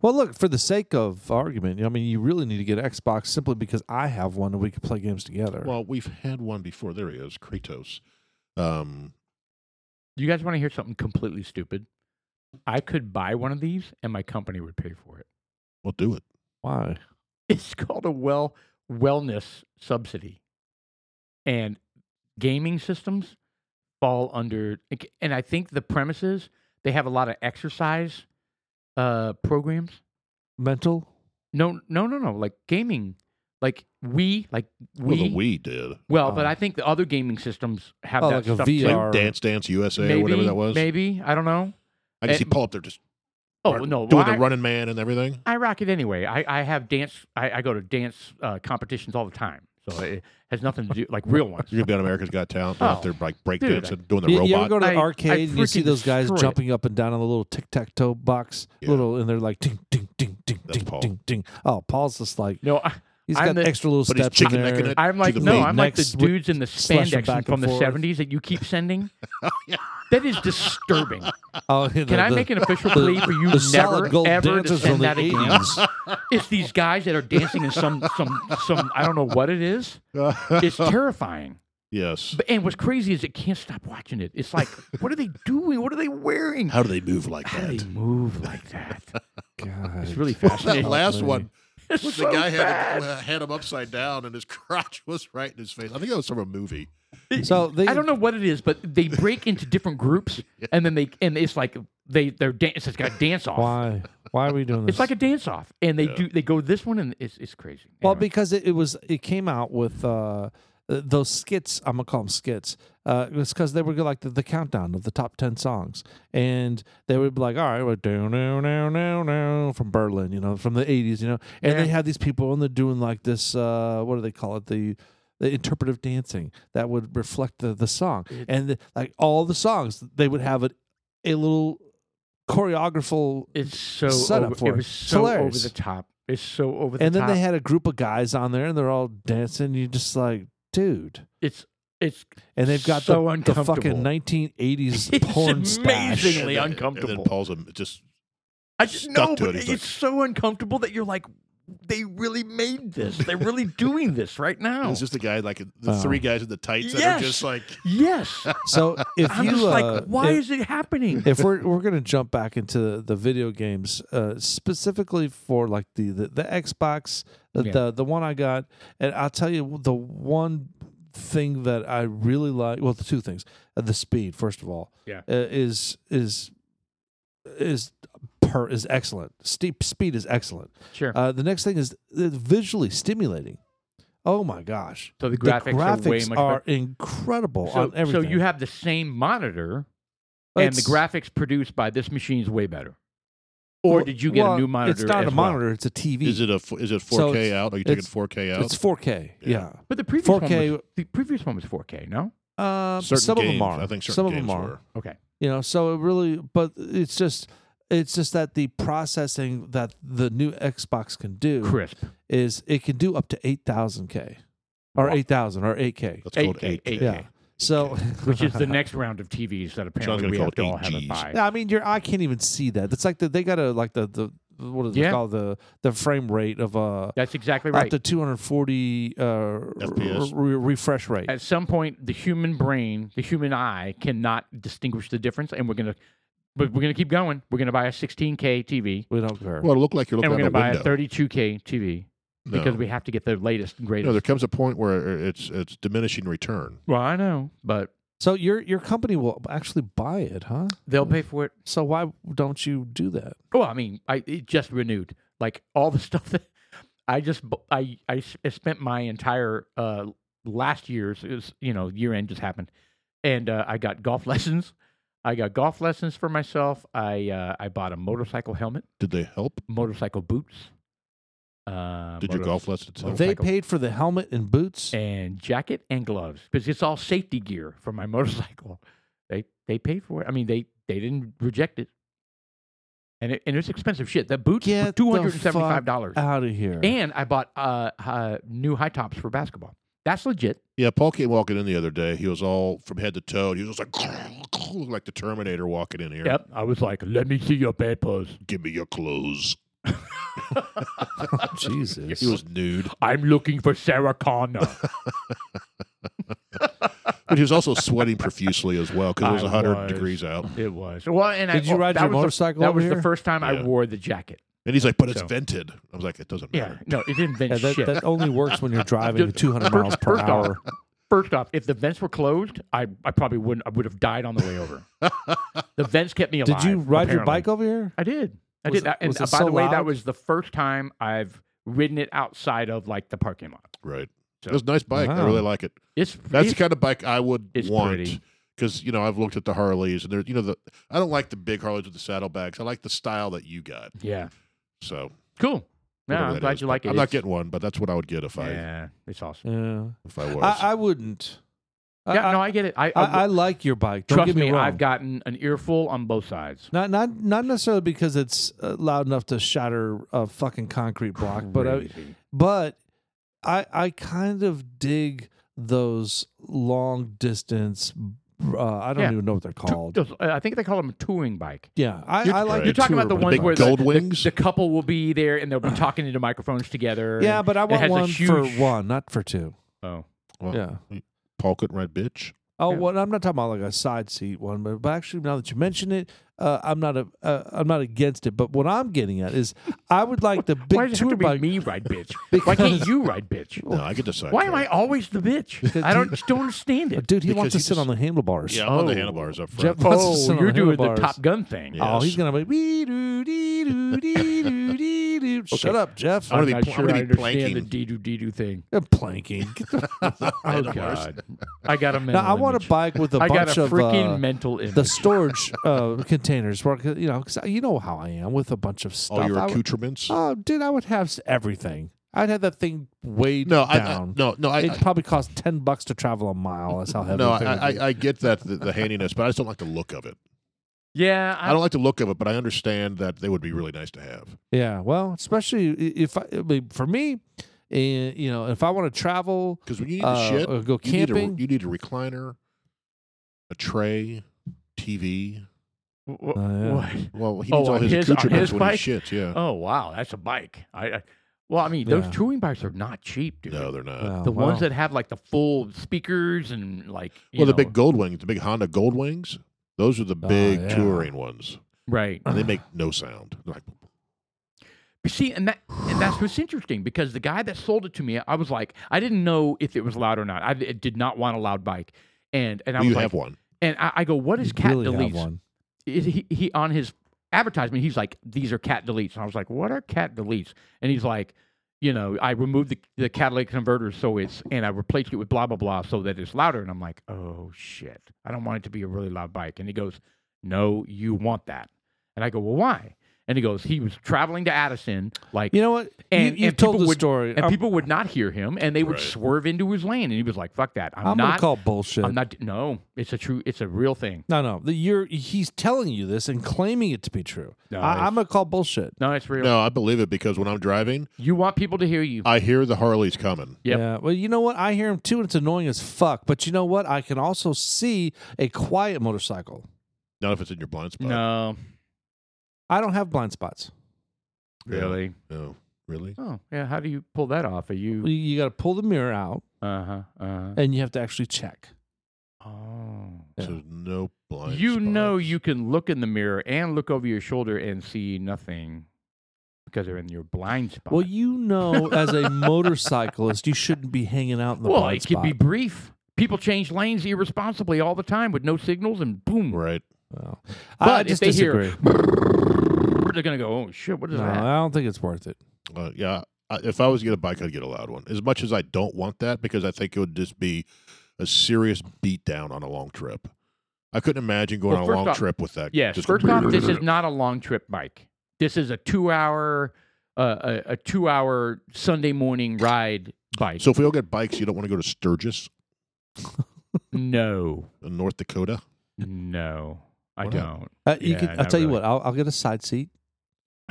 Speaker 3: well, look for the sake of argument. I mean, you really need to get Xbox simply because I have one and we can play games together.
Speaker 1: Well, we've had one before. There he is, Kratos. Um,
Speaker 2: You guys want to hear something completely stupid? I could buy one of these and my company would pay for it.
Speaker 1: well, do it.
Speaker 3: Why?
Speaker 2: It's called a well wellness subsidy. And gaming systems fall under and I think the premises they have a lot of exercise uh programs.
Speaker 3: Mental
Speaker 2: No no no no like gaming like we like
Speaker 1: Well, Oh, the
Speaker 2: we
Speaker 1: Wii did.
Speaker 2: well but
Speaker 3: Oh.
Speaker 2: I think the other gaming systems have
Speaker 3: Oh,
Speaker 2: that
Speaker 3: like a
Speaker 2: stuff
Speaker 1: Like
Speaker 2: too.
Speaker 3: VR. Our-
Speaker 1: Dance Dance USA
Speaker 2: Maybe,
Speaker 1: or whatever that was.
Speaker 2: Maybe, I don't know.
Speaker 1: I can see
Speaker 2: Eh,
Speaker 1: Paul up there just
Speaker 2: Oh,
Speaker 1: run-
Speaker 2: no.
Speaker 1: doing
Speaker 2: well, I-
Speaker 1: the Running Man and everything.
Speaker 2: I rock it anyway. I, I have dance. I, I go to dance uh, competitions all the time, so it has nothing to do like real ones.
Speaker 1: You're gonna be on America's Got Talent out
Speaker 2: Oh,
Speaker 1: there like
Speaker 2: dude,
Speaker 1: breakdancing, doing the
Speaker 3: You, you ever
Speaker 1: robot.
Speaker 3: go to the
Speaker 2: I- I
Speaker 3: arcade and you see
Speaker 2: freaking
Speaker 3: those guys
Speaker 2: destroy it.
Speaker 3: jumping up and down on the little tic tac toe box,
Speaker 1: Yeah.
Speaker 3: little, and they're like ding ding ding ding
Speaker 1: That's
Speaker 3: ding
Speaker 1: Paul.
Speaker 3: ding ding. Oh, Paul's just like
Speaker 2: No, I,
Speaker 3: he's
Speaker 2: I'm
Speaker 3: got
Speaker 2: the-
Speaker 3: extra little
Speaker 1: But he's
Speaker 3: steps in
Speaker 1: chicken
Speaker 3: there.
Speaker 1: necking it.
Speaker 2: I'm like
Speaker 1: the
Speaker 2: no,
Speaker 1: lead.
Speaker 2: I'm like the
Speaker 3: Next with-
Speaker 2: dudes in the
Speaker 3: slash them back
Speaker 2: spandex
Speaker 3: and
Speaker 2: from the
Speaker 3: forth.
Speaker 2: '70s that you keep sending. That is disturbing.
Speaker 3: Oh,
Speaker 2: Can I make an official plea for you
Speaker 3: the solid gold
Speaker 2: never ever to
Speaker 3: dancers from
Speaker 2: send
Speaker 3: the
Speaker 2: that again?
Speaker 3: eighties?
Speaker 2: It's these guys that are dancing in some some some I don't know what it is. It's terrifying.
Speaker 1: yes.
Speaker 2: But, and what's crazy is it can't stop watching it. It's like, what are they doing? What are they wearing?
Speaker 1: How do they move like
Speaker 2: How do
Speaker 1: that?
Speaker 2: they move like that? It's really
Speaker 1: That
Speaker 2: fascinating.
Speaker 1: last
Speaker 3: Lovely.
Speaker 1: one
Speaker 2: It's
Speaker 1: the
Speaker 2: so
Speaker 1: guy
Speaker 2: bad.
Speaker 1: had, him- uh, had him upside down, and his crotch was right in his face. I think that was from a movie.
Speaker 3: So they
Speaker 2: I don't know what it is, but they break into different groups, and then they and it's like they they're dan- it's like a dance off.
Speaker 3: why why are we doing this.
Speaker 2: It's like a dance off, and they do they go this one, and it's it's crazy.
Speaker 3: Well,
Speaker 2: Anyway.
Speaker 3: because it, it was it came out with uh, th- those skits. I'm gonna call them skits. Uh, it's because they were like the, the countdown of the top ten songs, and they would be like, "All right, we're down, down, down, down, down from Berlin, you know, from the '80s, you know." And they
Speaker 2: Yeah.
Speaker 3: had these people, and they're doing like this. Uh, what do they call it? The the interpretive dancing that would reflect the the song,
Speaker 2: It-
Speaker 3: and the, like all the songs, they would have a, a little choreographical
Speaker 2: it's so
Speaker 3: set up
Speaker 2: over,
Speaker 3: for it.
Speaker 2: it was so over
Speaker 3: Hilarious.
Speaker 2: the top. It's so over the
Speaker 3: and then
Speaker 2: top.
Speaker 3: they had a group of guys on there and they're all dancing you're just like dude
Speaker 2: it's it's
Speaker 3: and they've got
Speaker 2: So
Speaker 3: the, the fucking
Speaker 2: uncomfortable.
Speaker 3: 1980s
Speaker 2: It's
Speaker 3: porn stash.
Speaker 2: amazingly- Really
Speaker 1: And then- And
Speaker 2: uncomfortable.
Speaker 1: then Paul's a- just
Speaker 2: I just
Speaker 1: Stuck
Speaker 2: know,
Speaker 1: to it,
Speaker 2: but
Speaker 1: he's
Speaker 2: it's
Speaker 1: like-
Speaker 2: so uncomfortable that you're like, they really made this. They're really doing this right now.
Speaker 1: it's just the guy like the
Speaker 3: Oh.
Speaker 1: three guys in the tights that
Speaker 2: Yes.
Speaker 1: are just like
Speaker 2: yes,
Speaker 3: so if
Speaker 2: I'm
Speaker 3: you
Speaker 2: just
Speaker 3: uh,
Speaker 2: like, why
Speaker 3: if,
Speaker 2: is it happening?
Speaker 3: if we're we're gonna jump back into the video games uh, specifically for like the the, the Xbox the,
Speaker 2: Yeah.
Speaker 3: the the one I got and I'll tell you the one thing that I really like well the two things uh, the speed first of all
Speaker 2: Yeah.
Speaker 3: uh, is is is per is excellent steep speed is excellent
Speaker 2: sure.
Speaker 3: Uh, the next thing is uh, visually stimulating. Oh my gosh.
Speaker 2: so the
Speaker 3: The
Speaker 2: graphics, are way much
Speaker 3: are
Speaker 2: better.
Speaker 3: incredible
Speaker 2: So,
Speaker 3: on
Speaker 2: so
Speaker 3: everything.
Speaker 2: you have the same monitor, and the
Speaker 3: It's-
Speaker 2: graphics produced by this machine is way better. Or did you get
Speaker 3: well,
Speaker 2: a new monitor?
Speaker 3: It's not
Speaker 2: as
Speaker 3: a
Speaker 2: well?
Speaker 3: monitor, it's a TV.
Speaker 1: is it a f- is it 4K
Speaker 3: So it's-
Speaker 1: out? Are you
Speaker 3: it's-
Speaker 1: taking 4K out?
Speaker 3: it's 4K. Yeah.
Speaker 1: Yeah.
Speaker 2: But the previous
Speaker 3: 4K
Speaker 2: one was, the previous one was 4K. No,
Speaker 3: Um,
Speaker 1: certain
Speaker 3: some
Speaker 1: games,
Speaker 3: of them are.
Speaker 1: I think certain
Speaker 3: some of
Speaker 1: games
Speaker 3: them are.
Speaker 1: were.
Speaker 2: okay,
Speaker 3: You know, so it really but it's just it's just that the processing that the new Xbox can do
Speaker 2: crisp.
Speaker 3: is it can do up to 8000K or
Speaker 2: Wow.
Speaker 3: 8000 or 8K.
Speaker 1: That's called
Speaker 2: 8K,
Speaker 1: 8K.
Speaker 2: 8K,
Speaker 3: Yeah. So
Speaker 2: which is the next round of TVs that apparently
Speaker 1: gonna
Speaker 2: we
Speaker 1: call
Speaker 2: have
Speaker 1: it
Speaker 2: to all have it
Speaker 1: 8Gs.
Speaker 2: by.
Speaker 3: Yeah, I mean, your eye can't even see that. It's like the, they got to like the the what do they
Speaker 2: Yeah.
Speaker 3: call the the frame rate of uh
Speaker 2: That's exactly
Speaker 3: up
Speaker 2: right.
Speaker 3: to 240 uh
Speaker 1: FPS.
Speaker 3: re- re- refresh rate.
Speaker 2: at some point the human brain the human eye cannot distinguish the difference and we're going to but we're going to keep going we're going to buy a 16k tv
Speaker 3: we don't care.
Speaker 1: Well, it looked like you're
Speaker 2: and we're
Speaker 1: looking
Speaker 2: going to
Speaker 1: at a
Speaker 2: buy
Speaker 1: window.
Speaker 2: a 32k tv
Speaker 1: no.
Speaker 2: because we have to get the latest and greatest
Speaker 1: no, there comes a point where it's it's diminishing return.
Speaker 2: well i know but
Speaker 3: so your your company will actually buy it, huh?
Speaker 2: they'll pay for it
Speaker 3: So why don't you do that?
Speaker 2: oh i mean i it just renewed like all the stuff that i just bu- i i s- I spent my entire uh last year's it was, you know year end just happened and uh, i got golf lessons i got golf lessons for myself i uh, i bought a motorcycle helmet
Speaker 1: Did they help?
Speaker 2: motorcycle boots. Uh,
Speaker 1: Did your
Speaker 2: motor-
Speaker 1: golf lessons help?
Speaker 3: They
Speaker 2: Motorcycle.
Speaker 3: paid for the helmet and boots.
Speaker 2: and jacket and gloves because it's all safety gear for my motorcycle. They they paid for it. I mean they they didn't reject it. And it, and it's expensive shit. The boots
Speaker 3: Get
Speaker 2: were
Speaker 3: the
Speaker 2: two hundred and seventy five dollars.
Speaker 3: out of here.
Speaker 2: And I bought uh, uh new high tops for basketball. That's legit.
Speaker 1: Yeah, Paul came walking in the other day. He was all from head to toe. And he was just like looked like the Terminator walking in here.
Speaker 2: Yep. I was like, let me see your bad pose.
Speaker 1: Give me your clothes.
Speaker 3: Jesus.
Speaker 1: He was nude,
Speaker 2: I'm looking for Sarah Connor.
Speaker 1: but he was also sweating profusely as well because it was
Speaker 2: I
Speaker 1: 100
Speaker 2: was.
Speaker 1: degrees out.
Speaker 2: it was. Well, and I,
Speaker 3: Did you
Speaker 2: well,
Speaker 3: ride
Speaker 2: that
Speaker 3: your
Speaker 2: was the-
Speaker 3: motorcycle
Speaker 2: that
Speaker 3: over
Speaker 2: was
Speaker 3: here?
Speaker 2: the first time I
Speaker 1: Yeah.
Speaker 2: wore the jacket.
Speaker 1: And he's like, "But it's
Speaker 2: So-
Speaker 1: vented." I was like, "It doesn't
Speaker 2: Yeah.
Speaker 1: matter."
Speaker 2: No, it didn't invent
Speaker 3: Yeah, that,
Speaker 2: shit.
Speaker 3: that only works when you're driving
Speaker 2: Just-
Speaker 3: 200 miles per
Speaker 2: first off,
Speaker 3: hour.
Speaker 2: First off, if the vents were closed, I, I probably wouldn't. I would have died on the way over. the vents kept me alive.
Speaker 3: Did you ride your
Speaker 2: apparently.
Speaker 3: bike over here?
Speaker 2: I did. I
Speaker 3: Was
Speaker 2: did.
Speaker 3: it-
Speaker 2: and
Speaker 3: was it
Speaker 2: uh, by
Speaker 3: so
Speaker 2: the way,
Speaker 3: loud?
Speaker 2: that was the first time I've ridden it outside of like the parking lot.
Speaker 1: Right.
Speaker 2: So-
Speaker 1: it was a nice bike. I
Speaker 3: Wow.
Speaker 1: really like it.
Speaker 2: It's
Speaker 1: That's
Speaker 2: it's,
Speaker 1: the kind of bike I would
Speaker 2: it's
Speaker 1: want
Speaker 2: pretty.
Speaker 1: because you know I've looked at the Harleys and they're you know the I don't like the big Harleys with the saddlebags. I like the style that you got.
Speaker 2: yeah,
Speaker 1: So
Speaker 2: cool. No,
Speaker 1: whatever
Speaker 2: I'm
Speaker 1: that
Speaker 2: glad
Speaker 1: is.
Speaker 2: you like it.
Speaker 1: I'm not
Speaker 2: It's-
Speaker 1: getting one, but that's what I would get if I
Speaker 2: Yeah, it's awesome.
Speaker 3: Yeah.
Speaker 1: if I was.
Speaker 3: I, I wouldn't.
Speaker 2: yeah, no, I get it. I,
Speaker 3: I,
Speaker 2: I,
Speaker 3: I like your bike. Don't
Speaker 2: trust
Speaker 3: get me,
Speaker 2: me.
Speaker 3: wrong.
Speaker 2: I've gotten an earful on both sides.
Speaker 3: not not not necessarily because it's uh, loud enough to shatter a fucking concrete block, but I,
Speaker 2: Crazy.
Speaker 3: but I I kind of dig those long distance. Uh, I don't
Speaker 2: Yeah.
Speaker 3: even know what they're called.
Speaker 2: Tou- I think they call them a touring bike.
Speaker 3: yeah, I,
Speaker 1: You're-
Speaker 3: I like.
Speaker 1: Right.
Speaker 2: You're talking
Speaker 3: tour
Speaker 2: about the
Speaker 3: bike.
Speaker 2: ones
Speaker 1: big
Speaker 2: where
Speaker 1: gold
Speaker 2: the, the-
Speaker 1: wings?
Speaker 2: The, couple will be there and they'll be talking into microphones together.
Speaker 3: Yeah,
Speaker 2: and-
Speaker 3: but I
Speaker 2: it
Speaker 3: want
Speaker 2: has a
Speaker 3: one for
Speaker 2: huge-
Speaker 3: one, not for two.
Speaker 2: oh,
Speaker 1: Well,
Speaker 3: Yeah,
Speaker 1: Paul couldn't ride bitch.
Speaker 3: Oh,
Speaker 2: Yeah.
Speaker 3: well, I'm not talking about like a side seat one, but, but actually, now that you mention it, uh, I'm not a, uh, I'm not against it. But what I'm getting at is, I would like the
Speaker 2: Why does it
Speaker 3: big
Speaker 2: have
Speaker 3: tour
Speaker 2: to be
Speaker 3: bike.
Speaker 2: me ride bitch? Why can't you ride bitch?
Speaker 1: No, I get to decide.
Speaker 2: Why am I always the bitch? I don't just don't understand it.
Speaker 3: uh, Dude, he
Speaker 1: Because
Speaker 3: wants to
Speaker 1: you
Speaker 3: sit
Speaker 1: just-
Speaker 3: on the handlebars.
Speaker 1: Yeah, I'm on the
Speaker 2: Oh.
Speaker 1: handlebars up front.
Speaker 3: Jeff- Let's just
Speaker 2: Oh,
Speaker 3: sit on
Speaker 2: you're
Speaker 3: the
Speaker 2: doing the
Speaker 3: handlebars.
Speaker 2: Top Gun thing.
Speaker 1: Yeah.
Speaker 3: Oh, he's
Speaker 1: Yes.
Speaker 3: gonna be wee doo dee doo dee doo dee doo. Shut up, Jeff.
Speaker 1: I'm gonna
Speaker 2: I'm
Speaker 1: be
Speaker 2: not
Speaker 1: pl- I'm
Speaker 2: sure
Speaker 1: gonna
Speaker 2: I
Speaker 1: be
Speaker 2: understand the
Speaker 1: planking.
Speaker 2: dee doo dee doo thing.
Speaker 3: I'm planking. Get the-
Speaker 2: Oh
Speaker 1: Handlebars.
Speaker 2: God, I got a mental.
Speaker 3: now, I want
Speaker 2: image.
Speaker 3: a bike with a
Speaker 2: I got
Speaker 3: bunch
Speaker 2: a
Speaker 3: of
Speaker 2: freaking
Speaker 3: uh,
Speaker 2: mental image.
Speaker 3: the storage uh, containers. Where I could- you know, 'cause you know how I am with a bunch of stuff.
Speaker 1: All your
Speaker 3: I would-
Speaker 1: accoutrements.
Speaker 3: Oh, dude, I would have s- everything. I'd have that thing weighed
Speaker 1: no, I, I
Speaker 3: down.
Speaker 1: no no I,
Speaker 3: It'd
Speaker 1: I
Speaker 3: probably cost ten bucks to travel a mile. That's how heavy.
Speaker 1: no
Speaker 3: the thing would
Speaker 1: I,
Speaker 3: be.
Speaker 1: I, I get that the, the handiness, but I just don't like the look of it.
Speaker 2: yeah,
Speaker 1: I don't like the look of it, but I understand that they would be really nice to have.
Speaker 3: yeah. Well, especially i- if I, I mean, for me, eh, you know, if I want to travel,
Speaker 1: Because when you need to
Speaker 3: uh,
Speaker 1: ship,
Speaker 3: or go
Speaker 1: you need, a,
Speaker 3: camping.
Speaker 1: you need a recliner, a tray, TV.
Speaker 2: w-
Speaker 3: Oh, yeah.
Speaker 2: w- what?
Speaker 1: Well, he
Speaker 2: Oh,
Speaker 1: needs all
Speaker 2: on
Speaker 1: his,
Speaker 2: his- on
Speaker 1: accoutrements
Speaker 2: his
Speaker 1: when he
Speaker 2: bike?
Speaker 1: shits. Yeah.
Speaker 2: Oh wow, that's a bike. I, I well, I mean, those
Speaker 3: Yeah.
Speaker 2: touring bikes are not cheap, dude.
Speaker 1: No, they're not.
Speaker 3: well,
Speaker 2: the
Speaker 3: well,
Speaker 2: ones that have like the full speakers and like you
Speaker 1: well, the
Speaker 2: know, Uh,
Speaker 1: big Gold Wings, the big Honda Gold Wings, those are the
Speaker 3: Oh,
Speaker 1: big
Speaker 3: yeah.
Speaker 1: touring ones.
Speaker 2: right.
Speaker 1: And they make no sound. They're like,
Speaker 2: You see, and that and that's what's interesting because the guy that sold it to me, I was like, I didn't know if it was loud or not. I d- did not want a loud bike, and and I
Speaker 1: "Well, you
Speaker 2: was like,
Speaker 1: have one.
Speaker 2: and I, I go, what is
Speaker 3: you
Speaker 2: cat
Speaker 3: really have
Speaker 2: deletes?
Speaker 3: one.
Speaker 2: is he, he on his advertisement he's like these are cat deletes and i was like what are cat deletes and he's like you know i removed the, the catalytic converter so it's and i replaced it with blah blah blah so that it's louder and i'm like oh shit i don't want it to be a really loud bike and he goes no you want that and i go well why and he goes he was traveling to addison like
Speaker 3: You know what?
Speaker 2: And-
Speaker 3: you, you've
Speaker 2: and
Speaker 3: told
Speaker 2: people
Speaker 3: the
Speaker 2: would-
Speaker 3: story.
Speaker 2: and
Speaker 3: I'm,
Speaker 2: people would not hear him and they would
Speaker 1: Right.
Speaker 2: swerve into his lane and he was like fuck that i'm,
Speaker 3: I'm gonna
Speaker 2: not
Speaker 3: call bullshit.
Speaker 2: i'm not no it's a true it's a real thing
Speaker 3: no, no. The, you're he's telling you this and claiming it to be true.
Speaker 2: No,
Speaker 3: I,
Speaker 2: it's-
Speaker 3: I'm gonna call bullshit.
Speaker 2: no it's real
Speaker 1: No, Uh, I believe it because when I'm driving,
Speaker 2: you want people to hear you
Speaker 1: I hear the Harleys coming.
Speaker 2: Yep.
Speaker 3: Yeah. Well, you know what? I hear him too, and it's annoying as fuck. But you know what? I can also see a quiet motorcycle.
Speaker 1: Not if it's in your blind spot.
Speaker 2: no
Speaker 3: I don't have blind spots.
Speaker 1: Yeah.
Speaker 2: Really?
Speaker 1: No. Really?
Speaker 2: Oh, yeah. How do you pull that off? Are you?
Speaker 3: You, you got to pull the mirror out,
Speaker 2: Uh huh. Uh
Speaker 3: and you have to actually check.
Speaker 2: huh. Oh.
Speaker 3: Yeah.
Speaker 1: So no blind
Speaker 2: You know
Speaker 1: spots.
Speaker 2: you can look in the mirror and look over your shoulder and see nothing because they're in your blind spot.
Speaker 3: Well, you know, as a motorcyclist, you shouldn't be hanging out in the
Speaker 2: well
Speaker 3: blind
Speaker 2: it could be
Speaker 3: spot.
Speaker 2: brief. People change lanes irresponsibly all the time with no signals and boom.
Speaker 1: Right.
Speaker 3: Well, I-
Speaker 2: But
Speaker 3: I
Speaker 2: if
Speaker 3: just
Speaker 2: they hear-
Speaker 3: disagree.
Speaker 2: They're gonna go. Oh shit! What is
Speaker 3: no,
Speaker 2: that?
Speaker 3: I don't think it's worth it.
Speaker 1: Uh, yeah. I, if I was to get a bike, I'd get a loud one. As much as I don't want that, because I think it would just be a serious beat down on a long trip. I couldn't imagine going
Speaker 2: Well,
Speaker 1: on a
Speaker 2: first
Speaker 1: long
Speaker 2: off-
Speaker 1: trip with that.
Speaker 2: Yes.
Speaker 1: just-
Speaker 2: First off, this is not a long trip bike. This is a two-hour, uh, a, a two-hour Sunday morning ride bike.
Speaker 1: So if we all get bikes, you don't want to go to Sturgis,
Speaker 2: no,
Speaker 1: in North Dakota.
Speaker 2: no, I
Speaker 1: Why not?
Speaker 2: don't.
Speaker 3: Uh, you
Speaker 2: Yeah,
Speaker 3: could, I'll
Speaker 2: not
Speaker 3: tell you
Speaker 2: really.
Speaker 3: what. I'll, I'll get a side seat.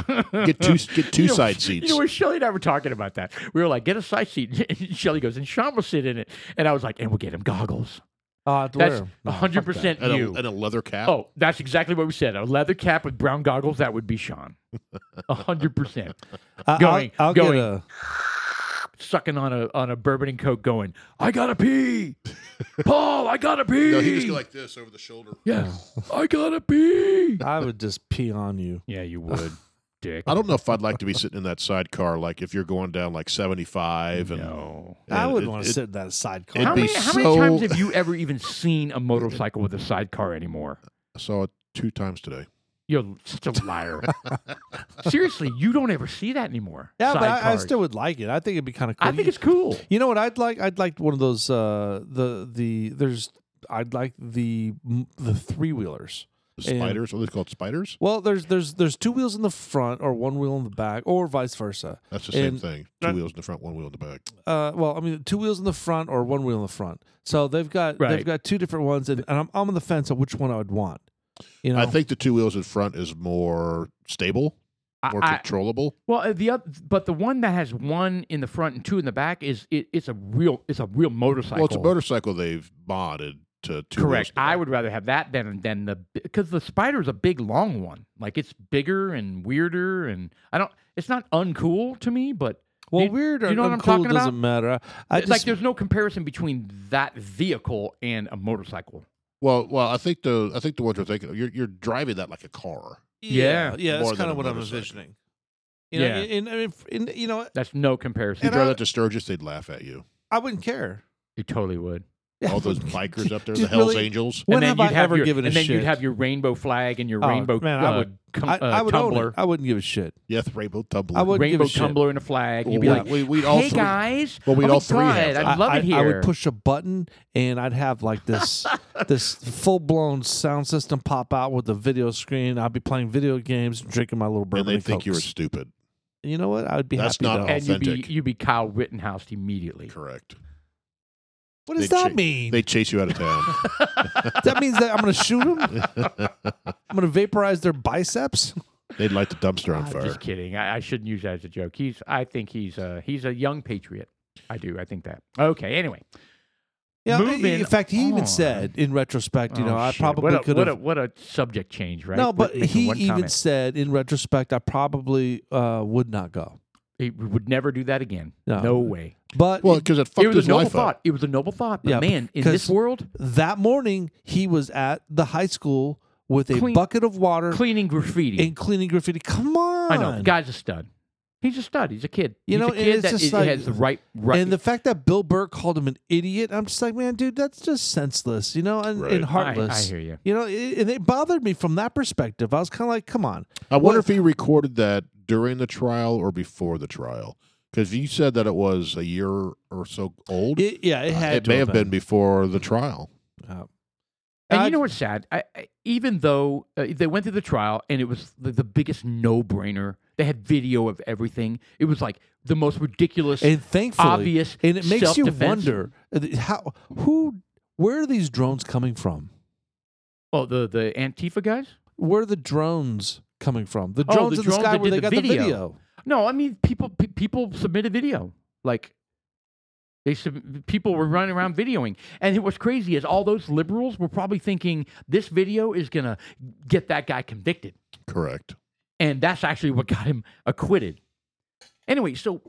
Speaker 1: Get two get two
Speaker 2: You know-
Speaker 1: side seats.
Speaker 2: You know, when Shelly and I were talking about that, we were like, get a side seat. And Shelly goes, and Sean will sit in it. And I was like, and we'll get him goggles.
Speaker 3: Oh, I'd
Speaker 2: That's
Speaker 3: wear 'em. No, fuck that.
Speaker 2: 100%
Speaker 1: and,
Speaker 2: you.
Speaker 1: a, and a leather cap.
Speaker 2: oh, that's exactly what we said. A leather cap with brown goggles, that would be Sean. 100%.
Speaker 3: I-
Speaker 2: Going,
Speaker 3: I'll, I'll
Speaker 2: going.
Speaker 3: get a.
Speaker 2: Sucking on a on a bourbon and coke going, I gotta pee. Paul, I gotta pee.
Speaker 1: No, he just go like "Oh." this over the shoulder.
Speaker 2: yeah, I gotta pee.
Speaker 3: I would just pee on you.
Speaker 2: Yeah, you would, dick.
Speaker 1: I don't know if I'd like to be sitting in that sidecar. Like if you're going down like 75, and,
Speaker 2: No.
Speaker 1: and
Speaker 3: I would
Speaker 1: it-
Speaker 3: want
Speaker 1: it-
Speaker 3: to sit in that sidecar.
Speaker 1: it'd
Speaker 2: How
Speaker 1: be
Speaker 2: many, how many
Speaker 1: so-
Speaker 2: times have you ever even seen a motorcycle with a sidecar anymore?
Speaker 1: I saw it two times today.
Speaker 2: You're such a liar. Seriously, you don't ever see that anymore.
Speaker 3: yeah, but I, I
Speaker 2: Sidecars.
Speaker 3: still would like it. I think it'd be kind of cool.
Speaker 2: I
Speaker 3: You-
Speaker 2: think it's cool.
Speaker 3: You know what I'd like? I'd like one of those. Uh, the the there's. I'd like the the three wheelers.
Speaker 1: The
Speaker 3: And-
Speaker 1: spiders, what are they called? Spiders?
Speaker 3: Well, there's there's there's two wheels in the front or one wheel in the back or vice versa.
Speaker 1: That's the same
Speaker 3: and-
Speaker 1: thing. Two wheels in the front, one wheel in the back.
Speaker 3: Uh, well, I mean, two wheels in the front or one wheel in the front. So they've got they've
Speaker 2: Right.
Speaker 3: got two different ones, and, and I'm I'm on the fence on which one I would want. You know,
Speaker 1: I think the two wheels in front is more stable,
Speaker 2: I,
Speaker 1: more
Speaker 2: I,
Speaker 1: controllable.
Speaker 2: well, uh, the other, but the one that has one in the front and two in the back is it, it's a real it's a real motorcycle.
Speaker 1: Well, it's a motorcycle they've modded to two
Speaker 2: Correct.
Speaker 1: wheels. in the
Speaker 2: I
Speaker 1: back.
Speaker 2: would rather have that than than the because the spider's a big long one. Like it's bigger and weirder, and I don't. It's not uncool to me, but
Speaker 3: Well,
Speaker 2: Do-
Speaker 3: weird
Speaker 2: do
Speaker 3: or
Speaker 2: you know what I'm
Speaker 3: uncool
Speaker 2: talking
Speaker 3: doesn't
Speaker 2: about?
Speaker 3: matter. I
Speaker 2: like,
Speaker 3: just,
Speaker 2: there's no comparison between that vehicle and a motorcycle.
Speaker 1: Well, well, I think the I think the ones you're thinking of, you're you're driving that like a car.
Speaker 2: Yeah.
Speaker 3: yeah, yeah,
Speaker 1: More
Speaker 3: that's kind
Speaker 1: than a
Speaker 3: of what I'm
Speaker 1: motorcycle.
Speaker 3: envisioning. You know,
Speaker 2: Yeah.
Speaker 3: and, and, I mean, f- and, you know,
Speaker 2: That's no
Speaker 1: If you
Speaker 2: comparison.
Speaker 3: And
Speaker 1: drive
Speaker 3: I-
Speaker 1: that to Sturgis, they'd laugh at you.
Speaker 3: I wouldn't care.
Speaker 2: You totally would.
Speaker 3: Yeah,
Speaker 1: All
Speaker 3: I
Speaker 1: those
Speaker 3: wouldn't-
Speaker 1: bikers up there, the
Speaker 3: Just
Speaker 1: Hell's
Speaker 3: really-
Speaker 1: Angels.
Speaker 3: When
Speaker 2: and then
Speaker 3: have
Speaker 2: you'd
Speaker 3: I ever
Speaker 2: your,
Speaker 3: given a
Speaker 2: and then
Speaker 3: shit?
Speaker 2: you'd have your rainbow flag and your
Speaker 3: Oh,
Speaker 2: rainbow
Speaker 3: man,
Speaker 2: uh,
Speaker 3: I would-
Speaker 2: com-
Speaker 3: I,
Speaker 2: uh,
Speaker 3: I would own
Speaker 2: tumbler.
Speaker 3: it. I wouldn't give a shit.
Speaker 1: Yeah, the Rainbow Tumbler.
Speaker 3: I would- wouldn't give
Speaker 2: rainbow
Speaker 3: a shit.
Speaker 2: tumbler and a flag.
Speaker 1: Well,
Speaker 2: You'd be
Speaker 1: we-
Speaker 2: like,
Speaker 1: we, we'd all
Speaker 2: "Hey
Speaker 1: three-
Speaker 2: guys,
Speaker 1: Well, we'd
Speaker 2: oh my
Speaker 1: all three have
Speaker 2: God,
Speaker 1: that.
Speaker 2: I love
Speaker 3: I,
Speaker 2: it
Speaker 3: I
Speaker 2: here."
Speaker 3: would push a button and I'd have like this this full blown sound system pop out with a video screen. I'd be playing video games, drinking my little
Speaker 1: and
Speaker 3: bourbon.
Speaker 1: they
Speaker 3: and
Speaker 1: think you were
Speaker 3: Cokes.
Speaker 1: stupid.
Speaker 3: You know what? I would be
Speaker 1: That's
Speaker 3: happy.
Speaker 1: not
Speaker 3: to-
Speaker 1: all.
Speaker 2: and you'd be
Speaker 1: authentic.
Speaker 2: you'd be Kyle Rittenhouse immediately.
Speaker 1: Correct.
Speaker 3: What does
Speaker 1: They'd
Speaker 3: that
Speaker 1: cha-
Speaker 3: mean?
Speaker 1: They chase you out of town.
Speaker 3: that means that I'm going to shoot them. I'm going to vaporize their biceps.
Speaker 1: they'd light the dumpster on
Speaker 2: I'm
Speaker 1: fire.
Speaker 2: just kidding. I, I shouldn't use that as a joke. He's I think he's a he's a young patriot. I do. I think that. Okay. Anyway,
Speaker 3: Yeah.
Speaker 2: Moving
Speaker 3: in fact, he even
Speaker 2: on.
Speaker 3: said in retrospect, you know,
Speaker 2: Oh,
Speaker 3: I
Speaker 2: shit.
Speaker 3: probably
Speaker 2: what a,
Speaker 3: could
Speaker 2: what
Speaker 3: have
Speaker 2: a what a subject change, right?
Speaker 3: No,
Speaker 2: Quit
Speaker 3: but
Speaker 2: making
Speaker 3: he
Speaker 2: one
Speaker 3: even
Speaker 2: comment.
Speaker 3: said, in retrospect, I probably uh, would not go.
Speaker 2: he would never do that again.
Speaker 3: No.
Speaker 2: No, way.
Speaker 3: But
Speaker 1: Well, because it
Speaker 2: It
Speaker 1: fucked
Speaker 2: was a
Speaker 1: his
Speaker 2: noble
Speaker 1: life
Speaker 2: thought.
Speaker 1: up.
Speaker 2: It was a noble thought. But
Speaker 3: Yeah,
Speaker 2: man, in this
Speaker 3: because-
Speaker 2: world,
Speaker 3: that morning, he was at the high school with a
Speaker 2: Clean-
Speaker 3: bucket of water
Speaker 2: cleaning graffiti.
Speaker 3: and cleaning graffiti. Come on.
Speaker 2: I know the guy's a stud. He's a stud. He's a kid.
Speaker 3: You
Speaker 2: He's
Speaker 3: know,
Speaker 2: a
Speaker 3: and
Speaker 2: kid
Speaker 3: it's
Speaker 2: that
Speaker 3: just
Speaker 2: is-
Speaker 3: like-
Speaker 2: has the right right.
Speaker 3: And the fact that Bill Burr called him an idiot, I'm just like, man, dude, that's just senseless, you know, and,
Speaker 1: Right.
Speaker 3: and
Speaker 1: I-
Speaker 3: heartless.
Speaker 2: I, I hear you.
Speaker 3: You know, it, and it bothered me from that perspective. I was kind of like, come on.
Speaker 1: I wonder
Speaker 3: What-
Speaker 1: if he recorded that during the trial or before the trial. Because you said that it was a year or so old.
Speaker 3: It, yeah, it
Speaker 1: Uh,
Speaker 3: had
Speaker 1: it
Speaker 3: to
Speaker 1: may have been before the trial.
Speaker 3: Uh,
Speaker 2: And
Speaker 3: I-
Speaker 2: you know what's sad? I, I, even though uh, they went through the trial and it was the, the biggest no brainer, they had video of everything. It was like the most ridiculous,
Speaker 3: and thankfully,
Speaker 2: obvious,
Speaker 3: and it makes you
Speaker 2: self-defense.
Speaker 3: wonder uh, th- how who where are these drones coming from
Speaker 2: Oh, the the Antifa guys?
Speaker 3: where are the drones coming from the
Speaker 2: Oh,
Speaker 3: drones
Speaker 2: the
Speaker 3: in the
Speaker 2: drones
Speaker 3: sky
Speaker 2: that
Speaker 3: where they
Speaker 2: did
Speaker 3: got
Speaker 2: the
Speaker 3: the
Speaker 2: video.
Speaker 3: video
Speaker 2: No, I mean people. Pe- people submitted video. Like they sub- people were running around videoing, and what's crazy is all those liberals were probably thinking this video is gonna get that guy convicted,
Speaker 1: Correct.
Speaker 2: and that's actually what got him acquitted. Anyway, so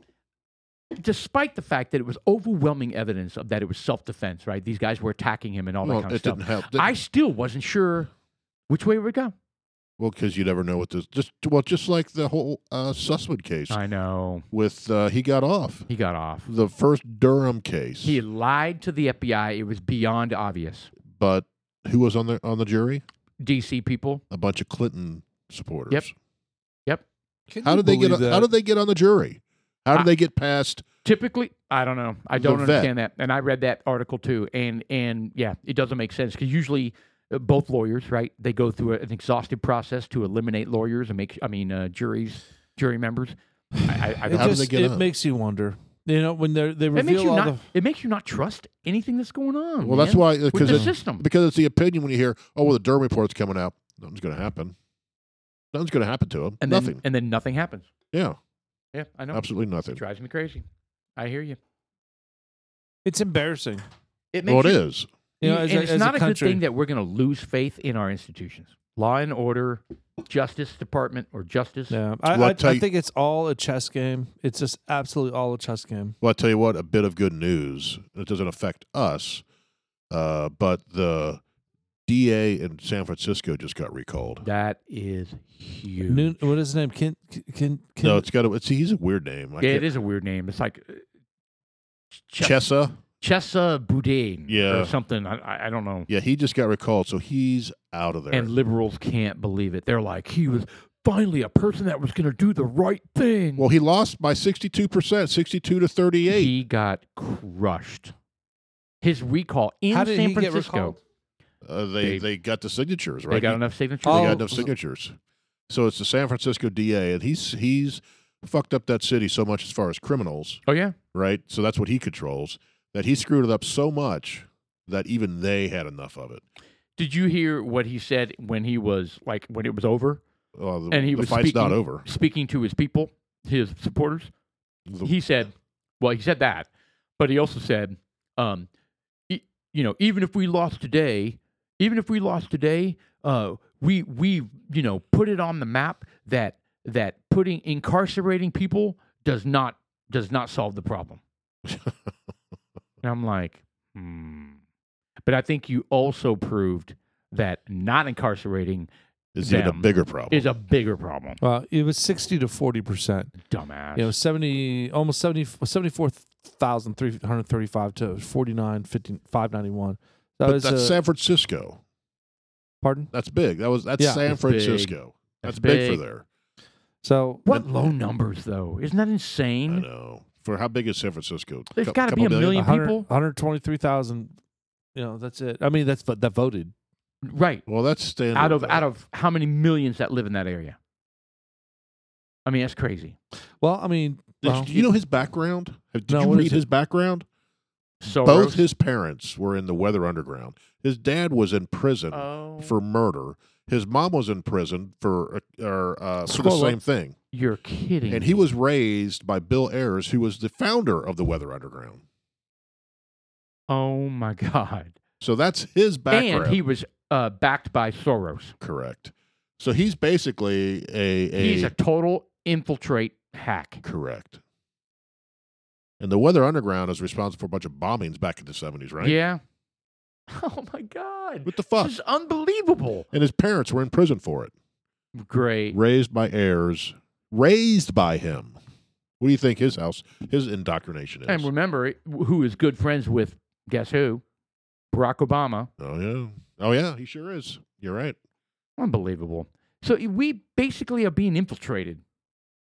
Speaker 2: despite the fact that it was overwhelming evidence of that it was self-defense, right? These guys were attacking him and all
Speaker 1: Well,
Speaker 2: that kind of
Speaker 1: it
Speaker 2: stuff.
Speaker 1: didn't help.
Speaker 2: I
Speaker 1: Didn't,
Speaker 2: still wasn't sure which way it would go.
Speaker 1: well, because you never know what this. Just well, just like the whole uh, Sussman case
Speaker 2: I know
Speaker 1: with uh, he got off
Speaker 2: he got off.
Speaker 1: the first Durham case,
Speaker 2: He lied to the FBI. It was beyond obvious.
Speaker 1: but who was on the on the jury?
Speaker 2: DC people.
Speaker 1: A bunch of Clinton supporters.
Speaker 2: Yep.
Speaker 1: How did they get? How did they get on the jury? How did
Speaker 2: I-
Speaker 1: they get past?
Speaker 2: Typically, I don't know. I
Speaker 1: The
Speaker 2: don't
Speaker 1: vet.
Speaker 2: understand that. And I read that article too. And and yeah, it doesn't make sense because usually uh, both lawyers, right? They go through a, an exhaustive process to eliminate lawyers and make. I mean, uh, juries, jury members. I, I, I
Speaker 3: it,
Speaker 1: How
Speaker 2: don't.
Speaker 1: did
Speaker 3: just,
Speaker 1: they get
Speaker 3: it
Speaker 1: on?
Speaker 3: makes you wonder you know when they they
Speaker 2: It
Speaker 3: reveal
Speaker 2: makes you
Speaker 3: all
Speaker 2: not.
Speaker 3: the
Speaker 2: It makes you not trust anything that's going on.
Speaker 1: Well, that's
Speaker 2: Oh, man,
Speaker 1: why
Speaker 2: with
Speaker 1: because
Speaker 2: the
Speaker 1: it,
Speaker 2: system.
Speaker 1: because it's the opinion when you hear, oh, well, the Durham report's coming out. Nothing's going to happen. Nothing's going to happen to him.
Speaker 2: And then,
Speaker 1: nothing.
Speaker 2: and then nothing happens.
Speaker 1: yeah,
Speaker 2: Yeah, I know.
Speaker 1: absolutely nothing.
Speaker 2: It drives me crazy. I hear you.
Speaker 3: it's embarrassing
Speaker 2: It
Speaker 1: Well, it
Speaker 2: you-
Speaker 1: is.
Speaker 3: you know
Speaker 2: Y-
Speaker 3: as
Speaker 2: and
Speaker 3: a,
Speaker 2: it's
Speaker 3: as
Speaker 2: not a, good
Speaker 3: country.
Speaker 2: thing that we're going to lose faith in our institutions, law and order, justice department, or justice.
Speaker 3: yeah I,
Speaker 1: Well, I
Speaker 3: I,
Speaker 1: tell
Speaker 3: I
Speaker 1: you-
Speaker 3: think it's all a chess game it's just absolutely all a chess game
Speaker 1: Well, I tell you what, a bit of good news. It doesn't affect us, uh, but the DA in San Francisco just got recalled.
Speaker 2: That is huge.
Speaker 3: Noon, what is his name Kin, Kin, Kin,
Speaker 1: No, it's got. A, it's he's a weird name. I
Speaker 2: yeah,
Speaker 1: can't-
Speaker 2: it is a weird name. It's like uh, Ches-
Speaker 1: Chesa.
Speaker 2: Chesa Boudin
Speaker 1: Yeah.
Speaker 2: or something. I- I, I don't know.
Speaker 1: Yeah, he just got recalled, so he's out of there.
Speaker 2: And liberals can't believe it. They're like, he was finally a person that was going to do the right thing.
Speaker 1: well, he lost by sixty-two percent, sixty-two to thirty-eight.
Speaker 2: he got crushed. His recall in
Speaker 3: How did
Speaker 2: San
Speaker 3: he get
Speaker 2: Francisco.
Speaker 3: recalled?
Speaker 1: uh, they
Speaker 2: They-
Speaker 1: they got the signatures right.
Speaker 2: They got
Speaker 1: He-
Speaker 2: enough signatures.
Speaker 1: They
Speaker 3: Oh.
Speaker 1: got enough signatures. So it's the San Francisco DA, and he's he's fucked up that city so much as far as criminals,
Speaker 2: oh yeah.
Speaker 1: right? So that's what he controls. That he screwed it up so much that even they had enough of it.
Speaker 2: Did you hear what he said when he was like when it was over?
Speaker 1: Uh, the,
Speaker 2: And he
Speaker 1: the
Speaker 2: was
Speaker 1: fight's not
Speaker 2: speaking-
Speaker 1: over.
Speaker 2: speaking to his people, his supporters,
Speaker 1: The-
Speaker 2: he said, well, he said that, but he also said, um, e- you know, even if we lost today, even if we lost today, uh, we we you know put it on the map that that putting incarcerating people does not does not solve the problem. And I'm like, hmm. But I think you also proved that not incarcerating
Speaker 1: It's even a
Speaker 2: Them.
Speaker 1: bigger problem.
Speaker 2: is a bigger problem.
Speaker 3: Well, it was 60 to 40%.
Speaker 2: Dumbass.
Speaker 3: You know, 70, almost 70, 74,335 to 49, 15, 591. That
Speaker 1: but
Speaker 3: was,
Speaker 1: that's
Speaker 3: uh,
Speaker 1: San Francisco.
Speaker 3: pardon?
Speaker 1: That's big. That was that's
Speaker 3: Yeah.
Speaker 1: San
Speaker 2: That's big.
Speaker 1: Francisco. That's,
Speaker 2: That's
Speaker 1: big.
Speaker 2: big.
Speaker 1: for there.
Speaker 3: So,
Speaker 2: what low numbers though? Isn't that
Speaker 1: I
Speaker 2: insane?
Speaker 1: know. For how big is San Francisco?
Speaker 2: There's
Speaker 1: Cou-
Speaker 2: gotta be
Speaker 1: couple
Speaker 2: a million-
Speaker 3: 100
Speaker 2: people?
Speaker 3: 123,000, you know, that's it. I mean, that's vo- that voted.
Speaker 2: Right.
Speaker 1: Well, that's standard.
Speaker 2: Out of
Speaker 1: though.
Speaker 2: out of how many millions that live in that area? I mean, that's crazy.
Speaker 3: Well, I mean,
Speaker 1: Did
Speaker 3: well,
Speaker 1: you, do you know his background? Have- Did
Speaker 3: No,
Speaker 1: you
Speaker 3: what is
Speaker 1: read his background?
Speaker 2: So
Speaker 1: Both his parents were in the Weather Underground. His dad was in prison
Speaker 2: oh,
Speaker 1: for murder. His mom was in prison for, uh, or, uh, for the
Speaker 3: Scroll up.
Speaker 1: same thing.
Speaker 2: you're kidding.
Speaker 1: And he was raised by Bill Ayers, who was the founder of the Weather Underground.
Speaker 2: oh my god.
Speaker 1: So that's his background.
Speaker 2: And he was uh, backed by Soros.
Speaker 1: Correct. So he's basically a, a
Speaker 2: He's a total infiltrate hack.
Speaker 1: correct. And the Weather Underground is responsible for a bunch of bombings back in the seventies, right?
Speaker 2: Yeah. Oh my god.
Speaker 1: What the fuck?
Speaker 2: This is unbelievable.
Speaker 1: And his parents were in prison for it.
Speaker 2: Great.
Speaker 1: Raised by heirs, raised by him. What do you think his house, his indoctrination is?
Speaker 2: And remember it- who is good friends with guess who? Barack Obama.
Speaker 1: oh yeah, oh yeah, he sure is. You're right.
Speaker 2: Unbelievable. So i- we basically are being infiltrated.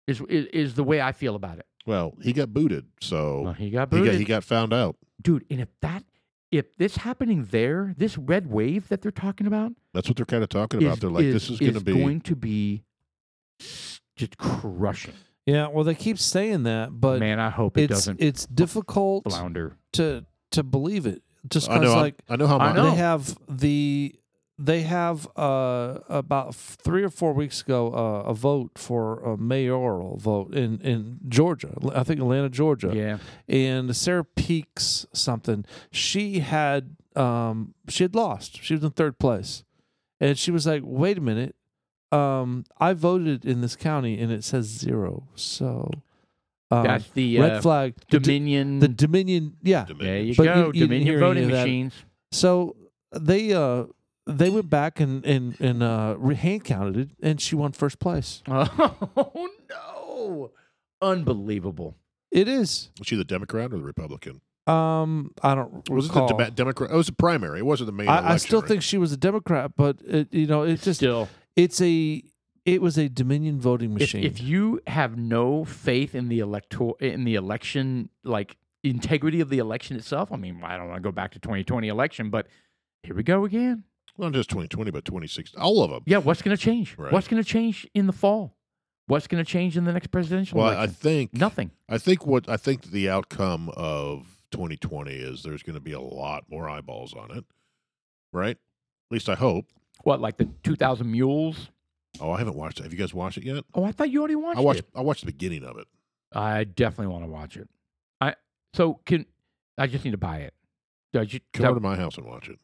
Speaker 2: Is is, is the way I feel about it.
Speaker 1: Well, he got booted,
Speaker 2: Well,
Speaker 1: so
Speaker 2: he got
Speaker 1: Oh, he
Speaker 2: booted.
Speaker 1: got he got found out.
Speaker 2: Dude, and if that if this happening there, this red wave that they're talking about
Speaker 1: That's what they're kind of talking about.
Speaker 2: is,
Speaker 1: They're like, this is, going to be.
Speaker 2: going to be s- just crushing.
Speaker 3: yeah, well, they keep saying that, but
Speaker 2: Man, I hope it
Speaker 3: it's,
Speaker 2: doesn't
Speaker 3: it's difficult
Speaker 2: flounder.
Speaker 3: to, to believe it. Just
Speaker 1: I know.
Speaker 3: because,
Speaker 1: I'm-
Speaker 3: like,
Speaker 1: I know how
Speaker 2: I
Speaker 1: much.
Speaker 2: know.
Speaker 3: They have the they have uh, about f- three or four weeks ago uh, a vote for a mayoral vote in in Georgia. I think Atlanta, Georgia.
Speaker 2: Yeah.
Speaker 3: And Sarah Peaks something. She had um she had lost. She was in third place. And she was like, "Wait a minute. Um I voted in this county and it says zero." So um,
Speaker 2: That's the uh,
Speaker 3: red flag The d-
Speaker 2: Dominion.
Speaker 3: the Dominion, yeah.
Speaker 2: there you
Speaker 3: But you-
Speaker 2: go.
Speaker 3: you didn't
Speaker 2: Dominion
Speaker 3: hear
Speaker 2: voting
Speaker 3: any of that.
Speaker 2: machines.
Speaker 3: So they uh they went back and and and uh re- hand counted it, and she won first place.
Speaker 2: Oh no! Unbelievable.
Speaker 3: It is.
Speaker 1: Was she the Democrat or the Republican?
Speaker 3: Um, I don't
Speaker 1: Was it the
Speaker 3: recall.
Speaker 1: Demo- Democrat? It was a primary. It wasn't the main election.
Speaker 3: I, I still
Speaker 1: right?
Speaker 3: think she was a Democrat, but it, you know, it's just
Speaker 2: Still,
Speaker 3: it's a it was a Dominion voting
Speaker 2: if,
Speaker 3: machine.
Speaker 2: if you have no faith in the elector in the election, like integrity of the election itself, I mean, I don't want to go back to 2020 election, but here we go again.
Speaker 1: not just 2020, but 2016. All of them.
Speaker 2: Yeah, what's going to change?
Speaker 1: Right.
Speaker 2: What's going to change in the fall? What's going to change in the next presidential
Speaker 1: Well, I
Speaker 2: election?
Speaker 1: think
Speaker 2: Nothing.
Speaker 1: I think what I think the outcome of 2020 is there's going to be a lot more eyeballs on it, right? At least I hope.
Speaker 2: What, like the 2,000 mules?
Speaker 1: Oh, I haven't watched it. Have you guys watched it yet?
Speaker 2: Oh, I thought you already watched.
Speaker 1: I watched.
Speaker 2: It.
Speaker 1: I watched the beginning of it.
Speaker 2: I definitely want to watch it. I so can. I just need to buy it. Does you,
Speaker 1: Come
Speaker 2: that-
Speaker 1: over to my house and watch it.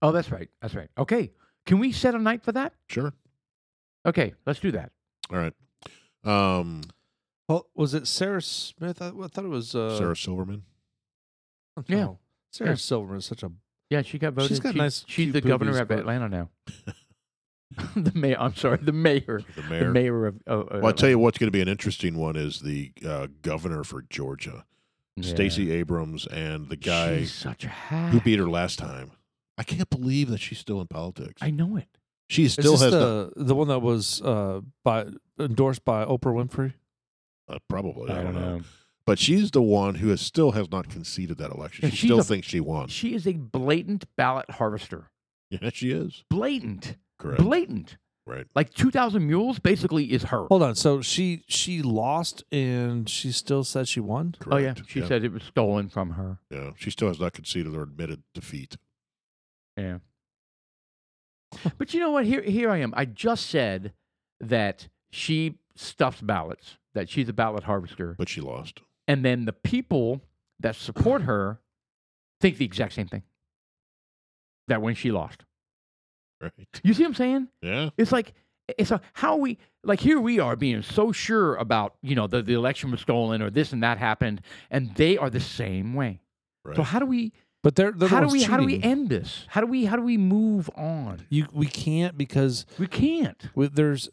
Speaker 2: Oh, that's right. That's right. Okay. Can we set a night for that?
Speaker 1: Sure.
Speaker 2: Okay, let's do that.
Speaker 1: All right. Um,
Speaker 3: well, was it Sarah Smith? I, I thought it was uh, oh,
Speaker 1: Sarah Silverman.
Speaker 3: no.
Speaker 2: Yeah.
Speaker 3: Sarah
Speaker 2: Yeah.
Speaker 3: Silverman is such a
Speaker 2: Yeah, she got voted.
Speaker 3: She's got
Speaker 2: she,
Speaker 3: nice,
Speaker 2: She's
Speaker 3: cute
Speaker 2: the governor
Speaker 3: boobies,
Speaker 2: of
Speaker 3: but-
Speaker 2: Atlanta now. the mayor. I'm sorry. The mayor.
Speaker 1: The
Speaker 2: The
Speaker 1: mayor.
Speaker 2: mayor of. of
Speaker 1: well, I tell you what's going to be an interesting one is the uh, governor for Georgia, Stacey Abrams, and the guy
Speaker 2: She's such a hack.
Speaker 1: who beat her last time. I can't believe that she's still in politics.
Speaker 2: I know it.
Speaker 1: she
Speaker 3: Is
Speaker 1: still
Speaker 3: this
Speaker 1: has the,
Speaker 3: the the one that was uh by endorsed by Oprah Winfrey.
Speaker 1: uh, probably. I, don't know. But she's the one who has still has not conceded that election.
Speaker 2: Yeah,
Speaker 1: She
Speaker 2: she's
Speaker 1: still
Speaker 2: a-
Speaker 1: thinks she won.
Speaker 2: She is a blatant ballot harvester.
Speaker 1: Yeah, she is.
Speaker 2: Blatant.
Speaker 1: Correct.
Speaker 2: Blatant.
Speaker 1: Right.
Speaker 2: Like 2,000 mules basically is her.
Speaker 3: Hold on, so she she lost and she still said she won.
Speaker 1: Correct.
Speaker 2: Oh yeah, she
Speaker 1: yeah.
Speaker 2: said it was stolen from her.
Speaker 1: Yeah. She still has not conceded or admitted defeat.
Speaker 2: Yeah. but you know what? Here, here I am. I just said that she stuffs ballots. That she's a ballot harvester,
Speaker 1: But she lost.
Speaker 2: and then the people that support her think the exact same thing. That when she lost,
Speaker 1: Right.
Speaker 2: you see what I'm saying?
Speaker 1: Yeah.
Speaker 2: It's like And so how we like here we are being so sure about you know the, the election was stolen or this and that happened, and they are the same way.
Speaker 1: Right.
Speaker 2: So how do we
Speaker 3: But they're, they're the
Speaker 2: how do
Speaker 3: ones
Speaker 2: we how do we
Speaker 3: cheating.
Speaker 2: end this? How do we how do we move on?
Speaker 3: You we can't because
Speaker 2: We can't.
Speaker 3: we, there's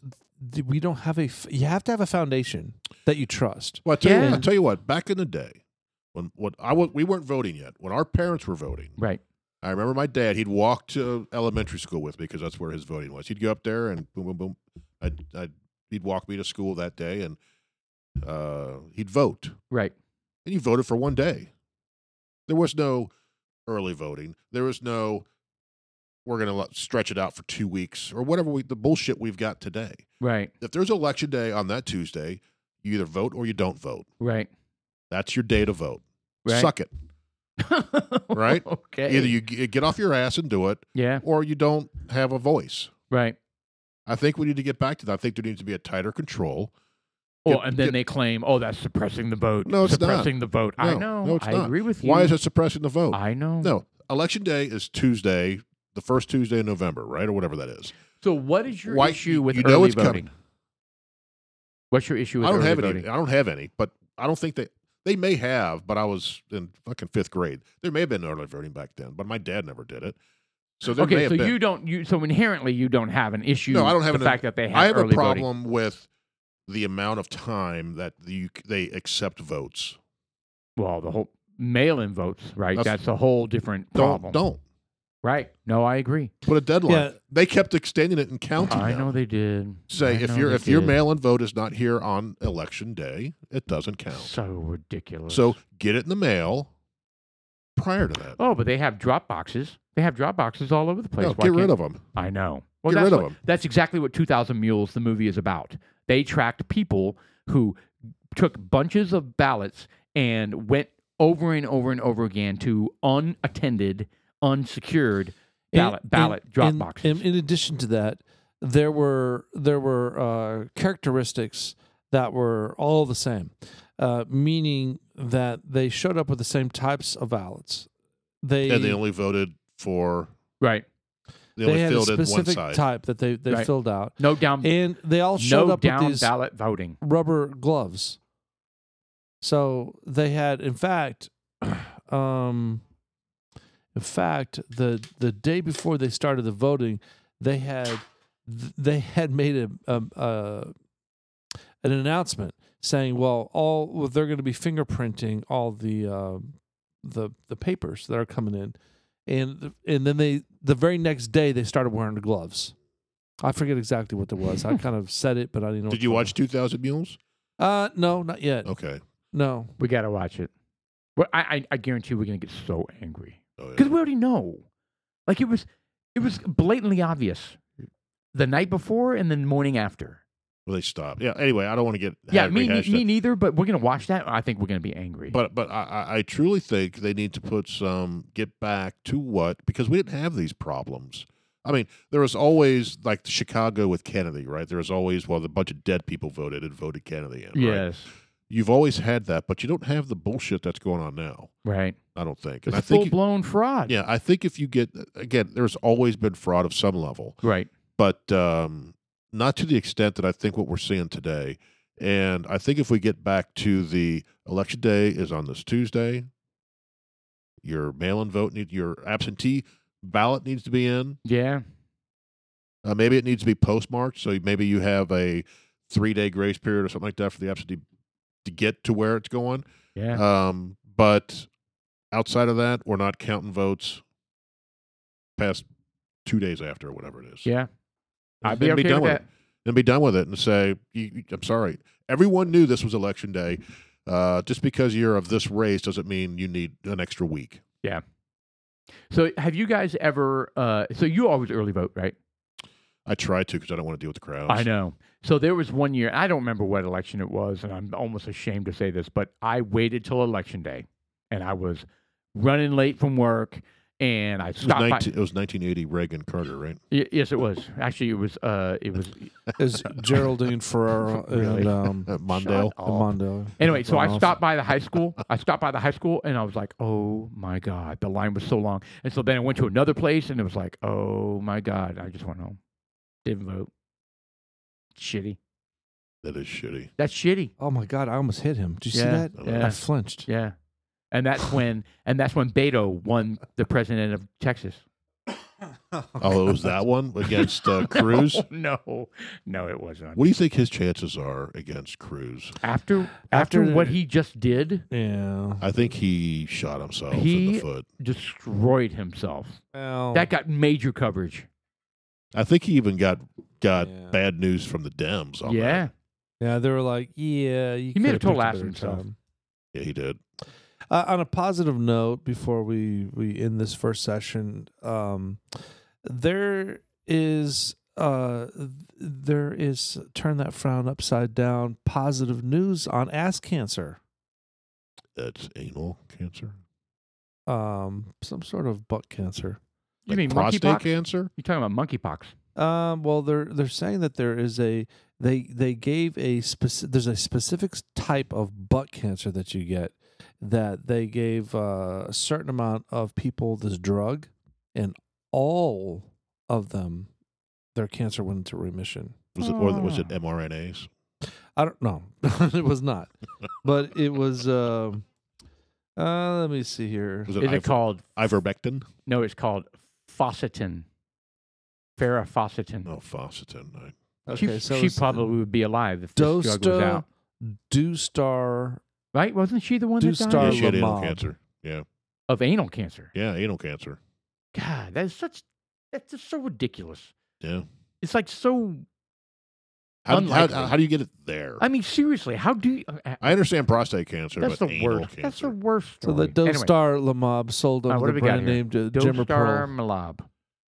Speaker 3: we don't have a f- you have to have a foundation that you trust.
Speaker 1: Well, I tell, you,
Speaker 2: Yeah.
Speaker 1: I tell you what. Back in the day, when when I wa- we weren't voting yet, when our parents were voting,
Speaker 2: Right.
Speaker 1: I remember my dad. He'd walk to elementary school with me because that's where his voting was. He'd go up there and boom, boom, boom. I'd, I'd he'd walk me to school that day, and uh, he'd vote.
Speaker 2: Right.
Speaker 1: And you voted for one day. There was no early voting. There was no we're going to stretch it out for two weeks or whatever we, the bullshit we've got today.
Speaker 2: Right.
Speaker 1: If there's election day on that Tuesday, you either vote or you don't vote.
Speaker 2: Right.
Speaker 1: That's your day to vote.
Speaker 2: Right. Eh,
Speaker 1: Suck it. Right?
Speaker 2: okay.
Speaker 1: Either you g- get off your ass and do it,
Speaker 2: yeah.
Speaker 1: or you don't have a voice.
Speaker 2: Right.
Speaker 1: I think we need to get back to that. I think there needs to be a tighter control.
Speaker 2: Oh,
Speaker 1: Get-
Speaker 2: and then
Speaker 1: get-
Speaker 2: they claim, oh, that's suppressing the vote.
Speaker 1: No, it's not.
Speaker 2: suppressing the vote. I
Speaker 1: No,
Speaker 2: know.
Speaker 1: no, it's
Speaker 2: I
Speaker 1: not.
Speaker 2: agree with you.
Speaker 1: Why is it suppressing the vote?
Speaker 2: I know.
Speaker 1: No, election day is Tuesday, the first Tuesday in November, right, or whatever that is.
Speaker 2: So what is your
Speaker 1: Why-
Speaker 2: issue with
Speaker 1: you
Speaker 2: early
Speaker 1: know it's coming.
Speaker 2: voting? What's your issue with
Speaker 1: I don't
Speaker 2: early
Speaker 1: have
Speaker 2: voting?
Speaker 1: any. I don't have any, but I don't think they they may have. But I was in fucking fifth grade. There may have been early voting back then, but my dad never did it. So there may
Speaker 2: okay,
Speaker 1: have
Speaker 2: so
Speaker 1: been.
Speaker 2: you don't you so inherently you don't have an issue
Speaker 1: No, I don't have
Speaker 2: the
Speaker 1: an-
Speaker 2: fact that they have,
Speaker 1: I have a
Speaker 2: early voting.
Speaker 1: problem with the amount of time that you c- they accept votes.
Speaker 2: Well, the whole mail in votes, right? That's,
Speaker 1: That's-
Speaker 2: a whole different
Speaker 1: Don't
Speaker 2: problem.
Speaker 1: don't
Speaker 2: Right. No, I agree.
Speaker 1: put a deadline.
Speaker 3: Yeah.
Speaker 1: They kept extending it and counting.
Speaker 2: I
Speaker 1: now.
Speaker 2: know they did.
Speaker 1: Say
Speaker 2: I
Speaker 1: if
Speaker 2: know
Speaker 1: your
Speaker 2: they
Speaker 1: if your
Speaker 2: did.
Speaker 1: mail-in vote is not here on election day, it doesn't count.
Speaker 2: so ridiculous.
Speaker 1: So get it in the mail prior to that.
Speaker 2: Oh, but they have drop boxes. They have drop boxes all over the place.
Speaker 1: no,
Speaker 2: Why
Speaker 1: get rid
Speaker 2: can't-
Speaker 1: of them.
Speaker 2: I know. Well,
Speaker 1: Get
Speaker 2: that's
Speaker 1: rid of
Speaker 2: what-
Speaker 1: 'em.
Speaker 2: That's exactly what 2,000 Mules, the movie, is about. They tracked people who took bunches of ballots and went over and over and over again to unattended, unsecured ballot
Speaker 3: And-
Speaker 2: ballot
Speaker 3: and-
Speaker 2: drop
Speaker 3: and-
Speaker 2: boxes.
Speaker 3: and in addition to that, there were there were uh, characteristics that were all the same, uh, meaning that they showed up with the same types of ballots. They
Speaker 1: And they only voted for
Speaker 2: right.
Speaker 1: they,
Speaker 3: they
Speaker 1: only
Speaker 3: had a
Speaker 1: filled in one
Speaker 3: specific
Speaker 1: side.
Speaker 3: type that they they
Speaker 2: Right.
Speaker 3: filled out,
Speaker 2: No down.
Speaker 3: and they all showed
Speaker 2: No
Speaker 3: up with
Speaker 2: down
Speaker 3: these
Speaker 2: ballot voting.
Speaker 3: rubber gloves. So they had, in fact, um, in fact, the the day before they started the voting, they had th- they had made a, um uh an announcement saying, well, all well, they're going to be fingerprinting all the uh, the the papers that are coming in, and and then they the very next day they started wearing the gloves. I forget exactly what there was. I kind of said it, but I didn't know.
Speaker 1: Did
Speaker 3: what
Speaker 1: you
Speaker 3: the-
Speaker 1: watch Two Thousand Mules?
Speaker 3: uh, no, not yet.
Speaker 1: Okay.
Speaker 3: No.
Speaker 2: We got to watch it. Well, I, I, I guarantee we're going to get so angry.
Speaker 1: Oh, yeah.
Speaker 2: because we already know. Like it was, it was blatantly obvious the night before and then morning after.
Speaker 1: Well, they stopped. Yeah. Anyway, I don't want to get
Speaker 2: Yeah,
Speaker 1: have-
Speaker 2: me,
Speaker 1: rehash
Speaker 2: me,
Speaker 1: that.
Speaker 2: me neither. But we're gonna watch that. I think we're gonna be angry.
Speaker 1: But but I, I- I truly think they need to put some get back to what because we didn't have these problems. I mean, there was always like Chicago with Kennedy, right? There was always well, the bunch of dead people voted and voted Kennedy in. right?
Speaker 2: yes,
Speaker 1: you've always had that, but you don't have the bullshit that's going on now.
Speaker 2: right.
Speaker 1: I don't think. And
Speaker 2: It's
Speaker 1: I
Speaker 2: full
Speaker 1: think you-
Speaker 2: blown fraud.
Speaker 1: yeah, I think if you get again, there's always been fraud of some level,
Speaker 2: Right.
Speaker 1: but um, not to the extent that I think what we're seeing today. And I think if we get back to the election day is on this Tuesday, your mail-in vote need your absentee ballot needs to be in.
Speaker 2: Yeah.
Speaker 1: Uh, maybe it needs to be postmarked, so maybe you have a three-day grace period or something like that for the absentee to get to where it's going.
Speaker 2: Yeah.
Speaker 1: Um, but outside of that, we're not counting votes past two days after or whatever it is.
Speaker 2: yeah. I'd
Speaker 1: And
Speaker 2: be
Speaker 1: then
Speaker 2: okay
Speaker 1: done
Speaker 2: with
Speaker 1: with
Speaker 2: that.
Speaker 1: it. And be done with it and say, you, you- I'm sorry. Everyone knew this was election day. Uh, just because you're of this race doesn't mean you need an extra week.
Speaker 2: So, have you guys ever? Uh, so you always early vote, right?
Speaker 1: I try to because I don't want to deal with the crowds.
Speaker 2: I know. So there was one year. I don't remember what election it was, and I'm almost ashamed to say this, but I waited till election day, and I was running late from work, and I
Speaker 1: It was,
Speaker 2: stopped. by-
Speaker 1: 19 it was 1980 Reagan Carter, right?
Speaker 2: Y- yes, it was. Actually, it was. Uh, it was.
Speaker 3: Is Geraldine Ferraro
Speaker 2: Really?
Speaker 3: and um,
Speaker 1: Uh, Mondale.
Speaker 2: Shut up.
Speaker 3: Mondo.
Speaker 2: Anyway, so I
Speaker 3: Ralph.
Speaker 2: stopped by the high school. I stopped by the high school and I was like, oh my God, the line was so long. And so then I went to another place and it was like, oh my God, I just went home. Didn't vote. Shitty.
Speaker 1: That is shitty.
Speaker 2: That's shitty.
Speaker 3: Oh my god, I almost hit him. Did you
Speaker 2: Yeah,
Speaker 3: see that?
Speaker 2: yeah.
Speaker 3: I flinched.
Speaker 2: Yeah. And that's when and that's when Beto won the president of Texas.
Speaker 1: Oh, it was that one against uh, Cruz.
Speaker 2: No, no, it wasn't.
Speaker 1: What do you think his chances are against Cruz?
Speaker 2: After after,
Speaker 3: After-
Speaker 2: what he just did,
Speaker 3: Yeah.
Speaker 1: I think he shot himself in
Speaker 2: He-
Speaker 1: the foot.
Speaker 2: destroyed himself.
Speaker 3: Well,
Speaker 2: That got major coverage.
Speaker 1: I think he even got got
Speaker 3: Yeah.
Speaker 1: bad news from the Dems on
Speaker 2: yeah.
Speaker 1: that.
Speaker 3: yeah, they were like, yeah, you
Speaker 2: He made a
Speaker 3: could've
Speaker 2: total
Speaker 3: picked
Speaker 2: ass of
Speaker 3: better
Speaker 2: himself.
Speaker 3: time.
Speaker 1: Yeah, he did.
Speaker 3: Uh, on a positive note, before we we end this first session, um, there is uh th- there is turn that frown upside down positive news on ass cancer
Speaker 1: That's anal cancer.
Speaker 3: um some sort of butt cancer
Speaker 2: You
Speaker 1: Like
Speaker 2: mean
Speaker 1: prostate
Speaker 2: monkeypox?
Speaker 1: cancer?
Speaker 2: You're talking about monkeypox.
Speaker 3: Um, well, they're they're saying that there is a they they gave a specific there's a specific type of butt cancer that you get that they gave uh, a certain amount of people this drug, and all of them their cancer went into remission.
Speaker 1: Was it or was it
Speaker 2: Ah.
Speaker 1: mRNAs?
Speaker 3: I don't know, it was not, but it was. Um, uh, let me see here.
Speaker 1: Was
Speaker 2: Is it
Speaker 1: iver-
Speaker 2: called
Speaker 1: ivermectin?
Speaker 2: no, it's called Fositin. Farah Fositin.
Speaker 1: No, Fositin. I-
Speaker 3: Oh, Okay,
Speaker 2: she
Speaker 3: so
Speaker 2: she
Speaker 3: it's
Speaker 2: probably would be alive if this drug was
Speaker 3: Dosta
Speaker 2: out.
Speaker 3: Doustar
Speaker 2: Right? Wasn't she the one that
Speaker 1: Yeah,
Speaker 3: Or
Speaker 2: died
Speaker 1: she had anal
Speaker 3: Lamont.
Speaker 1: cancer. Yeah,
Speaker 2: of anal cancer?
Speaker 1: yeah, anal cancer.
Speaker 2: God, that is such that's just so ridiculous.
Speaker 1: Yeah.
Speaker 2: It's like so
Speaker 1: How, how,
Speaker 2: Unlikely.
Speaker 1: how do you get it there?
Speaker 2: I mean, seriously, how do you? uh,
Speaker 1: I understand prostate cancer,
Speaker 2: That's
Speaker 1: but
Speaker 2: the
Speaker 1: anal
Speaker 2: worst.
Speaker 1: cancer.
Speaker 2: That's the worst.
Speaker 3: So the
Speaker 2: story.
Speaker 3: Doe
Speaker 2: Anyway,
Speaker 3: Star Lamob sold him
Speaker 2: Uh, what
Speaker 3: the
Speaker 2: do we got
Speaker 3: brand
Speaker 2: here?
Speaker 3: name to Jimmer
Speaker 2: Dostar
Speaker 3: Pearl.
Speaker 2: Malab.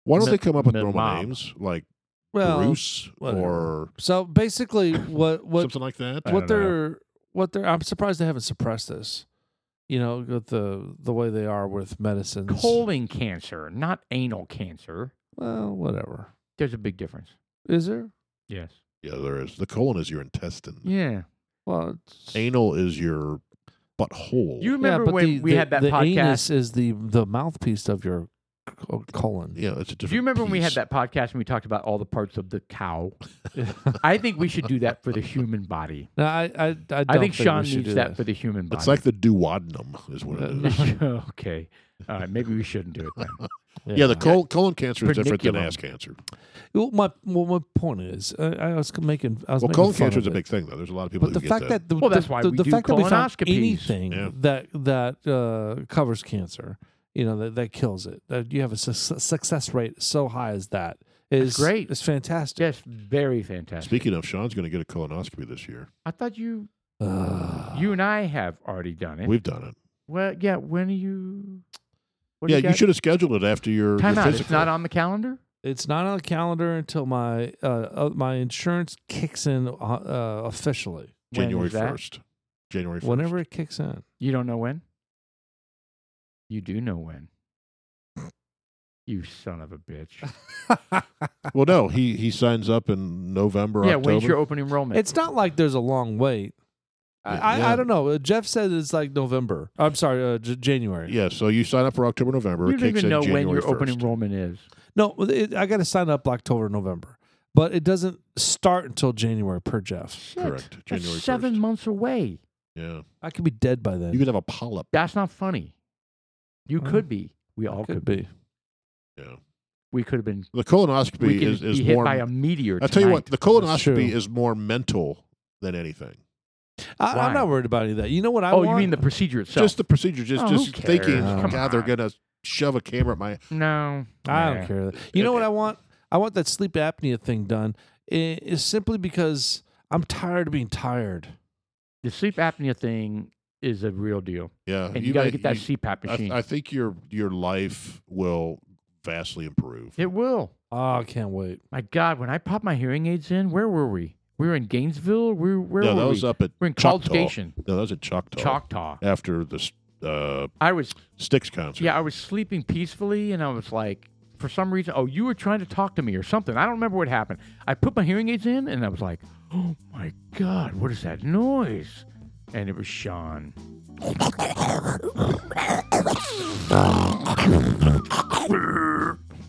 Speaker 1: Why don't
Speaker 2: Mi-
Speaker 1: they come up with
Speaker 2: mi-
Speaker 1: normal
Speaker 2: mob.
Speaker 1: names like
Speaker 3: Well,
Speaker 1: Bruce
Speaker 3: whatever.
Speaker 1: or
Speaker 3: so basically, what what
Speaker 1: something like that?
Speaker 2: I don't
Speaker 3: what
Speaker 2: know.
Speaker 3: they're what they're I'm surprised they haven't suppressed this. You know, with the the way they are with medicines.
Speaker 2: Colon cancer, not anal cancer.
Speaker 3: Well, whatever.
Speaker 2: There's a big difference.
Speaker 3: Is there?
Speaker 2: Yes.
Speaker 1: Yeah, there is. The colon is your intestine.
Speaker 2: Yeah.
Speaker 3: Well, it's,
Speaker 1: Anal is your butthole.
Speaker 2: You
Speaker 3: Yeah,
Speaker 2: remember
Speaker 3: but
Speaker 2: when
Speaker 3: the-
Speaker 2: we
Speaker 3: the-
Speaker 2: had that
Speaker 3: the
Speaker 2: podcast?
Speaker 3: Anus is the the mouthpiece of your co- colon.
Speaker 1: yeah, it's a different.
Speaker 2: Do you remember when we had
Speaker 1: piece.
Speaker 2: that podcast and we talked about all the parts of the cow? I think we should do that for the human body.
Speaker 3: No, I I I, don't
Speaker 2: I think
Speaker 3: we
Speaker 2: Sean
Speaker 3: should do
Speaker 2: needs that for the human body.
Speaker 1: It's like the duodenum is what it
Speaker 3: Uh,
Speaker 1: is.
Speaker 2: okay. All right. Maybe we shouldn't do it then.
Speaker 1: Yeah, the col- colon cancer is different than
Speaker 2: Perniculum.
Speaker 1: ass cancer.
Speaker 3: Well, my well, my point is, I, I was making. I was
Speaker 1: Well,
Speaker 3: making
Speaker 1: colon
Speaker 3: fun
Speaker 1: cancer
Speaker 3: of
Speaker 1: is a
Speaker 3: it.
Speaker 1: big thing though. There's a lot of people
Speaker 3: But
Speaker 1: who
Speaker 3: the
Speaker 1: get
Speaker 3: fact
Speaker 1: that.
Speaker 3: that the,
Speaker 2: Well, that's
Speaker 3: the-
Speaker 2: why
Speaker 3: the,
Speaker 2: we
Speaker 3: the
Speaker 2: do
Speaker 3: fact that we found
Speaker 2: colonoscopies.
Speaker 3: anything
Speaker 1: Yeah.
Speaker 3: that that uh, covers cancer, you know, that, that kills it. That you have a suc success rate so high as that is
Speaker 2: great.
Speaker 3: It's fantastic.
Speaker 2: Yes, very fantastic.
Speaker 1: Speaking of, Sean's going to get a colonoscopy this year.
Speaker 2: I thought you
Speaker 1: Ah.
Speaker 3: Ugh.
Speaker 2: you and I have already done it.
Speaker 1: We've done it.
Speaker 2: Well, yeah. When are you? What do
Speaker 1: yeah, you,
Speaker 2: got?
Speaker 1: should have scheduled it after your,
Speaker 2: Time
Speaker 1: your
Speaker 2: out.
Speaker 1: physical.
Speaker 2: It's not on the calendar.
Speaker 3: it's not on the calendar until my uh, uh, my insurance kicks in uh, uh, officially.
Speaker 2: When is
Speaker 1: January
Speaker 2: that?
Speaker 1: first. January first.
Speaker 3: Whenever it kicks in,
Speaker 2: You don't know when. You do know when. You son of a bitch.
Speaker 1: Well, no, he he signs up in November.
Speaker 2: yeah,
Speaker 1: October.
Speaker 2: when's your open enrollment?
Speaker 3: it's not like there's a long wait. I, I,
Speaker 1: Yeah.
Speaker 3: I don't know. Uh, Jeff said it's like November. I'm sorry, uh, J- January.
Speaker 1: Yeah, so you sign up for October, November.
Speaker 2: you
Speaker 1: it
Speaker 2: don't
Speaker 1: kicks
Speaker 2: even
Speaker 1: in
Speaker 2: know
Speaker 1: January
Speaker 2: when your open
Speaker 1: 1st.
Speaker 2: enrollment is.
Speaker 3: No, it, I got to sign up October, November, but it doesn't start until January per Jeff.
Speaker 2: Shit,
Speaker 1: Correct,
Speaker 2: that's
Speaker 1: January
Speaker 2: seven
Speaker 1: 1st.
Speaker 2: months away.
Speaker 1: Yeah,
Speaker 3: I could be dead by then.
Speaker 1: you could have a polyp.
Speaker 2: That's not funny. You
Speaker 3: Well,
Speaker 2: could be. We all
Speaker 3: I
Speaker 2: could,
Speaker 3: could be.
Speaker 1: Yeah,
Speaker 2: We could have been.
Speaker 1: the colonoscopy
Speaker 2: We could
Speaker 1: is is
Speaker 2: be hit
Speaker 1: more.
Speaker 2: by a meteor.
Speaker 1: I'll tell you what,
Speaker 2: tonight.
Speaker 1: the colonoscopy
Speaker 3: true.
Speaker 1: is more mental than anything.
Speaker 3: I,
Speaker 2: Why?
Speaker 3: I'm not worried about any of that. You know what I
Speaker 2: oh,
Speaker 3: want?
Speaker 2: you mean the procedure itself?
Speaker 1: Just the procedure, just
Speaker 2: Oh, who
Speaker 1: just thinking,
Speaker 2: cares?
Speaker 3: Come
Speaker 1: God, they're
Speaker 2: on.
Speaker 1: gonna shove a camera at my.
Speaker 2: no.
Speaker 3: I
Speaker 2: Nah.
Speaker 3: don't care. You know what I want? I want that sleep apnea thing done. It is simply because I'm tired of being tired.
Speaker 2: The sleep apnea thing is a real deal,
Speaker 1: Yeah,
Speaker 2: and you, got to
Speaker 1: may-
Speaker 2: get that
Speaker 1: Uh, you-
Speaker 2: CPAP
Speaker 1: I,
Speaker 2: machine.
Speaker 1: I think your your life will vastly improve.
Speaker 2: it will.
Speaker 3: Oh, I can't wait.
Speaker 2: My God, when I popped my hearing aids in, where were we? We were in Gainesville. We were, where
Speaker 1: no,
Speaker 2: were
Speaker 1: that was
Speaker 2: we?
Speaker 1: up at
Speaker 2: We're in Cold
Speaker 1: Choctaw.
Speaker 2: Station,
Speaker 1: No, that was at Choctaw.
Speaker 2: Choctaw.
Speaker 1: After the s- uh,
Speaker 2: I was
Speaker 1: Sticks concert.
Speaker 2: yeah, I was sleeping peacefully, and I was like, for some reason, oh, you were trying to talk to me or something. I don't remember what happened. I put my hearing aids in, and I was like, oh my God, what is that noise? And it was Sean.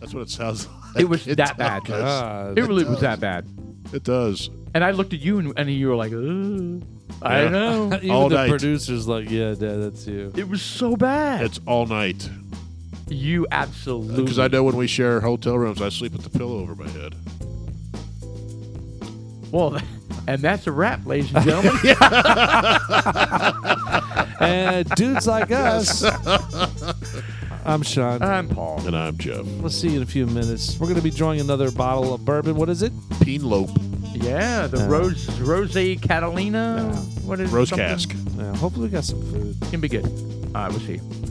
Speaker 1: that's what it sounds like.
Speaker 2: It was
Speaker 1: It
Speaker 2: that bad.
Speaker 1: does.
Speaker 2: Uh, Ah.
Speaker 3: Uh,
Speaker 2: It really was that bad.
Speaker 1: It does.
Speaker 2: And I looked at you, and, and you were like, "Ugh, I
Speaker 1: Yeah.
Speaker 2: know.
Speaker 3: Even
Speaker 1: All
Speaker 3: the
Speaker 1: night.
Speaker 3: producer's like, yeah, Dad, that's you.
Speaker 2: it was so bad.
Speaker 1: It's all night.
Speaker 2: you absolutely.
Speaker 1: Because I know when we share hotel rooms, I sleep with the pillow over my head.
Speaker 2: Well, and that's a wrap, ladies and gentlemen.
Speaker 3: and dudes like us. I'm Sean.
Speaker 2: I'm Paul.
Speaker 1: And I'm Jeff.
Speaker 3: we'll see you in a few minutes. We're going to be drawing another bottle of bourbon. What is it?
Speaker 1: Peenlope.
Speaker 2: Yeah, the
Speaker 3: Uh,
Speaker 2: Rose Rose Catalina.
Speaker 3: Yeah.
Speaker 2: What is it?
Speaker 1: Rose
Speaker 2: Something-
Speaker 1: cask.
Speaker 3: Yeah, Uh, hopefully, we got some food.
Speaker 2: Can be good. All right, we'll see you.